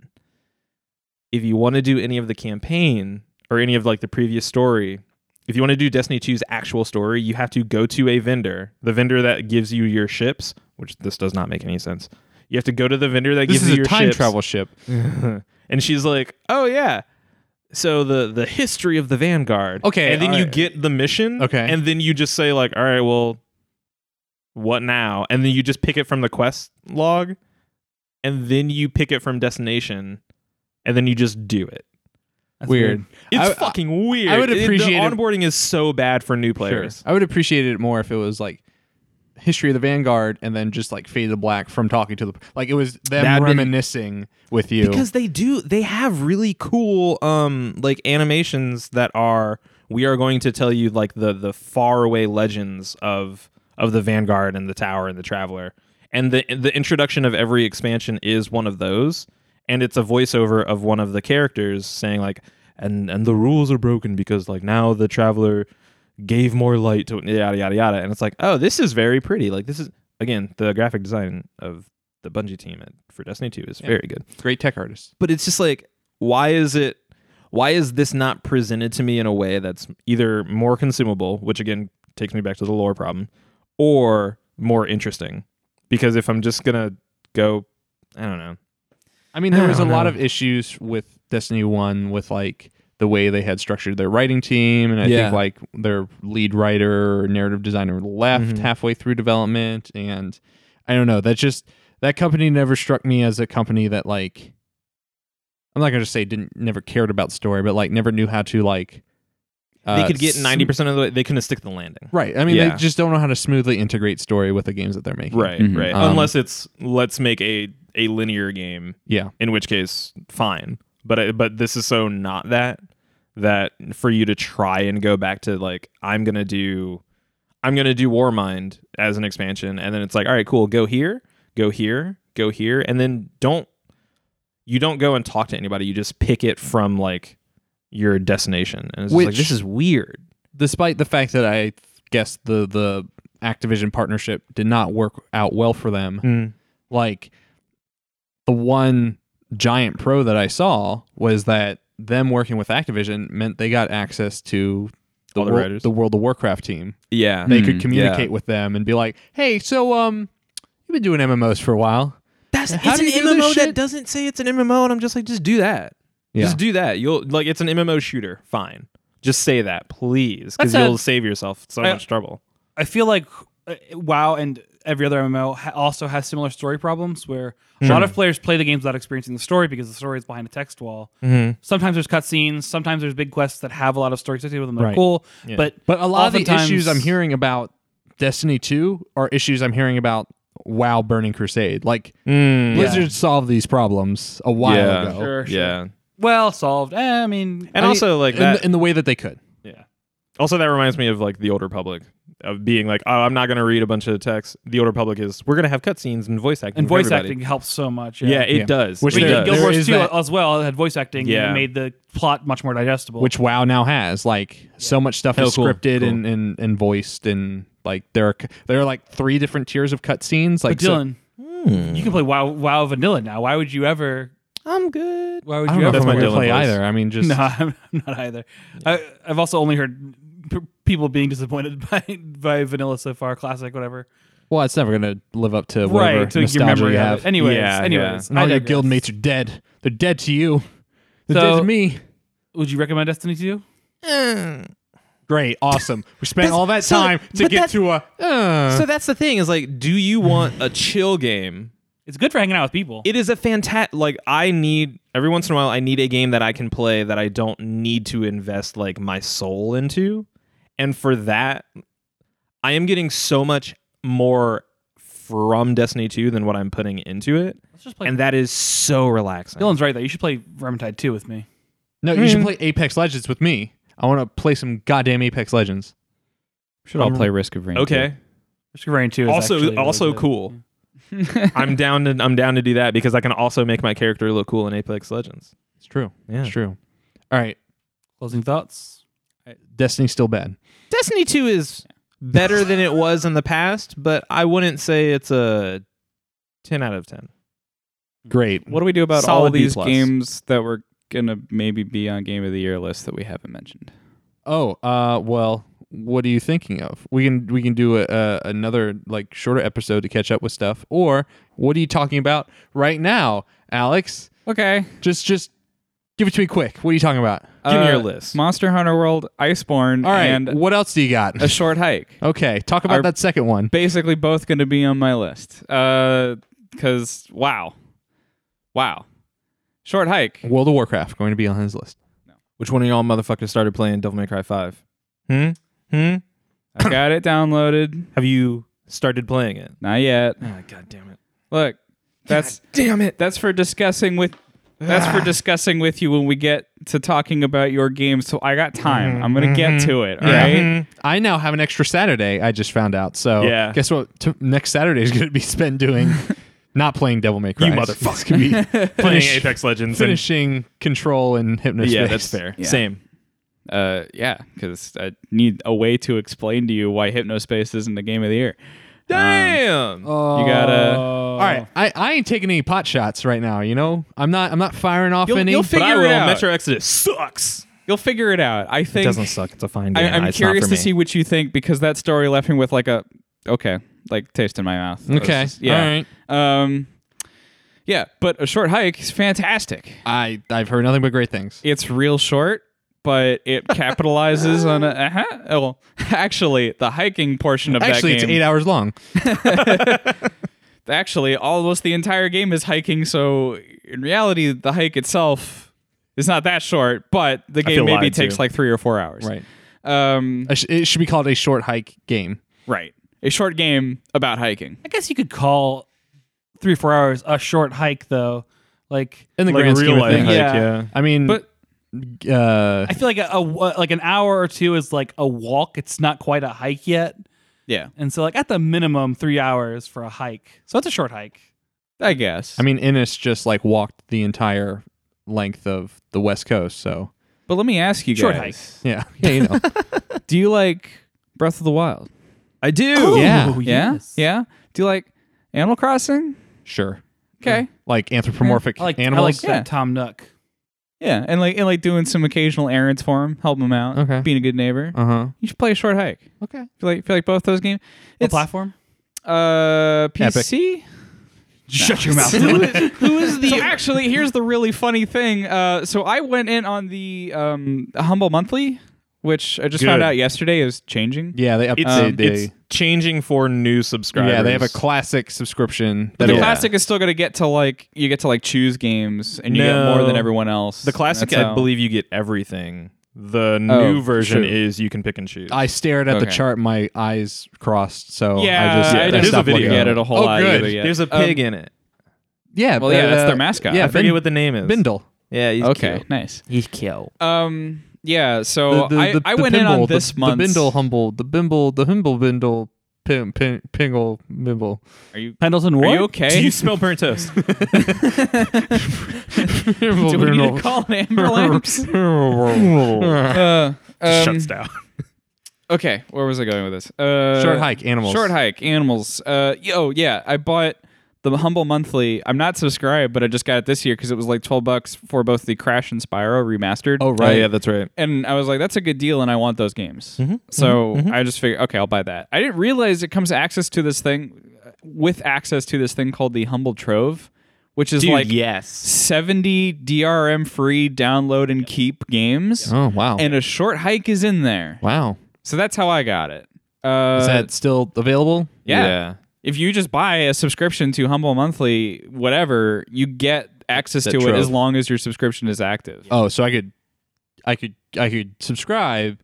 If you want to do any of the campaign or any of like the previous story, if you want to do Destiny 2's actual story, you have to go to a vendor, the vendor that gives you your ships, which this does not make any sense. You have to go to the vendor that This gives is you a your time ships. travel ship. and she's like, "Oh yeah." So the the history of the Vanguard. Okay, And then all you right. get the mission. Okay. And then you just say like, "All right, well, what now?" And then you just pick it from the quest log, and then you pick it from destination, and then you just do it. Weird. It's I- fucking weird. I would It- the appreciate it- onboarding is so bad for new Sure. players. I would appreciate it more if it was like history of the Vanguard and then just like fade to black from talking to the like it was them That'd been- reminiscing with you. because they do they have really cool um like animations that are we are going to tell you like the the faraway legends of of the Vanguard and the Tower and the Traveler. And the the introduction of every expansion is one of those, and it's a voiceover of one of the characters saying like, and and the rules are broken because like now the Traveler gave more light to yada yada yada, and it's like, oh, this is very pretty. Like this is again the graphic design of the Bungie team at, for Destiny Two is very good Great tech artist. but it's just like why is it why is this not presented to me in a way that's either more consumable which again takes me back to the lore problem or more interesting because if i'm just gonna go i don't know I mean, there was a don't lot know. of issues with Destiny One with like the way they had structured their writing team, and I Yeah. think like their lead writer or narrative designer left Mhm. halfway through development, and I don't know. That just that company never struck me as a company that like I'm not gonna say didn't never cared about story, but like never knew how to like they uh, could get sm- 90% of the way they couldn't stick the landing right. I mean, Yeah. they just don't know how to smoothly integrate story with the games that they're making. right Mhm. right Um, unless it's let's make a a linear game Yeah. in which case fine but I, but this is so not that that for you to try and go back to like i'm gonna do i'm gonna do warmind as an expansion and then it's like all right cool go here go here go here and then don't you don't go and talk to anybody you just pick it from like your destination and it's just like Which- this is weird despite the fact that I guess the the Activision partnership did not work out well for them, like the one giant pro that I saw was that them working with Activision meant they got access to the, All the wor- writers. the World of Warcraft team. yeah They Hmm, could communicate yeah. with them and be like, "Hey, so um, you've been doing MMOs for a while. That's How it's do an you do this MMO shit? that doesn't say it's an MMO, and I'm just like, just do that. Yeah. Just do that. You'll like it's an MMO shooter. Fine. Just say that, please, because That's a- you'll save yourself so I- much trouble. I feel like uh, WoW and every other MMO ha- also has similar story problems where a Hmm. lot of players play the games without experiencing the story because the story is behind a text wall. Mm-hmm. Sometimes there's cutscenes, sometimes there's big quests that have a lot of story associated with them. They're Right. cool, but But a lot of the oftentimes- issues I'm hearing about Destiny 2 are issues I'm hearing about WoW Burning Crusade. Like Blizzard solved these problems a while Mm. Yeah. ago. Sure, sure. Yeah, and well solved. Eh, I mean, I mean, also like in, that. the, in the way that they could. also, that reminds me of like the Old Republic of being like, oh, I'm not gonna read a bunch of text. The Old Republic is we're gonna have cutscenes and voice acting and for voice everybody." acting helps so much. Yeah, it Yeah. does. Which It I mean, there- does. Guild there Wars is 2 that- as well had voice acting and Yeah. it made the plot much more digestible. which WoW now has. Like so much stuff is cool, scripted cool. And, and and voiced, and like there are c- there are like three different tiers of cutscenes. but Like so- Dylan, Hmm. you can play WoW, WoW Vanilla now. Why would you ever? I'm good. Why would I you don't know ever? if I'm my gonna Dylan play voice. either. I mean, just No, I'm not either. I, I've also only heard p- people being disappointed by by Vanilla so far, classic, whatever. well, it's never gonna live up to whatever right, to your nostalgia memory you of have. it. Anyways, Yeah, anyways, And I all your digress. guildmates are dead. They're dead to you. They're dead So- to me. Would you recommend Destiny to you? Great, awesome. We spent all that so- time to get but that's- to a. uh. So that's the thing is like, do you want a chill game It's good for hanging out with people. it is a fantastic like i need every once in a while i need a game that i can play that i don't need to invest like my soul into and for that i am getting so much more from destiny 2 than what i'm putting into it Let's just play. and that is so relaxing Dylan's right though. You should play Vermintide 2 with me. no, you should play Apex Legends with me. I want to play some goddamn Apex Legends. Should all play Risk of Rain. um, okay Vermintide 2 is Also- actually really also good. cool. i'm down to i'm down to do that because i can also make my character look cool in apex legends It's true. yeah It's true. All right, Closing thoughts. Destiny's still bad. destiny 2 is better than it was in the past but i wouldn't say it's a 10 out of 10 Great. What do we do about all Solid B these plus. games that were gonna maybe be on Game of the Year list that we haven't mentioned? Oh, uh, well, what are you thinking of? We can we can do a, a, another like shorter episode to catch up with stuff, or what are you talking about right now, Alex? Okay. Just just give it to me quick. What are you talking about? Give me your list. uh, Monster Hunter World, Iceborne, All right, and what else do you got? A Short Hike. Okay, talk about Our- that second one. Basically, both going to be on my list. Because wow, wow, Short Hike. World of Warcraft going to be on his list. Which one of y'all motherfuckers started playing Devil May Cry 5? Hmm? Hmm? I got it downloaded. Have you started playing it? Not yet. Oh, God damn it. Look, that's Damn it. that's for discussing with That's for discussing with you when we get to talking about your game. So I got time. I'm gonna get to it. All right. Mm-hmm. I now have an extra Saturday. I just found out. So Yeah. guess what? T- next Saturday is going to be spent doing not playing Devil May Cry. You motherfucker. It's gonna be playing finish- Apex Legends. And, finishing Control and Hypnosis. yeah, that's fair. Yeah. Same. Uh, yeah, because I need a way to explain to you why Hypnospace isn't the game of the year. Um, Damn. You gotta. All right, I, I ain't taking any pot shots right now. You know, I'm not I'm not firing off any. you'll but I- figure it will. out. Metro Exodus sucks. You'll figure it out. I think. Doesn't suck. It's a fine I, game. I'm It's not curious for to me. see what you think because that story left me with like a okay, like taste in my mouth. okay, It's just- yeah. all right. Um. Yeah, but a short hike is fantastic. I I've heard nothing but great things. It's real short, but it capitalizes on a. Uh-huh. Oh, Well, actually, the hiking portion of Actually, that it's game. eight hours long. actually almost the entire game is hiking so in reality the hike itself is not that short but the game feel maybe lied to. takes like three or four hours Right. um I sh- It should be called a short hike game. right a short game about hiking I guess you could call three or four hours a short hike, though. Like, In the Like grand real scheme of life. things, hike, Yeah. yeah. I mean, But- uh, I feel like a, a like an hour or two is like a walk. It's not quite a hike yet, yeah and so like at the minimum three hours for a hike. So it's a short hike. i guess I mean, Innes just like walked the entire length of the West Coast. So but let me ask you Short guys yeah, yeah, you know, do you like breath of the wild I do. Oh, yeah, Ooh, yeah yes. yeah do you like animal crossing sure. okay Like anthropomorphic I like I animals. like Yeah. that Tom Nook. yeah and like and like doing some occasional errands for him helping him out Okay. being a good neighbor uh huh. you should play a short hike Okay. feel like feel like both those games What platform? Uh, PC. Shut your mouth. Who Dylan. is- who is the? So actually, here's the really funny thing. Uh, so I went in on the um Humble Monthly, which I just found Good. out yesterday is changing. Yeah, they It's, um, update. it's they, changing for new subscribers. yeah, they have a classic subscription. But the that'll- classic is still gonna get to like you get to like choose games and you get No. more than everyone else. The classic, That's I how- believe you get everything. The Oh, new version true. is you can pick and choose. I stared at the Okay. chart, my eyes crossed. So Yeah, I just I didn't stopped look looking at at it a whole oh, Uh, lot Good. either, yeah. There's a Um, pig in it. Yeah, Well, yeah, but, that's uh, their mascot. Yeah, I I forget Bin- what the name is. Bindle. Yeah, he's Okay, cute. nice. He's cute. Um, yeah. So I, I went in Pimble, on the- this the, month. Bindle humble, the Bimble, the Himble Bindle, pim, pim, Pingle, Mimble. Pendleton Are Ward. you okay? Do you smell burnt toast? Himble, Do we need Bindle. to call an ambulance? Shuts uh, um, down. Okay, where was I going with this? Uh, Short hike, animals. Short hike, animals. Uh, y- oh yeah, I bought the Humble Monthly. I'm not subscribed, but I just got it this year because it was like 12 bucks for both the Crash and Spyro remastered. Oh right. Mm-hmm, that's right. And I was like, that's a good deal, and I want those games. So I just figured, okay, I'll buy that. I didn't realize it comes access to this thing with access to this thing called the Humble Trove, which is like yes. 70 DRM free download and keep games. Oh wow. And a short hike is in there. wow. So that's how I got it. Uh, Is that still available? yeah. If you just buy a subscription to Humble Monthly, whatever, you get access to it trove. as long as your subscription is active. Oh, so I could, I could, I could subscribe,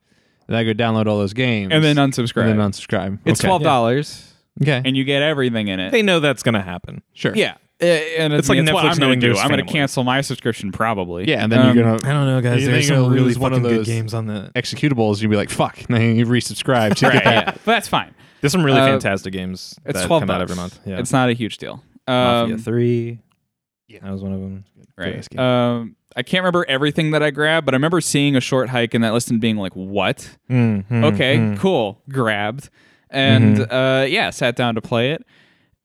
and I could download all those games, And then unsubscribe. and then unsubscribe. it's okay. twelve dollars, Okay. and you get everything in it. They know that's gonna happen. sure. yeah, Uh, and It's it's, like it's what Netflix I'm gonna knowing do. there's I'm gonna families. cancel my subscription probably. Yeah, and then Um, you're gonna I don't know, guys. You There's think some you'll really lose fucking one of good those- games on the. executables, and you'll be like, "Fuck!" And then you resubscribe to Right, get that. yeah. but that's fine. There's some really Uh, fantastic games It's that twelve come bucks out every month. Yeah, It's not a huge deal. Mafia Um, Three. Yeah. that was one of them. ass right. game. Um, I can't remember everything that I grabbed, but I remember seeing a short hike in that list and being like, "What?" Mm-hmm. Mm-hmm. okay, cool, grabbed, and uh, yeah, sat down to play it.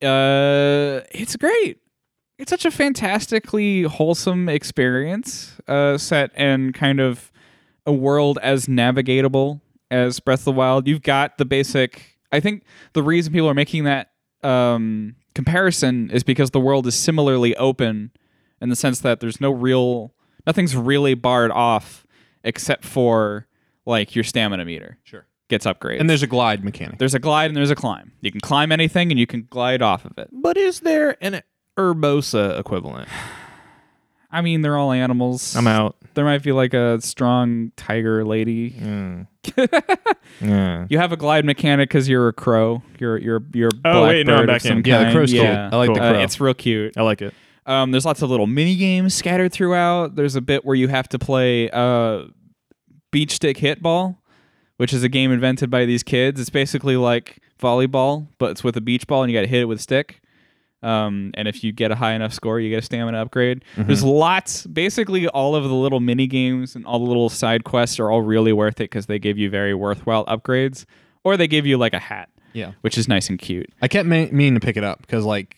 Uh, it's great. It's such a fantastically wholesome experience, uh, set in kind of a world as navigatable as Breath of the Wild. You've got the basic. I think the reason people are making that um, comparison is because the world is similarly open in the sense that there's no real, nothing's really barred off except for like your stamina meter. Sure. Gets upgraded. And there's a glide mechanic. there's a glide and there's a climb. You can climb anything and you can glide off of it. But is there an Urbosa equivalent? I mean, they're all animals. I'm out. There might be like a strong tiger lady. Mm. yeah. You have a glide mechanic because you're a crow. You're you're you're. a Oh, black wait, no, bird I'm of back some in. Yeah, the kind. crow's cool. Yeah. I like the Uh, crow. it's real cute. I like it. Um, there's lots of little mini games scattered throughout. There's a bit where you have to play uh, beach stick hit ball, which is a game invented by these kids. It's basically like volleyball, but it's with a beach ball, and you got to hit it with a stick. Um, and if you get a high enough score, you get a stamina upgrade. There's lots, basically, all of the little mini games and all the little side quests are all really worth it because they give you very worthwhile upgrades, or they give you like a hat, Yeah. which is nice and cute. I kept ma- meaning to pick it up because like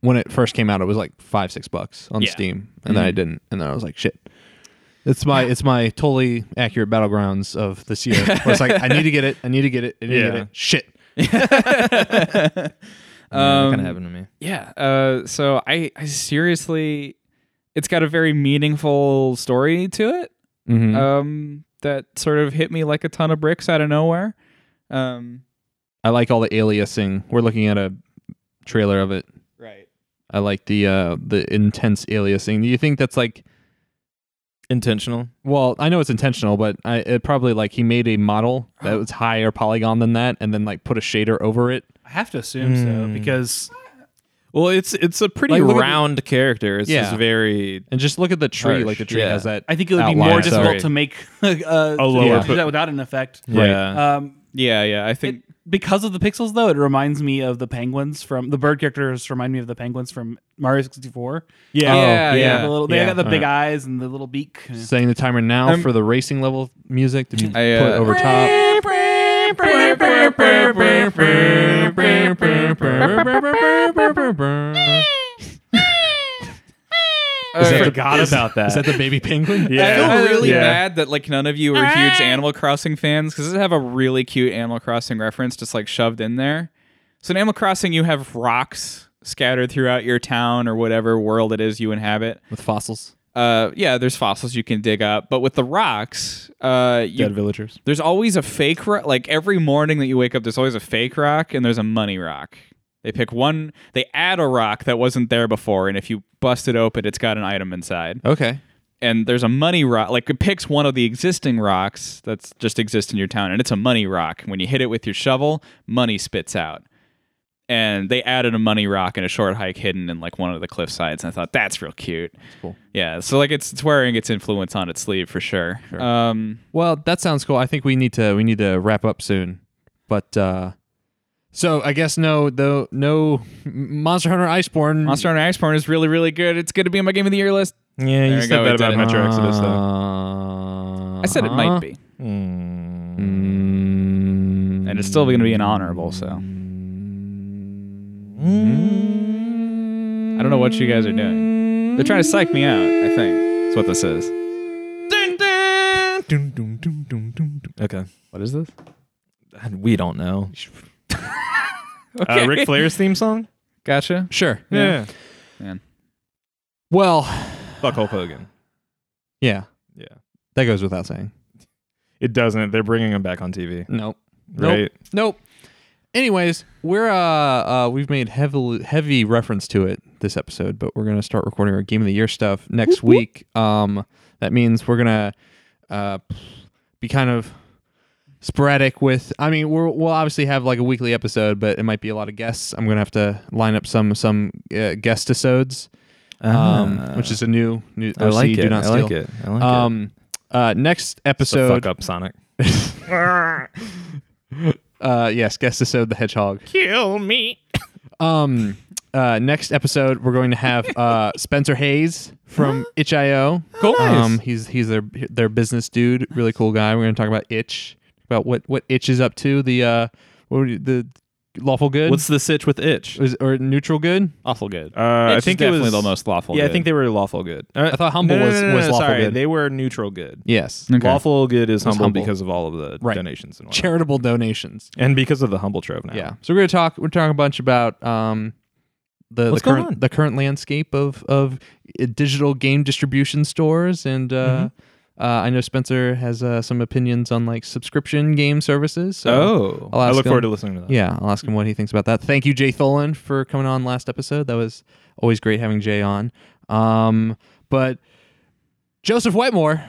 when it first came out, it was like five six bucks on Steam, and Mm-hmm. then I didn't, and then I was like, shit. It's my it's my totally accurate battlegrounds of this year. Where it's like I need to get it, I need to get it, I need to get Yeah. it. Shit. Yeah, that Um, kind of happened to me. yeah uh so i i seriously it's got a very meaningful story to it um that sort of hit me like a ton of bricks out of nowhere um I like all the aliasing. We're looking at a trailer of it. right I like the uh the intense aliasing. Do you think that's like Intentional. well, I know it's intentional, but I it probably like he made a model that was higher polygon than that and then like put a shader over it. I have to assume so because Well, it's it's a pretty Like, look at the- round character. It's Yeah. just very And just look at the tree, Harsh. like the tree Yeah. has that I think it would be outline, more so- difficult to make uh, a lower put- that without an effect. yeah. Uh, Um, Uh, yeah yeah i think because of the pixels though, it reminds me of the penguins from the bird characters remind me of the penguins from Mario 64. yeah Oh, yeah, Uh-huh. The little, they got the big eyes and the little beak. Setting the timer now Um, for the racing level music to be I, put uh, over top. Is that forgot about that. Is that the baby penguin? I Yeah. feel really Yeah. bad that like none of you are huge Animal Crossing fans because it have a really cute Animal Crossing reference just like shoved in there. So in Animal Crossing, you have rocks scattered throughout your town or whatever world it is you inhabit. With fossils. Uh, yeah, there's fossils you can dig up, but with the rocks, uh, you, Dead villagers. there's always a fake rock. Like every morning that you wake up, there's always a fake rock and there's a money rock. They pick one, they add a rock that wasn't there before, and if you bust it open, it's got an item inside Okay. and there's a money rock like it picks one of the existing rocks that's just exist in your town and it's a money rock when you hit it with your shovel money spits out and they added a money rock and a short hike hidden in like one of the cliff sides and i thought that's real cute cool. yeah so like it's, it's wearing its influence on its sleeve for sure, um Well, that sounds cool. I think we need to we need to wrap up soon. But uh so I guess no though no Monster Hunter Iceborne monster hunter iceborne is really really good it's going to be in my game of the year list Yeah, There we you go, said we that did about it. Metro Exodus though. Uh, i said it might be Hmm. Mm. and it's still going to be an honorable so i don't know what you guys are doing they're trying to psych me out i think that's what this is Dun, dun, dun, dun, dun, dun. Okay. What is this? We don't know. Uh, Ric Flair's theme song. Gotcha. Sure. Yeah. Well, Fuck Hulk Hogan. yeah. Yeah. That goes without saying. It doesn't. They're bringing him back on TV. Nope. Right. Nope. Anyways, we're uh, uh we've made heavily heavy reference to it this episode, but we're gonna start recording our game of the year stuff next week. Um, that means we're gonna uh be kind of sporadic with. I mean, we're, we'll obviously have like a weekly episode, but it might be a lot of guests. I'm gonna have to line up some some uh, guest episodes, um, which is a new new. OC, Uh-huh. I like Do it. not I steal. like it. I like it. Um, uh, next So episode. fuck up Sonic. uh, yes, guest episode the hedgehog. Kill me. Um, uh, next episode we're going to have uh Spencer Hayes from itch.io. Oh, Cool. Um, he's he's their their business dude, really cool guy. We're going to talk about itch, about what what itch is up to the uh what would you- the lawful good What's the sitch with itch? Is- or neutral good. Awful good. Uh, I It's think it definitely was the most lawful. yeah, good. I think they were lawful good. Uh, I thought humble no, no, was no, no, was no, lawful sorry, good. They were neutral good. yes, Okay. Lawful good is humble, humble. because of all of the Right. donations and whatnot. charitable donations. and because of the humble trove now. Yeah. So we're gonna talk. We're talking a bunch about um, the What's the current going on? the current landscape of of uh, digital game distribution stores, and uh, Mm-hmm. uh, I know Spencer has uh, some opinions on like subscription game services. So Oh. I'll I ask look forward to him- listening to that. Yeah, I'll ask him what he thinks about that. Thank you, Jay Tholen, for coming on last episode. That was always great having Jay on. Um, but Joseph Whitmore,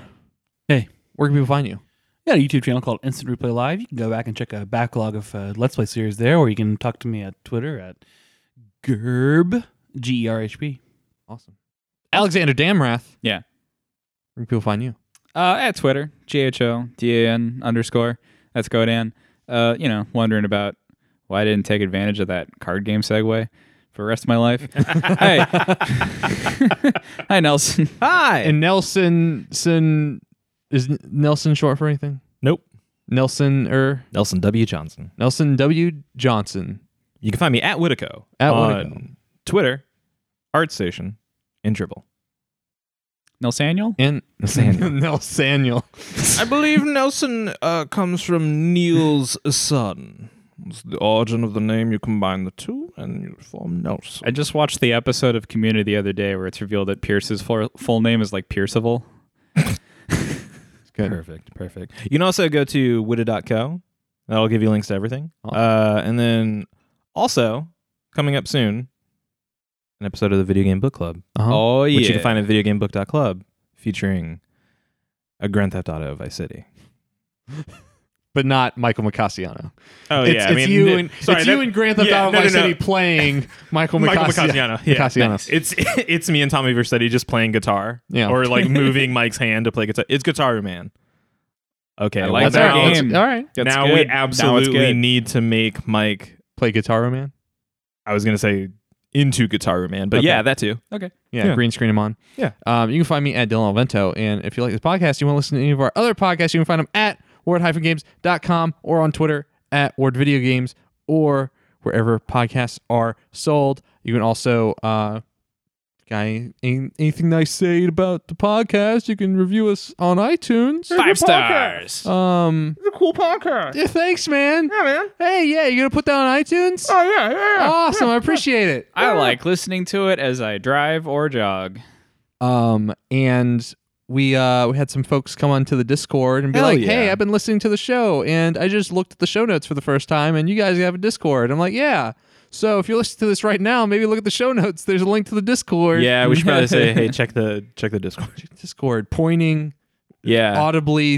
Hey. where can people find you? Yeah, a YouTube channel called Instant Replay Live. You can go back and check a backlog of uh, Let's Play series there, or you can talk to me at Twitter at Gerb G E R H B. Awesome. Alexander Damrath. Yeah. Where can people find you? Uh, at Twitter, G-H-O-D-A-N underscore. That's Godan. Uh, you know, wondering about why I didn't take advantage of that card game segue for the rest of my life. hey. Hi, Nelson. Hi. And Nelson Sin is N- Nelson short for anything? Nope. Nelson er Nelson W. Johnson. Nelson W Johnson You can find me at Whitico at on Winnebago. Twitter, ArtStation, and Dribble. Nelsaniel? and Nathaniel. Nelsaniel. I believe Nelson uh, comes from Neil's son. It's the origin of the name. You combine the two, and you form Nelson. I just watched the episode of Community the other day where it's revealed that Pierce's full, full name is like Pierceval. Good. Perfect, perfect. You can also go to witted.co. That'll give you links to everything. Uh, and then also coming up soon, an episode of the Video Game Book Club, Uh-huh. Oh, which you can find at videogamebook.club, featuring a Grand Theft Auto of Vice City. But not Michael Macassiano. Oh it's, yeah, it's I mean, you th- and sorry, it's that- you and Grand Theft yeah, Auto no, Vice no, no. City playing Michael Michael Macassiano. Macassiano. Yeah. Macassiano. It's it's me and Tommy Versetti just playing guitar. Yeah. Or like moving Mike's hand to play guitar. It's Guitar Man. Okay. I well, like That's that now, all right. game. All right. That's now good. we Now it's absolutely good. need to make Mike Play Guitar Man. I was gonna say into Guitar Man, but Okay. yeah, that too. Yeah, Yeah. green screen them on. Yeah. Um, you can find me at Dylan Alvento. And if you like this podcast, you want to listen to any of our other podcasts, you can find them at word-games.com or on Twitter at Word Video Games or wherever podcasts are sold. You can also, uh, got any, any- anything nice to say about the podcast, you can review us on iTunes. Five stars. Oh, Um, It's a cool podcast. yeah, thanks, man. man. Hey, yeah, you're going to put that on iTunes? Oh yeah, yeah. awesome. I appreciate it. I Ah! like listening to it as I drive or jog. Um, and we uh we had some folks come onto the Discord and be Hell like, yeah. "Hey, I've been listening to the show, and I just looked at the show notes for the first time, and you guys have a Discord." I'm like, "Yeah." So if you're listening to this right now, maybe look at the show notes. There's a link to the Discord. Yeah, we should probably say, hey, check the check the Discord. Discord pointing Yeah. audibly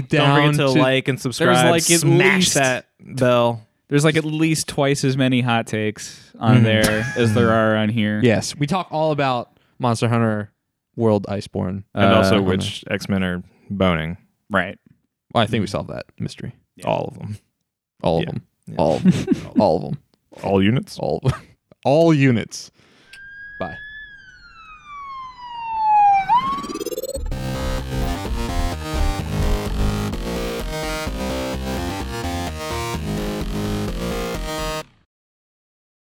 Don't down. forget to, to- like and subscribe. like, at Smash least- that bell. There's like at least twice as many hot takes Mm-hmm. on there as there are on here. Yes, we talk all about Monster Hunter World Iceborne. And also Uh, which X Men are boning. Right. Well, I think we solved that mystery. All of them. All Yeah. of them. Yeah. All of them. all of them. All units. All all units. Bye.